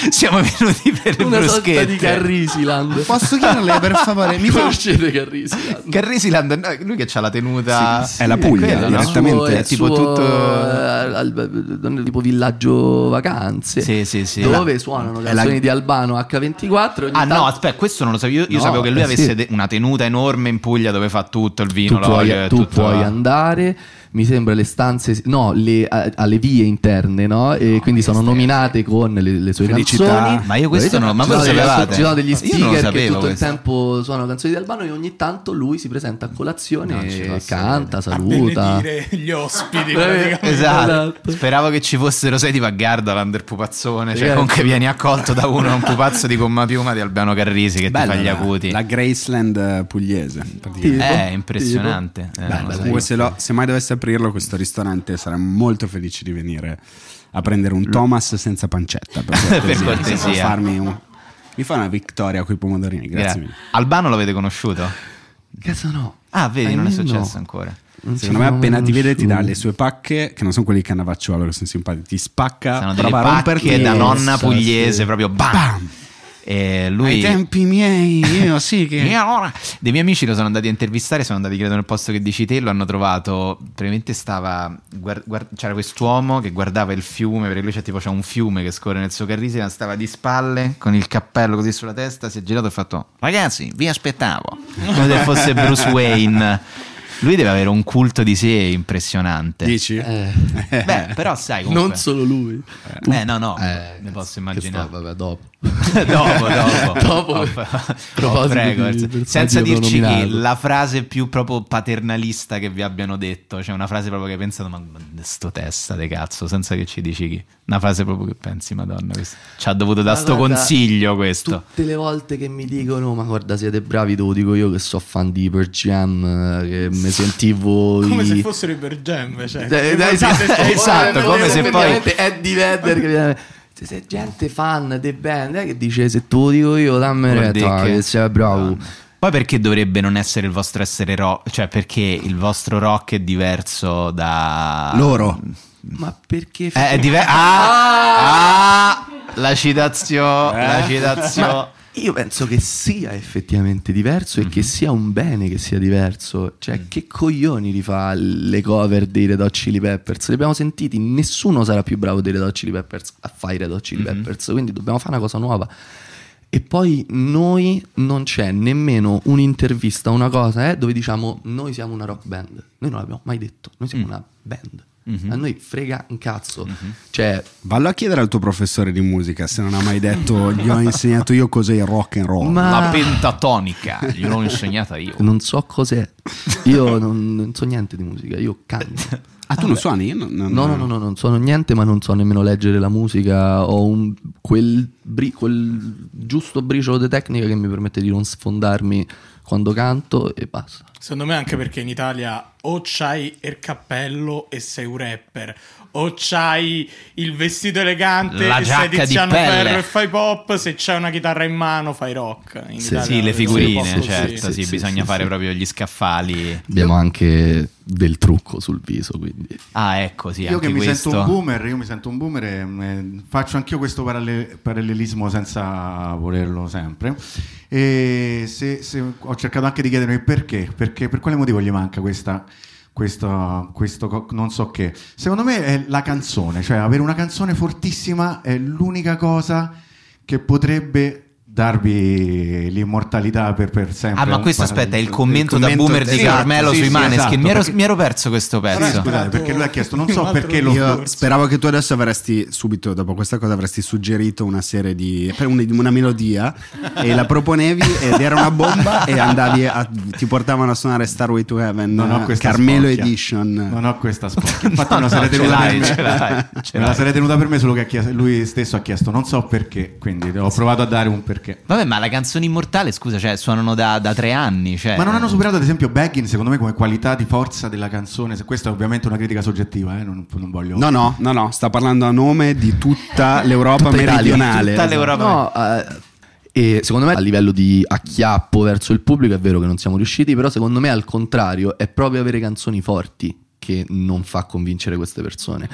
Speaker 2: siamo venuti per le
Speaker 1: Una sorta
Speaker 2: bruschette.
Speaker 1: di Carrisiland.
Speaker 2: Posso chiamarle per favore? Mi fa...
Speaker 1: Conoscete Carrisiland?
Speaker 2: Carrisiland, no, lui che ha la tenuta...
Speaker 1: Sì, sì,
Speaker 2: È quello, no?
Speaker 1: suo-
Speaker 2: È tipo
Speaker 1: suo,
Speaker 2: tutto...
Speaker 1: eh, al- al- tipo villaggio vacanze.
Speaker 2: Sì, sì, sì.
Speaker 1: Dove
Speaker 2: La-
Speaker 1: suonano
Speaker 2: è la-
Speaker 1: canzoni di Albano H24. ogni
Speaker 2: Ah no,
Speaker 1: tanto-
Speaker 2: aspetta, questo non lo sapevo. Io, io
Speaker 1: No,
Speaker 2: sapevo che lui
Speaker 1: eh,
Speaker 2: avesse
Speaker 1: sì.
Speaker 2: de- una tenuta enorme in Puglia dove fa tutto il vino,
Speaker 1: tu puoi,
Speaker 2: l'olio e
Speaker 1: tu
Speaker 2: tutto. eh.
Speaker 1: puoi andare, mi sembra le stanze, no, le- a- alle vie interne, no? E quindi sono nominate con le, le sue
Speaker 2: Felicità.
Speaker 1: canzoni.
Speaker 2: Ma io questo non- ma
Speaker 1: Ci
Speaker 2: voi lo
Speaker 1: sono degli-
Speaker 2: sapevate?
Speaker 1: Ci sono degli
Speaker 2: Io non lo
Speaker 1: speaker che
Speaker 2: sapevo
Speaker 1: tutto il
Speaker 2: questo.
Speaker 1: tempo suonano canzoni di Albano e ogni tanto lui si presenta a colazione
Speaker 2: Non ci
Speaker 1: e
Speaker 2: posso
Speaker 1: canta, saluta.
Speaker 4: Benedire gli ospiti.
Speaker 1: Eh,
Speaker 4: praticamente.
Speaker 2: Esatto. Speravo che ci fossero, sei tipo a Gardaland del pupazzone, cioè
Speaker 1: Ragazzi.
Speaker 2: comunque vieni accolto da uno, un pupazzo di gomma piuma di Albano Carrisi che
Speaker 12: Bella
Speaker 2: ti fa gli
Speaker 12: la-
Speaker 2: acuti.
Speaker 12: eh. La Graceland eh, pugliese. praticamente.
Speaker 2: Tipo, Eh, impressionante. tipo. Eh,
Speaker 12: Bella,
Speaker 2: non lo
Speaker 12: comunque
Speaker 2: sapevo.
Speaker 12: se, lo- se mai dovesse aprirlo questo ristorante saremmo molto felici di venire a prendere un Thomas senza pancetta. Per cortesia.
Speaker 2: Per cortesia.
Speaker 12: Se può farmi un- Mi fa una vittoria con i pomodorini, grazie
Speaker 2: Eh,
Speaker 12: mille.
Speaker 2: Albano l'avete conosciuto?
Speaker 1: Cazzo no.
Speaker 2: Ah, vedi,
Speaker 12: Eh,
Speaker 2: non è
Speaker 12: no.
Speaker 2: successo ancora.
Speaker 12: Secondo me appena ti vede ti dà le sue pacche, che non sono quelli cannavacciuolo, che sono simpatici, ti spacca,
Speaker 2: Sono delle
Speaker 12: prova a
Speaker 2: pacche
Speaker 12: romperti
Speaker 2: da
Speaker 12: le-
Speaker 2: nonna
Speaker 12: Sì.
Speaker 2: pugliese, proprio bam! E lui...
Speaker 12: Ai tempi miei, io sì che...
Speaker 2: E allora, dei miei amici lo sono andati a intervistare, sono andati credo nel posto che dici te, lo hanno trovato, probabilmente stava, guar- guar- c'era quest'uomo che guardava il fiume, perché lui c'è tipo c'è un fiume che scorre nel suo carrisima, stava di spalle con il cappello così sulla testa, si è girato e ha fatto ragazzi vi aspettavo, come se fosse Bruce Wayne. Lui deve avere un culto di sé impressionante.
Speaker 12: Dici?
Speaker 1: eh,
Speaker 2: Beh, però sai comunque...
Speaker 1: Non solo lui.
Speaker 2: Eh no, no,
Speaker 1: Eh,
Speaker 2: ne posso
Speaker 1: che
Speaker 2: immaginare.
Speaker 1: sto- vabbè, dopo.
Speaker 2: dopo, dopo.
Speaker 1: Dopo.
Speaker 2: Off-
Speaker 1: Proposito
Speaker 2: off
Speaker 1: di
Speaker 2: records.
Speaker 1: personaggi
Speaker 2: Senza
Speaker 1: che avevo
Speaker 2: dirci chi,
Speaker 1: nominato.
Speaker 2: la frase più proprio paternalista che vi abbiano detto. Cioè una frase proprio che hai pensato, ma ma sto testa de cazzo, senza che ci dici chi. Una frase proprio che pensi, madonna, questo- ci ha dovuto da
Speaker 1: Ma
Speaker 2: sto
Speaker 1: guarda,
Speaker 2: consiglio questo.
Speaker 1: Tutte le volte che mi dicono, ma guarda, siete bravi, te lo dico io che so fan di Pearl Jam, eh, che mi sentivo.
Speaker 4: Come
Speaker 1: i-
Speaker 4: se fossero i per gem,
Speaker 1: Eh,
Speaker 4: cioè.
Speaker 1: eh,
Speaker 4: Guardate,
Speaker 1: esatto,
Speaker 4: cioè,
Speaker 1: esatto,
Speaker 4: guardate,
Speaker 1: come se poi
Speaker 4: effettivamente è
Speaker 1: Eddie Vedder che viene- se sei gente fan dei band eh, che dice se te lo dico io dammi
Speaker 2: Vuol
Speaker 1: retta,
Speaker 2: dire che-
Speaker 1: "Ah,
Speaker 2: Ah.
Speaker 1: che sei bravo
Speaker 2: Poi perché dovrebbe non essere il vostro essere rock? Cioè perché il vostro rock è diverso da...
Speaker 12: Loro.
Speaker 1: ma perché
Speaker 2: Eh, è diver- ah, ah, la citazione, la
Speaker 1: Eh?
Speaker 2: citazione.
Speaker 1: Ma io penso che sia effettivamente diverso e che sia un bene che sia diverso. Cioè, che coglioni li fa le cover dei Red Hot Chili Peppers? Li abbiamo sentiti, nessuno sarà più bravo dei Red Hot Chili Peppers a fare i Red Hot Chili Peppers, quindi dobbiamo fare una cosa nuova. E poi noi non c'è nemmeno un'intervista, una cosa eh, dove diciamo noi siamo una rock band. Noi non l'abbiamo mai detto, noi siamo una band. A noi frega un cazzo. Cioè,
Speaker 12: Vallo a chiedere al tuo professore di musica se non ha mai detto gli ho insegnato io cos'è il rock and roll.
Speaker 1: Ma-
Speaker 2: La pentatonica, gliel'ho insegnata io.
Speaker 1: Certo. Non so cos'è. Io non, non so niente di musica, io canto.
Speaker 12: Ah, tu non suoni? Io non- non-
Speaker 1: No, no, no, no, non sono niente, ma non so nemmeno leggere la musica. Ho un- quel, bri- quel giusto briciolo di tecnica che mi permette di non sfondarmi quando canto e basta.
Speaker 4: Secondo me anche perché in Italia o c'hai il cappello e sei un rapper, o c'hai il vestito elegante
Speaker 2: La
Speaker 4: e sei
Speaker 2: giacca di
Speaker 4: Tiziano
Speaker 2: pelle.
Speaker 4: Ferro e fai pop, se c'hai una chitarra in mano fai rock. In
Speaker 2: Sì,
Speaker 4: Italia
Speaker 2: sì,
Speaker 4: lo
Speaker 2: le
Speaker 4: vedo un po'
Speaker 2: figurine,
Speaker 4: così.
Speaker 2: certo, sì, bisogna fare proprio gli scaffali.
Speaker 1: Abbiamo anche del trucco sul viso, quindi.
Speaker 2: Ah, ecco, sì,
Speaker 8: io
Speaker 2: anche
Speaker 8: che mi
Speaker 2: questo.
Speaker 8: sento un boomer, io mi sento un boomer, e, mh, faccio anch'io questo paralle- parallelismo senza volerlo sempre. E se- se- ho cercato anche di chiedermi perché, perché per quale motivo gli manca questa, questo, questo co- non so che. Secondo me è la canzone, cioè avere una canzone fortissima è l'unica cosa che potrebbe darvi l'immortalità per, per sempre.
Speaker 2: Ah, ma
Speaker 8: Un
Speaker 2: questo aspetta, è il
Speaker 8: parallelismo.
Speaker 2: commento da
Speaker 8: commento-
Speaker 2: boomer di
Speaker 8: sì,
Speaker 2: Carmelo
Speaker 8: sì,
Speaker 2: sui
Speaker 8: sì,
Speaker 2: Maneskin.
Speaker 8: esatto,
Speaker 2: mi, ero,
Speaker 8: perché-
Speaker 2: mi ero perso questo pezzo.
Speaker 8: Scusate, perché lui ha chiesto, non so
Speaker 12: Io
Speaker 8: perché lo
Speaker 12: Io speravo che tu adesso avresti subito dopo questa cosa avresti suggerito una serie di per un- una melodia e la proponevi ed era una bomba e andavi a, ti portavano a suonare Starway to Heaven
Speaker 8: Non ho
Speaker 12: eh,
Speaker 8: questa
Speaker 12: Carmelo
Speaker 8: spocchia.
Speaker 12: Edition.
Speaker 8: Non ho questa spocchia. Infatti
Speaker 12: No,
Speaker 8: me la
Speaker 12: no,
Speaker 8: sarei
Speaker 12: ce
Speaker 8: tenuta
Speaker 12: l'hai,
Speaker 8: per me.
Speaker 12: ce l'hai, ce
Speaker 8: Me la
Speaker 12: l'hai.
Speaker 8: sarei tenuta per me, solo che ha chiesto- lui stesso ha chiesto non so perché, quindi ho provato a dare un perché.
Speaker 2: Vabbè, ma la canzone immortale, scusa, cioè, suonano da, da tre anni.
Speaker 12: Eh.
Speaker 2: Cioè,
Speaker 8: Ma non hanno superato ad esempio Baggin, secondo me, come qualità di forza della canzone. Se- Questa è ovviamente una critica soggettiva, eh, non, non voglio...
Speaker 12: No, no, no, no, sta parlando a nome di tutta l'Europa
Speaker 1: Tutta Italia.
Speaker 12: meridionale. Esatto.
Speaker 1: No, eh, e secondo me a livello di acchiappo verso il pubblico è vero che non siamo riusciti, però secondo me al contrario è proprio avere canzoni forti che non fa convincere queste persone.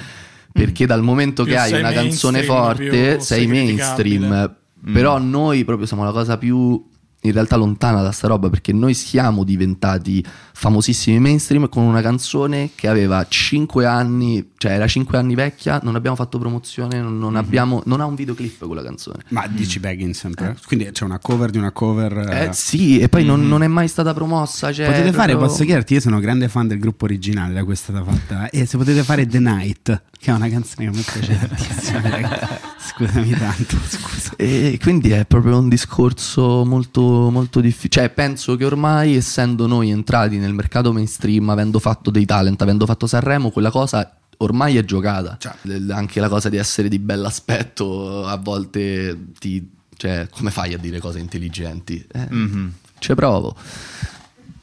Speaker 1: Perché dal momento
Speaker 4: Più
Speaker 1: che hai
Speaker 4: sei
Speaker 1: una canzone
Speaker 4: mainstream,
Speaker 1: forte,
Speaker 4: più
Speaker 1: sei
Speaker 4: sei
Speaker 1: mainstream. Mm.
Speaker 4: criticabile.
Speaker 1: Però noi proprio siamo la cosa più in realtà lontana da sta roba perché noi siamo diventati famosissimi mainstream con una canzone che aveva 5 anni, cioè era 5 anni vecchia, non abbiamo fatto promozione, non, non abbiamo, non ha un videoclip quella canzone.
Speaker 3: Ma dici Baggins sempre? Quindi c'è una cover di una cover.
Speaker 1: Eh, sì, e poi non, non è mai stata promossa. Cioè,
Speaker 3: Ah. Potete fare,
Speaker 1: proprio-
Speaker 3: posso chiederti, io sono grande fan del gruppo originale da cui è stata fatta. E se potete fare The Night, che è una canzone che mi piace tantissimo. raga. Scusami tanto, scusa.
Speaker 1: E quindi è proprio un discorso molto, molto difficile. Cioè, penso che ormai, essendo noi entrati nel mercato mainstream, avendo fatto dei talent, avendo fatto Sanremo, quella cosa ormai è giocata. L- Anche la cosa di essere di bell'aspetto a volte ti. Cioè, come fai a dire cose intelligenti? Eh,
Speaker 2: Mhm.
Speaker 1: Ci provo.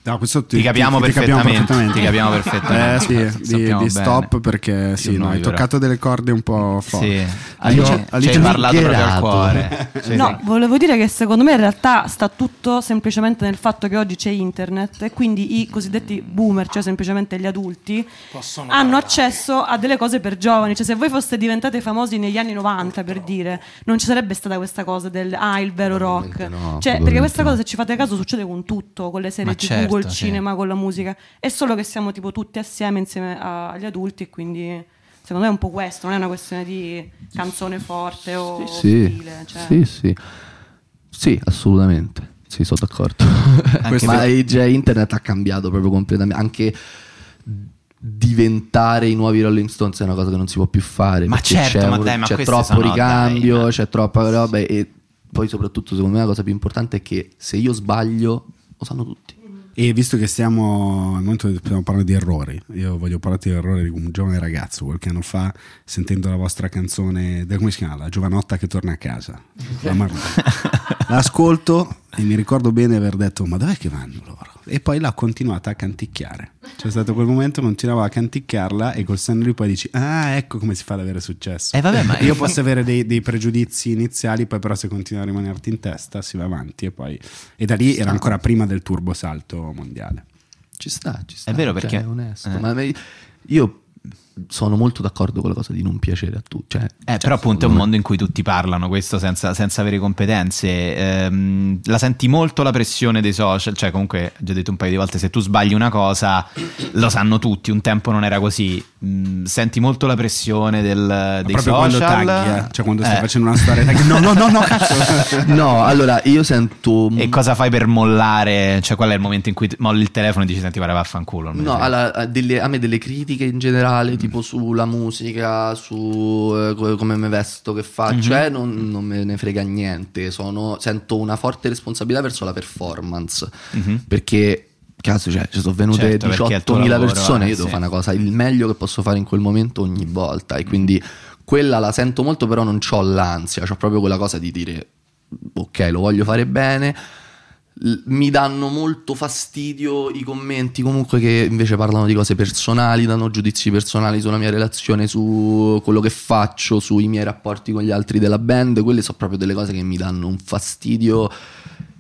Speaker 3: No, questo
Speaker 2: Ti capiamo perfettamente, ti capiamo
Speaker 3: Eh,
Speaker 2: perfettamente.
Speaker 3: sì, di,
Speaker 2: Sappiamo
Speaker 3: di
Speaker 2: bene.
Speaker 3: stop perché sì,
Speaker 2: noi,
Speaker 3: no, hai
Speaker 2: però.
Speaker 3: toccato delle corde un po' forti.
Speaker 2: Sì. Alice- Ci hai Alice parlato proprio al cuore. Cioè,
Speaker 6: No, volevo dire che secondo me in realtà sta tutto semplicemente nel fatto che oggi c'è internet e quindi i cosiddetti boomer, cioè semplicemente gli adulti,
Speaker 4: Possono
Speaker 6: hanno accesso a delle cose per giovani. Cioè, se voi foste diventate famosi negli anni 90, per dire, non ci sarebbe stata questa cosa del ah, il vero rock. cioè, perché
Speaker 7: probabilmente
Speaker 6: questa cosa,
Speaker 7: no.
Speaker 6: se ci fate caso, succede con tutto, con le serie
Speaker 7: Ma
Speaker 6: TV,
Speaker 7: certo,
Speaker 6: col
Speaker 7: sì.
Speaker 6: cinema, con la musica. È solo che siamo tipo tutti assieme insieme a- agli adulti e quindi. Secondo me è un po' questo, non è una questione di canzone forte o
Speaker 1: Sì,
Speaker 6: stile. Cioè.
Speaker 1: sì, sì. Sì, assolutamente. Sì, sono d'accordo.
Speaker 2: Anche
Speaker 1: Ma
Speaker 2: se-
Speaker 1: eh, cioè, internet ha cambiato proprio completamente. Anche diventare i nuovi Rolling Stones è una cosa che non si può più fare.
Speaker 2: Ma
Speaker 1: perché
Speaker 2: certo,
Speaker 1: c'è,
Speaker 2: ma
Speaker 1: un-
Speaker 2: dai, ma
Speaker 1: c'è
Speaker 2: queste
Speaker 1: troppo
Speaker 2: sono-
Speaker 1: ricambio, c'è troppa roba. E poi, soprattutto, secondo me, la cosa più importante è che se io sbaglio, lo sanno tutti.
Speaker 3: E visto che siamo al momento che dobbiamo parlare di errori, io voglio parlarti dell'errore di un giovane ragazzo qualche anno fa, sentendo la vostra canzone, del- come si chiama? La giovanotta che torna a casa. La Marlon. L'ascolto e mi ricordo bene aver detto: Ma dov'è che vanno loro? E poi l'ha continuata a canticchiare. C'è stato quel momento, continuava a canticchiarla e col senno di poi dici: Ah, ecco come si fa ad avere successo.
Speaker 2: Eh, vabbè, ma-
Speaker 3: io posso avere dei, dei pregiudizi iniziali, poi però se continua a rimanerti in testa si va avanti e poi... E da lì era ancora prima del turbosalto mondiale.
Speaker 1: Ci sta, ci sta.
Speaker 2: È vero,
Speaker 1: cioè,
Speaker 2: perché-
Speaker 1: è onesto.
Speaker 2: eh.
Speaker 1: Ma me- io sono molto d'accordo con la cosa di non piacere a tutti. Cioè,
Speaker 2: Eh, però appunto
Speaker 3: mm.
Speaker 2: è un mondo in cui tutti parlano, questo senza, senza avere competenze. Ehm, la senti molto la pressione dei social, cioè comunque ho già detto un paio di volte, se tu sbagli una cosa lo sanno tutti, un tempo non era così. Mm, senti molto la pressione
Speaker 1: Eh,
Speaker 2: del, dei
Speaker 3: proprio
Speaker 2: social.
Speaker 3: quando tagli, eh, cioè quando stai
Speaker 2: Eh.
Speaker 3: facendo una storia tagli, no, no, no, no, cazzo.
Speaker 1: No, allora io sento.
Speaker 2: E cosa fai per mollare? Cioè, qual è il momento in cui ti- molli il telefono e dici: Senti, guarda, vaffanculo. non me ne
Speaker 1: No,
Speaker 2: frega".
Speaker 1: alla- a, delle- a me delle critiche in generale, tipo sulla musica, su eh, co- come mi vesto, che faccio,
Speaker 2: Mhm.
Speaker 1: eh, non, non me ne frega niente. Sono- sento una forte responsabilità verso la performance.
Speaker 2: Mhm.
Speaker 1: Perché, cazzo, cioè, ci sono venute
Speaker 2: Certo, perché è il tuo
Speaker 1: 18.000
Speaker 2: lavoro,
Speaker 1: persone,
Speaker 2: eh,
Speaker 1: io devo
Speaker 2: sì.
Speaker 1: fare una cosa, il meglio che posso fare in quel momento ogni volta. E quindi quella la sento molto, però non ho l'ansia, ho proprio quella cosa di dire, ok, lo voglio fare bene. L- mi danno molto fastidio i commenti comunque che invece parlano di cose personali, danno giudizi personali sulla mia relazione, su quello che faccio, sui miei rapporti con gli altri della band, quelle sono proprio delle cose che mi danno un fastidio,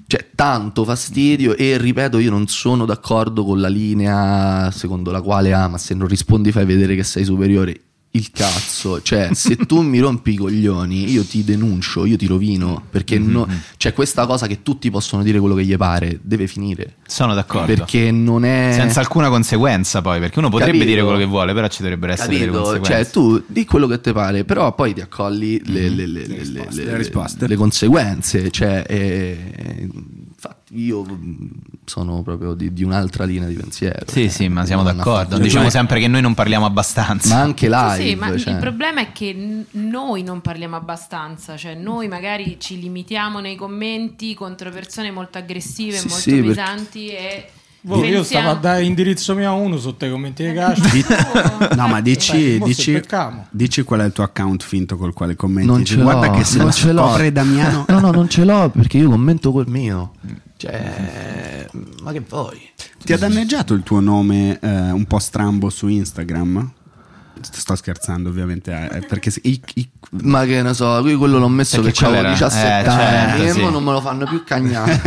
Speaker 1: cioè tanto fastidio e ripeto io non sono d'accordo con la linea secondo la quale ah ma se non rispondi fai vedere che sei superiore. Il cazzo, cioè, se tu mi rompi i coglioni, io ti denuncio, io ti rovino. Perché no, cioè, questa cosa che tutti possono dire quello che gli pare deve finire.
Speaker 2: Sono d'accordo.
Speaker 1: Perché non è.
Speaker 2: Senza alcuna conseguenza, poi, perché uno potrebbe
Speaker 1: Capito.
Speaker 2: dire quello che vuole, però ci dovrebbero essere delle
Speaker 1: Capito?
Speaker 2: conseguenze.
Speaker 1: Cioè, tu di quello che ti pare, però poi ti accolli le,
Speaker 2: Mm-hmm.
Speaker 1: le- le- le- le- le- le conseguenze. Cioè, eh, infatti, io mm, sono proprio di, di un'altra linea di pensiero.
Speaker 2: Sì, sì, ma siamo
Speaker 1: non
Speaker 2: d'accordo.
Speaker 1: affatto-
Speaker 2: Diciamo
Speaker 1: Ma-
Speaker 2: sempre che noi non parliamo abbastanza.
Speaker 1: Ma anche live.
Speaker 7: Sì, ma
Speaker 1: cioè.
Speaker 7: il problema è che n- noi non parliamo abbastanza, cioè noi magari ci limitiamo nei commenti contro persone molto aggressive,
Speaker 1: Sì,
Speaker 7: molto
Speaker 1: sì, perché-
Speaker 7: pesanti e
Speaker 4: Boh, io
Speaker 7: pensiamo- Oh.
Speaker 4: stavo a dare indirizzo mio a uno sotto i commenti di Cash.
Speaker 3: No, ma dici,
Speaker 4: Beh, mo se
Speaker 3: dici,
Speaker 4: peccamo.
Speaker 3: dici qual è il tuo account finto col quale commenti.
Speaker 1: Non
Speaker 3: Dici,
Speaker 1: ce l'ho,
Speaker 3: Guarda che se
Speaker 1: non
Speaker 3: la
Speaker 1: ce l'ho.
Speaker 3: scopre Damiano.
Speaker 1: No, no, non ce l'ho perché io commento col mio. Cioè, ma che vuoi?
Speaker 3: Ti ha danneggiato il tuo nome eh, un po' strambo su Instagram? Sto scherzando, ovviamente. eh, perché se- i- i-
Speaker 1: Ma che ne so, io quello l'ho messo
Speaker 3: Perché
Speaker 1: che avevo
Speaker 3: c'era?
Speaker 1: 17
Speaker 3: Eh,
Speaker 1: anni
Speaker 3: certo,
Speaker 1: e
Speaker 3: sì.
Speaker 1: mo non me lo fanno più cagnare.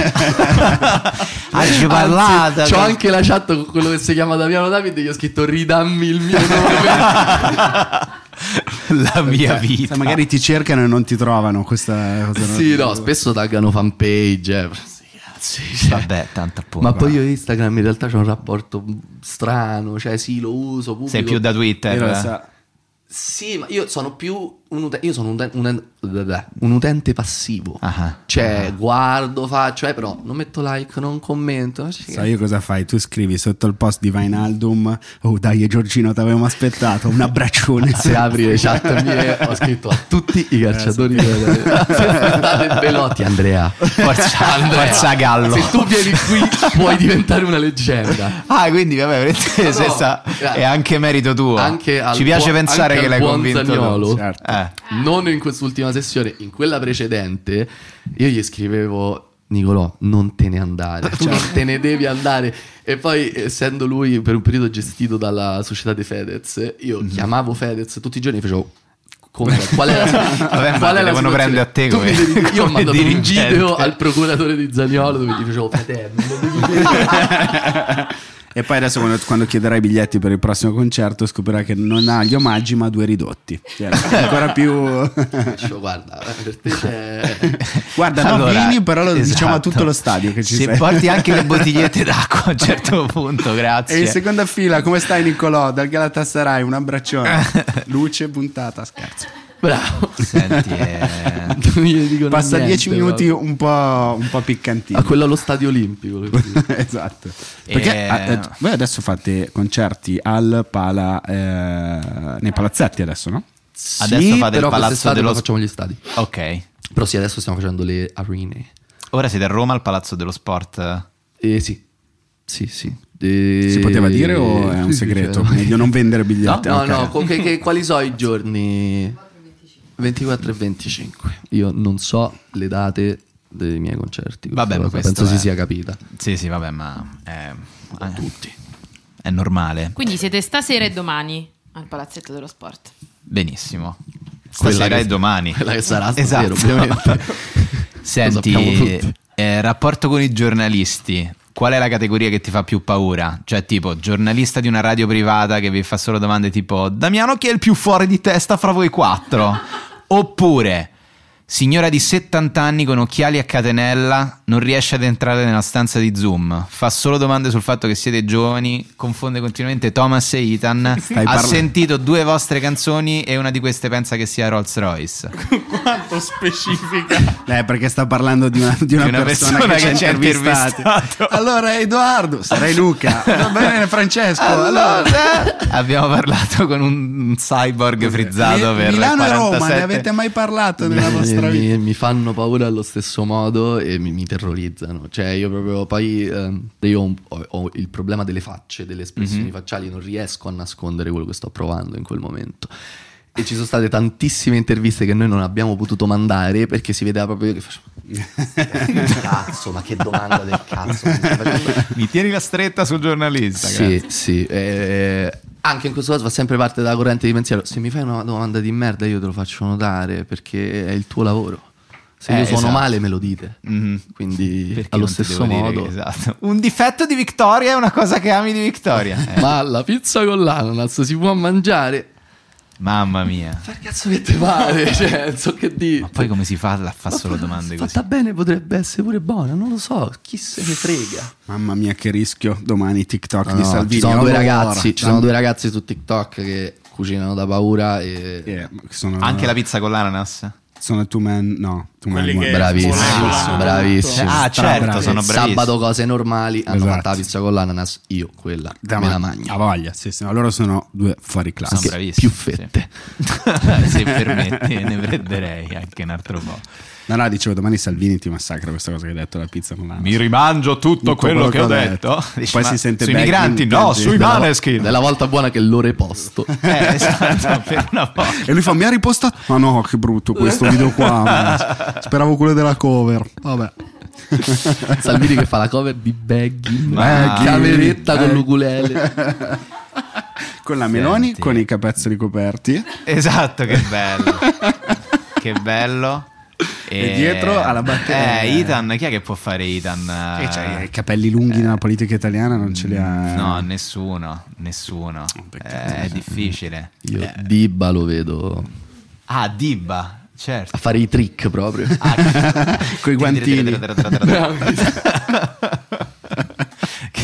Speaker 2: Oggi Ah, parlate.
Speaker 1: C'ho anche la chat con quello che si chiama Damiano Davide. Gli ho scritto ridammi il mio nome.
Speaker 2: la
Speaker 1: mia
Speaker 3: vita. magari ti cercano e non ti trovano. Questa cosa
Speaker 1: sì, no, spesso taggano fanpage. eh. Sì, cazzo, cioè.
Speaker 2: Vabbè, tanto appunto.
Speaker 1: Ma poi io Instagram in realtà c'ho un rapporto strano, cioè sì lo uso, pubblico.
Speaker 2: Sei più da Twitter. eh?
Speaker 1: Io lo so. Sì, ma io sono più un utente, io sono un, uten- un en- un utente passivo. Cioè, guardo, faccio, eh, però non metto like, non commento. non ci-
Speaker 3: So io cosa fai? Tu scrivi sotto il post di Vinaldum, oh dai Giorgino, t'avevamo aspettato, un abbraccione.
Speaker 1: Se apri le chat mie ho scritto a tutti i
Speaker 2: Eh,
Speaker 1: calciatori del Belotti Andrea.
Speaker 2: Forza,
Speaker 1: Andrea,
Speaker 2: forza Gallo.
Speaker 1: Se tu vieni qui puoi diventare una leggenda.
Speaker 2: Ah, quindi vabbè, veramente,
Speaker 1: No,
Speaker 2: se
Speaker 1: no,
Speaker 2: sta-
Speaker 1: grazie.
Speaker 2: è anche merito tuo.
Speaker 1: Anche al
Speaker 2: Ci piace
Speaker 1: buon-
Speaker 2: pensare
Speaker 1: anche
Speaker 2: che
Speaker 1: al
Speaker 2: l'hai
Speaker 1: buon
Speaker 2: convinto tu.
Speaker 1: Zaniolo,
Speaker 2: Certo. Eh.
Speaker 1: Non in quest'ultima sessione, in quella precedente, io gli scrivevo. Nicolò, non te ne andare, tu non te ne devi andare. E poi, essendo lui per un periodo gestito dalla società di Fedez,
Speaker 2: Mhm.
Speaker 1: io chiamavo Fedez tutti i giorni e facevo. Come, qual è la,
Speaker 2: Vabbè, ma
Speaker 1: qual è la
Speaker 2: devono
Speaker 1: situazione?
Speaker 2: prendere a te
Speaker 1: Tu
Speaker 2: come-
Speaker 1: mi devi- io ho
Speaker 2: come
Speaker 1: mandato un
Speaker 2: dirigente.
Speaker 1: video al procuratore di Zaniolo dove gli facevo fratello.
Speaker 3: E poi adesso quando, quando chiederai i biglietti per il prossimo concerto scoprirai che non ha gli omaggi ma due ridotti. Cioè, ancora più...
Speaker 1: Faccio, guarda, per te c'è.
Speaker 3: Guarda,
Speaker 2: Allora,
Speaker 3: no, vieni però lo diciamo a
Speaker 2: esatto.
Speaker 3: tutto lo stadio che ci
Speaker 2: Se
Speaker 3: sei.
Speaker 2: porti anche le bottigliette d'acqua a un certo punto, grazie.
Speaker 3: E in seconda fila, come stai Nicolò? Dal Galatasaray, un abbraccione. Luce puntata, scherzo.
Speaker 1: Bravo.
Speaker 2: Senti, eh,
Speaker 1: Non gli dicono
Speaker 3: Passa
Speaker 1: niente,
Speaker 3: dieci minuti
Speaker 1: guarda.
Speaker 3: un po', un po' piccantino.
Speaker 1: A quello allo stadio olimpico.
Speaker 3: esatto. Perché
Speaker 2: Eh,
Speaker 3: ah, eh, voi adesso fate concerti al pala, eh, nei palazzetti adesso, no?
Speaker 2: Adesso fate il
Speaker 1: però
Speaker 2: palazzo
Speaker 1: quest'estate
Speaker 2: dello
Speaker 1: lo facciamo gli stadi.
Speaker 2: Ok.
Speaker 1: Però sì, adesso stiamo facendo le arene.
Speaker 2: Ora siete a Roma al palazzo dello sport.
Speaker 1: Eh sì. Sì, sì. Eh,
Speaker 3: Si poteva dire o è un
Speaker 1: Sì, sì,
Speaker 3: segreto?
Speaker 1: sì.
Speaker 3: Meglio non vendere
Speaker 1: No,
Speaker 3: biglietti.
Speaker 1: no,
Speaker 3: ok.
Speaker 1: no, con- che- che- quali sono i giorni? 24 e 25. Io non so le date dei miei concerti.
Speaker 2: Vabbè, ma
Speaker 1: cosa
Speaker 2: questo
Speaker 1: penso
Speaker 2: è-
Speaker 1: si sia capita.
Speaker 2: Sì, sì, vabbè, ma è, tutti. È normale.
Speaker 7: Quindi siete stasera e domani al Palazzetto dello Sport.
Speaker 2: Benissimo.
Speaker 1: Quella
Speaker 2: Stasera
Speaker 1: che-
Speaker 2: e domani.
Speaker 1: quella che sarà stasera,
Speaker 2: esatto.
Speaker 1: ovviamente. Lo sappiamo
Speaker 2: Senti,
Speaker 1: tutti.
Speaker 2: eh, rapporto con i giornalisti. Qual è la categoria che ti fa più paura? Cioè, tipo, giornalista di una radio privata che vi fa solo domande tipo Damiano, chi è il più fuori di testa fra voi quattro? Oppure, signora di 70 anni con occhiali a catenella, non riesce ad entrare nella stanza di Zoom, fa solo domande sul fatto che siete giovani, confonde continuamente Thomas e Ethan, ha
Speaker 3: parla-
Speaker 2: sentito due vostre canzoni e una di queste pensa che sia Rolls Royce.
Speaker 13: Quanto specifica.
Speaker 3: Eh, perché sta parlando di una, di una
Speaker 2: Di una
Speaker 3: persona,
Speaker 2: persona
Speaker 3: che,
Speaker 2: che
Speaker 3: ci
Speaker 2: ci
Speaker 3: ha
Speaker 2: ha
Speaker 3: intervistato. Allora, Edoardo, sarai Luca. Va bene, Francesco. Allora,
Speaker 2: eh, Abbiamo parlato con un cyborg frizzato per
Speaker 3: Milano e Roma, ne
Speaker 2: 47.
Speaker 3: avete mai parlato nella
Speaker 1: Mi-
Speaker 3: vostra
Speaker 1: mi,
Speaker 3: vita?
Speaker 1: mi fanno paura allo stesso modo e mi, mi terrorizzano. Cioè, io proprio poi ehm, io ho, un- ho- ho il problema delle facce, delle espressioni
Speaker 2: Mhm.
Speaker 1: facciali, non riesco a nascondere quello che sto provando in quel momento. E ci sono state tantissime interviste che noi non abbiamo potuto mandare perché si vedeva proprio io che facevo. cazzo, ma che domanda del cazzo! mi stai facendo?"
Speaker 2: Mi tieni la stretta sul giornalista.
Speaker 1: Sì, sì. eh, anche in questo caso fa sempre parte della corrente di pensiero. Se mi fai una domanda di merda, io te lo faccio notare perché è il tuo lavoro. Se
Speaker 2: Eh,
Speaker 1: io suono
Speaker 2: esatto. Mm-hmm.
Speaker 1: male, me lo dite. Quindi, allo
Speaker 2: non ti
Speaker 1: stesso
Speaker 2: devo dire
Speaker 1: modo.
Speaker 2: che- esatto. Un difetto di Vittoria è una cosa che ami di Eh, Vittoria.
Speaker 1: Ma la pizza con l'ananas si può mangiare?
Speaker 2: Mamma mia.
Speaker 1: Che cazzo che te pare? Cioè, non so che dire.
Speaker 2: Ma poi come si fa a fare solo domande così?
Speaker 1: Fatta bene potrebbe essere pure buona, non lo so, chi se ne frega.
Speaker 3: Mamma mia, che rischio domani TikTok
Speaker 1: No,
Speaker 3: di Salvini.
Speaker 1: ci sono due
Speaker 3: Allora,
Speaker 1: ragazzi, ci sono
Speaker 3: dammi-
Speaker 1: due ragazzi su TikTok che cucinano da paura e
Speaker 3: Eh, sono
Speaker 2: Anche la pizza con l'ananas?
Speaker 3: Sono two man, no, two man
Speaker 2: Quelli che-
Speaker 1: Bravissimo,
Speaker 2: Ah,
Speaker 1: bravissimo.
Speaker 2: Ah, certo, sono bravissimi.
Speaker 1: Sabato cose normali, hanno
Speaker 3: Esatto.
Speaker 1: fatto la pizza con l'ananas, io quella me la mangio.
Speaker 3: A voglia, sì, sì, no, loro sono due fuori classe.
Speaker 2: Sono
Speaker 3: Più
Speaker 2: bravissimi, fette. Se permetti, ne prenderei anche un altro po'.
Speaker 3: No, no, dicevo, domani Salvini ti massacra questa cosa che hai detto, la pizza con l'ananas.
Speaker 2: Mi rimangio tutto quello che ho detto. Dici,
Speaker 3: Poi
Speaker 2: ma
Speaker 3: si sente
Speaker 2: sui
Speaker 3: back
Speaker 2: migranti,
Speaker 3: in-
Speaker 2: no,
Speaker 3: in-
Speaker 2: sui
Speaker 3: dalla-
Speaker 2: maneskin.
Speaker 1: Della volta buona che l'ho reposto.
Speaker 2: Eh, esatto, per una volta.
Speaker 3: E lui fa, mi ha ripostato. Ma no, che brutto questo video qua. ma- Speravo quello della cover. Vabbè.
Speaker 1: Salvini che fa la cover di Baggy,
Speaker 3: Baggy.
Speaker 1: Ah, cameretta con
Speaker 3: Baggy.
Speaker 1: l'ukulele.
Speaker 3: con la Meloni,
Speaker 2: Senti.
Speaker 3: con i capezzoli coperti.
Speaker 2: Esatto, che bello. che bello.
Speaker 3: E dietro alla batteria.
Speaker 2: Eh, Ethan, chi è che può fare Ethan? Eh,
Speaker 3: E cioè, i capelli lunghi nella politica italiana non ce li ha.
Speaker 2: No, nessuno, nessuno. Eh, è difficile.
Speaker 1: Io Dibba lo vedo
Speaker 2: Ah, Dibba, certo.
Speaker 1: a fare i trick proprio.
Speaker 2: Ah, Coi guantini.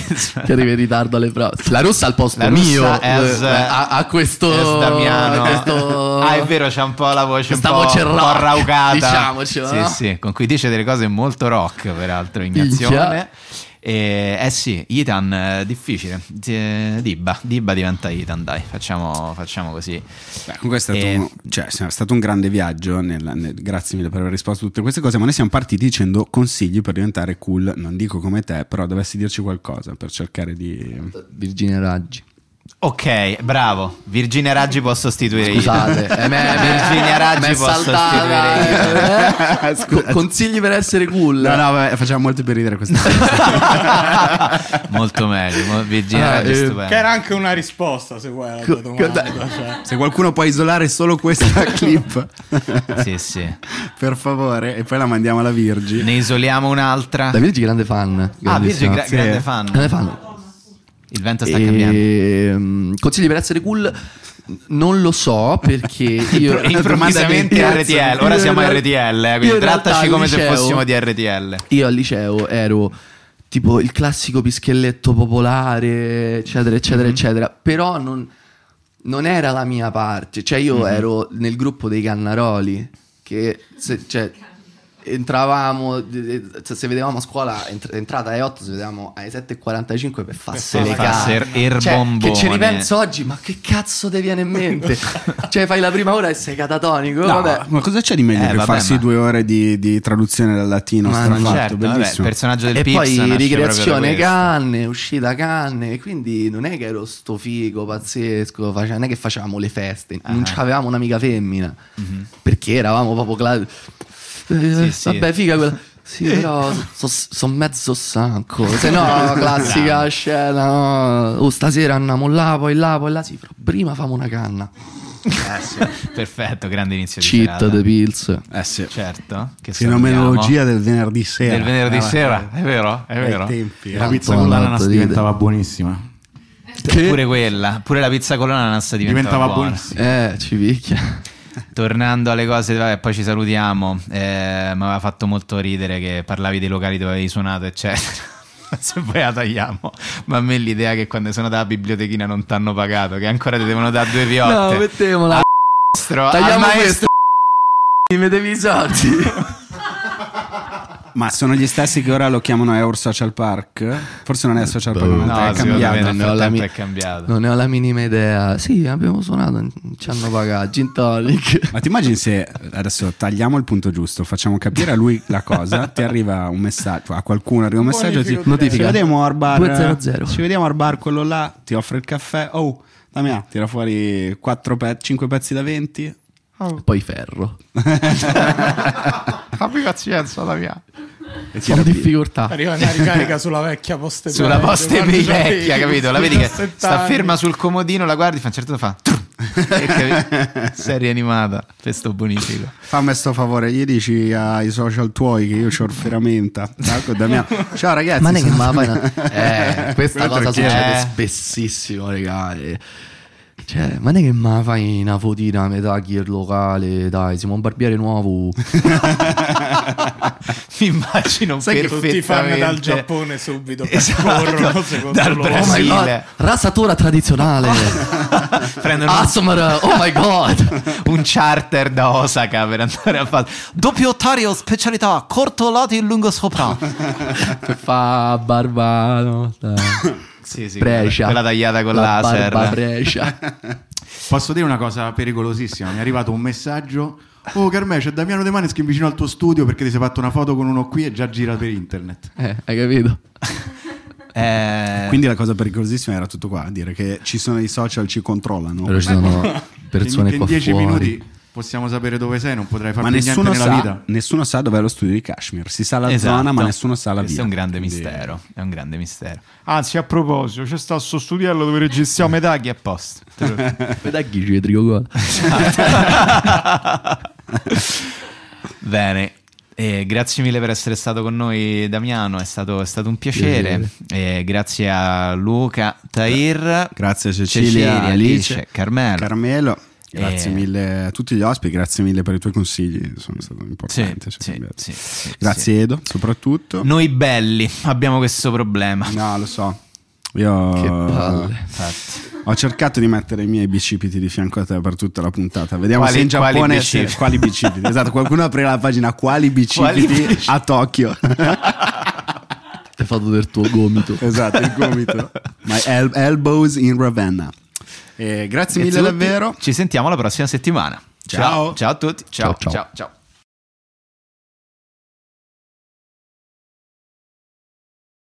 Speaker 1: Che arriva in ritardo alle prove. La rossa al posto
Speaker 2: La
Speaker 1: mio.
Speaker 2: russa es-
Speaker 1: eh, a, a questo.
Speaker 2: es Damiano.
Speaker 1: a questo-
Speaker 2: Ah, è vero, c'è un po' la voce un
Speaker 1: Questa
Speaker 2: po',
Speaker 1: voce
Speaker 2: un po'
Speaker 1: rock,
Speaker 2: raucata.
Speaker 1: diciamoci,
Speaker 2: Sì,
Speaker 1: no?
Speaker 2: sì, con cui dice delle cose molto rock, peraltro,
Speaker 1: Minchia.
Speaker 2: Ignazione. E, eh sì, Itan, eh, difficile. Eh, Dibba, Dibba diventa Itan, dai, facciamo, facciamo così.
Speaker 3: Comunque è stato,
Speaker 2: Eh,
Speaker 3: un, cioè, sì, è stato un grande viaggio. nel- nel- grazie mille per aver risposto a tutte queste cose. Ma noi siamo partiti dicendo consigli per diventare cool. Non dico come te, però dovessi dirci qualcosa per cercare di.
Speaker 1: Virginia Raggi.
Speaker 2: Ok, bravo. Virginia Raggi può sostituire
Speaker 1: Scusate,
Speaker 2: Itan.
Speaker 1: eh, me-
Speaker 2: Virginia
Speaker 1: me-
Speaker 2: Raggi
Speaker 1: me
Speaker 2: può
Speaker 1: saltata,
Speaker 2: sostituire Itan.
Speaker 1: eh. Co- Consigli per essere cool.
Speaker 3: No, no, vabbè, facciamo molto per ridere questa cosa.
Speaker 2: Molto meglio, mo- Virginia
Speaker 3: Ah,
Speaker 2: Raggi
Speaker 3: eh,
Speaker 2: è
Speaker 4: Che
Speaker 2: stupenda.
Speaker 4: era anche una risposta, se vuoi, alla tua domanda. cioè.
Speaker 3: Se qualcuno può isolare solo questa clip,
Speaker 2: Sì, sì.
Speaker 3: per favore, e poi la mandiamo alla Virgi.
Speaker 2: Ne isoliamo un'altra.
Speaker 1: Da Virgi grande fan.
Speaker 2: Ah, Virgi
Speaker 1: grandissima.
Speaker 2: gra-
Speaker 1: Sì.
Speaker 2: grande fan.
Speaker 1: Grande fan.
Speaker 2: Il vento sta cambiando.
Speaker 1: Ehm, Consigli per essere cool? Non lo so perché io
Speaker 2: Improvvisamente
Speaker 1: Io-
Speaker 2: RTL. Ora
Speaker 1: io
Speaker 2: siamo
Speaker 1: in
Speaker 2: a
Speaker 1: real-
Speaker 2: RTL, eh,
Speaker 1: io
Speaker 2: quindi
Speaker 1: in realtà
Speaker 2: trattaci
Speaker 1: al
Speaker 2: come se
Speaker 1: liceo-
Speaker 2: fossimo di RTL.
Speaker 1: Io al liceo ero tipo il classico pischelletto popolare, eccetera, eccetera, eccetera. Però non, non era la mia parte. Cioè, io ero nel gruppo dei Cannaroli che se- cioè, entravamo. eh, Se se vedevamo a scuola entr- entrata alle 8, se vedevamo alle 7.45 per farse le
Speaker 2: Farse
Speaker 1: carte.
Speaker 2: il
Speaker 1: Cioè, che ci
Speaker 2: bombone.
Speaker 1: ripenso oggi, ma che cazzo ti viene in mente? cioè, fai la prima ora e sei catatonico.
Speaker 3: No,
Speaker 1: vabbè.
Speaker 3: ma cosa c'è di meglio
Speaker 2: Eh,
Speaker 3: che
Speaker 2: vabbè,
Speaker 3: farsi
Speaker 2: ma-
Speaker 3: due ore di, di traduzione dal latino?
Speaker 2: Ma
Speaker 3: strafatto,
Speaker 2: non certo, vabbè,
Speaker 3: bellissimo.
Speaker 2: il personaggio del
Speaker 1: e
Speaker 2: Pips
Speaker 1: poi
Speaker 2: nasce proprio
Speaker 1: ricreazione
Speaker 2: da questo.
Speaker 1: canne, uscita canne, e quindi non è che ero sto figo pazzesco, face- non è che facevamo le feste, non
Speaker 2: Ah. Mhm.
Speaker 1: avevamo un'amica femmina, perché eravamo proprio cla- Eh,
Speaker 2: sì.
Speaker 1: Vabbè, figa quella. Sì, però sono mezzo stanco. Se no, classica scena. no. Oh, stasera andiamo là, poi là, poi là. Sì, però prima famo una canna.
Speaker 2: Perfetto, grande inizio di
Speaker 1: Cheat
Speaker 2: serata.
Speaker 1: the pills.
Speaker 3: Eh sì.
Speaker 2: Certo. Che
Speaker 3: Fenomenologia
Speaker 2: salutiamo.
Speaker 3: del venerdì sera.
Speaker 2: Del venerdì
Speaker 3: Eh,
Speaker 2: sera, è vero? È
Speaker 3: Bei
Speaker 2: vero.
Speaker 3: tempi, eh.
Speaker 8: La pizza
Speaker 1: Tanto
Speaker 8: con
Speaker 1: alla
Speaker 8: l'ananas
Speaker 1: notte
Speaker 8: diventava buonissima.
Speaker 2: Pure quella, pure la pizza con l'ananas diventava,
Speaker 8: Diventava
Speaker 2: buona.
Speaker 8: buonissima.
Speaker 1: Eh, ci picchia.
Speaker 2: Tornando alle cose, vabbè, poi ci salutiamo. Eh, mi aveva fatto molto ridere che parlavi dei locali dove avevi suonato, eccetera. Se poi la tagliamo, ma a me l'idea che quando sono andata alla bibliotechina non ti hanno pagato, che ancora ti devono dare due
Speaker 1: No,
Speaker 2: piotte.
Speaker 1: mettiamola.
Speaker 2: Maestro, al
Speaker 1: Tagliamo questo.
Speaker 2: maestro.
Speaker 1: Mi vedevi i soldi.
Speaker 3: Ma sono gli stessi che ora lo chiamano Euro Social Park? Forse non è Social Park, non
Speaker 2: No,
Speaker 3: è
Speaker 2: secondo me
Speaker 3: cambiato.
Speaker 2: nel
Speaker 1: non ne ho la
Speaker 2: frattempo
Speaker 1: mi-
Speaker 2: è cambiato.
Speaker 1: Non ne ho la minima idea. Sì, abbiamo suonato, ci hanno pagato. Gin tonic.
Speaker 3: Ma ti immagini se adesso tagliamo il punto giusto, facciamo capire a lui la cosa, ti arriva un messaggio, a qualcuno arriva un messaggio, ti
Speaker 1: Bonifico di
Speaker 3: ci
Speaker 1: terra.
Speaker 3: vediamo al bar,
Speaker 1: 200.
Speaker 3: ci vediamo al bar quello là, ti offre il caffè, oh, dammi, là, tira fuori 5 pezzi da 20.
Speaker 1: Poi ferro.
Speaker 2: Abbi pazienza, Damiano.
Speaker 3: E ti
Speaker 1: Ho
Speaker 3: rapina.
Speaker 1: difficoltà.
Speaker 4: Arriva una ricarica sulla vecchia poste
Speaker 2: Sulla poste
Speaker 4: Guarda,
Speaker 2: pay
Speaker 4: già lì,
Speaker 2: vecchia, capito? La vedi che
Speaker 4: 70
Speaker 2: sta
Speaker 4: anni.
Speaker 2: ferma sul comodino, la guardi, fa un certo fa. e capi- Sei rianimata. Questo bonifico.
Speaker 3: Fammi sto favore, gli dici ai social tuoi che io c'ho il ferramenta. Ecco, Damiano. Ciao ragazzi.
Speaker 1: Ma non è che
Speaker 3: sono
Speaker 1: me la fai
Speaker 3: Damiano.
Speaker 1: una- Eh, questa
Speaker 3: Quello
Speaker 1: cosa
Speaker 3: perché-
Speaker 1: succede
Speaker 2: eh.
Speaker 1: spessissimo, regà. E- Cioè, ma non è che me la fai una fotina a metà gear locale, dai, siamo un barbiere nuovo. Oh
Speaker 2: Mi immagino
Speaker 1: Sai che
Speaker 4: Tutti fan
Speaker 2: perfettamente.
Speaker 4: dal Giappone subito che
Speaker 2: Esatto,
Speaker 4: corrono secondo
Speaker 2: dal
Speaker 4: loro.
Speaker 2: Brasile.
Speaker 1: my god,
Speaker 2: Brasile.
Speaker 1: rasatura tradizionale.
Speaker 2: Prendono un-
Speaker 1: Asomar, oh my god.
Speaker 3: Ah,
Speaker 2: un charter da Osaka per andare a fare doppio ottario specialità corto lato e lungo sopra
Speaker 1: Fa Barbano.
Speaker 2: sì, sì,
Speaker 1: Brescia.
Speaker 2: quella tagliata con
Speaker 1: La
Speaker 2: laser
Speaker 1: barba Brescia.
Speaker 8: Posso dire una cosa pericolosissima? Mi è arrivato un messaggio. Oh Carmè, c'è Damiano De Maneskin vicino al tuo studio perché ti sei fatto una foto con uno qui e già gira per internet.
Speaker 1: Eh, hai capito?
Speaker 2: Eh,
Speaker 3: Quindi la cosa pericolosissima era tutto qua, dire che ci sono i social, ci controllano.
Speaker 1: Però ci sono persone
Speaker 8: in,
Speaker 1: qua
Speaker 8: in dieci
Speaker 1: fuori.
Speaker 8: minuti possiamo sapere dove sei, non potrai
Speaker 3: ma
Speaker 8: farmi niente
Speaker 3: nessuno
Speaker 8: nella
Speaker 3: sa,
Speaker 8: vita.
Speaker 3: nessuno sa dov'è lo studio di Kashmir. Si sa la
Speaker 2: Esatto.
Speaker 3: zona, ma nessuno sa la via.
Speaker 2: Questo è un grande
Speaker 3: Quindi-
Speaker 2: mistero. È un grande mistero.
Speaker 14: Anzi, a proposito, c'è sta sto studiello dove registriamo medaglie apposta.
Speaker 1: Pedaghi ci vedo gol.
Speaker 2: Bene. Eh, grazie mille per essere stato con noi, Damiano. È stato, è stato un piacere. Eh, grazie a Luca, Tair.
Speaker 3: Grazie a Cecilia, Alice,
Speaker 2: Carmelo.
Speaker 3: Carmelo. Grazie
Speaker 2: Eh.
Speaker 3: mille a tutti gli ospiti, grazie mille per i tuoi consigli, sono stato importante. cioè, grazie Edo, soprattutto.
Speaker 2: Noi belli abbiamo questo problema.
Speaker 3: No, lo so. Io eh,
Speaker 2: Che palle.
Speaker 3: ho cercato di mettere i miei bicipiti di fianco a te per tutta la puntata. Vediamo
Speaker 2: Quali-
Speaker 3: se in Giappone
Speaker 2: quali
Speaker 3: quali
Speaker 2: bicipiti?
Speaker 3: bicipiti. quali bicipiti. esatto, qualcuno aprirà la pagina quali bicipiti,
Speaker 2: Quali bicipiti?
Speaker 3: a Tokyo.
Speaker 1: Hai fatto del tuo gomito.
Speaker 3: esatto, il gomito. My el- elbows in Ravenna. Eh, grazie mille
Speaker 2: Innanzitutto,
Speaker 3: davvero.
Speaker 2: Ci sentiamo la prossima settimana.
Speaker 3: Ciao.
Speaker 2: Ciao a tutti.
Speaker 3: Ciao, ciao.
Speaker 2: ciao. ciao.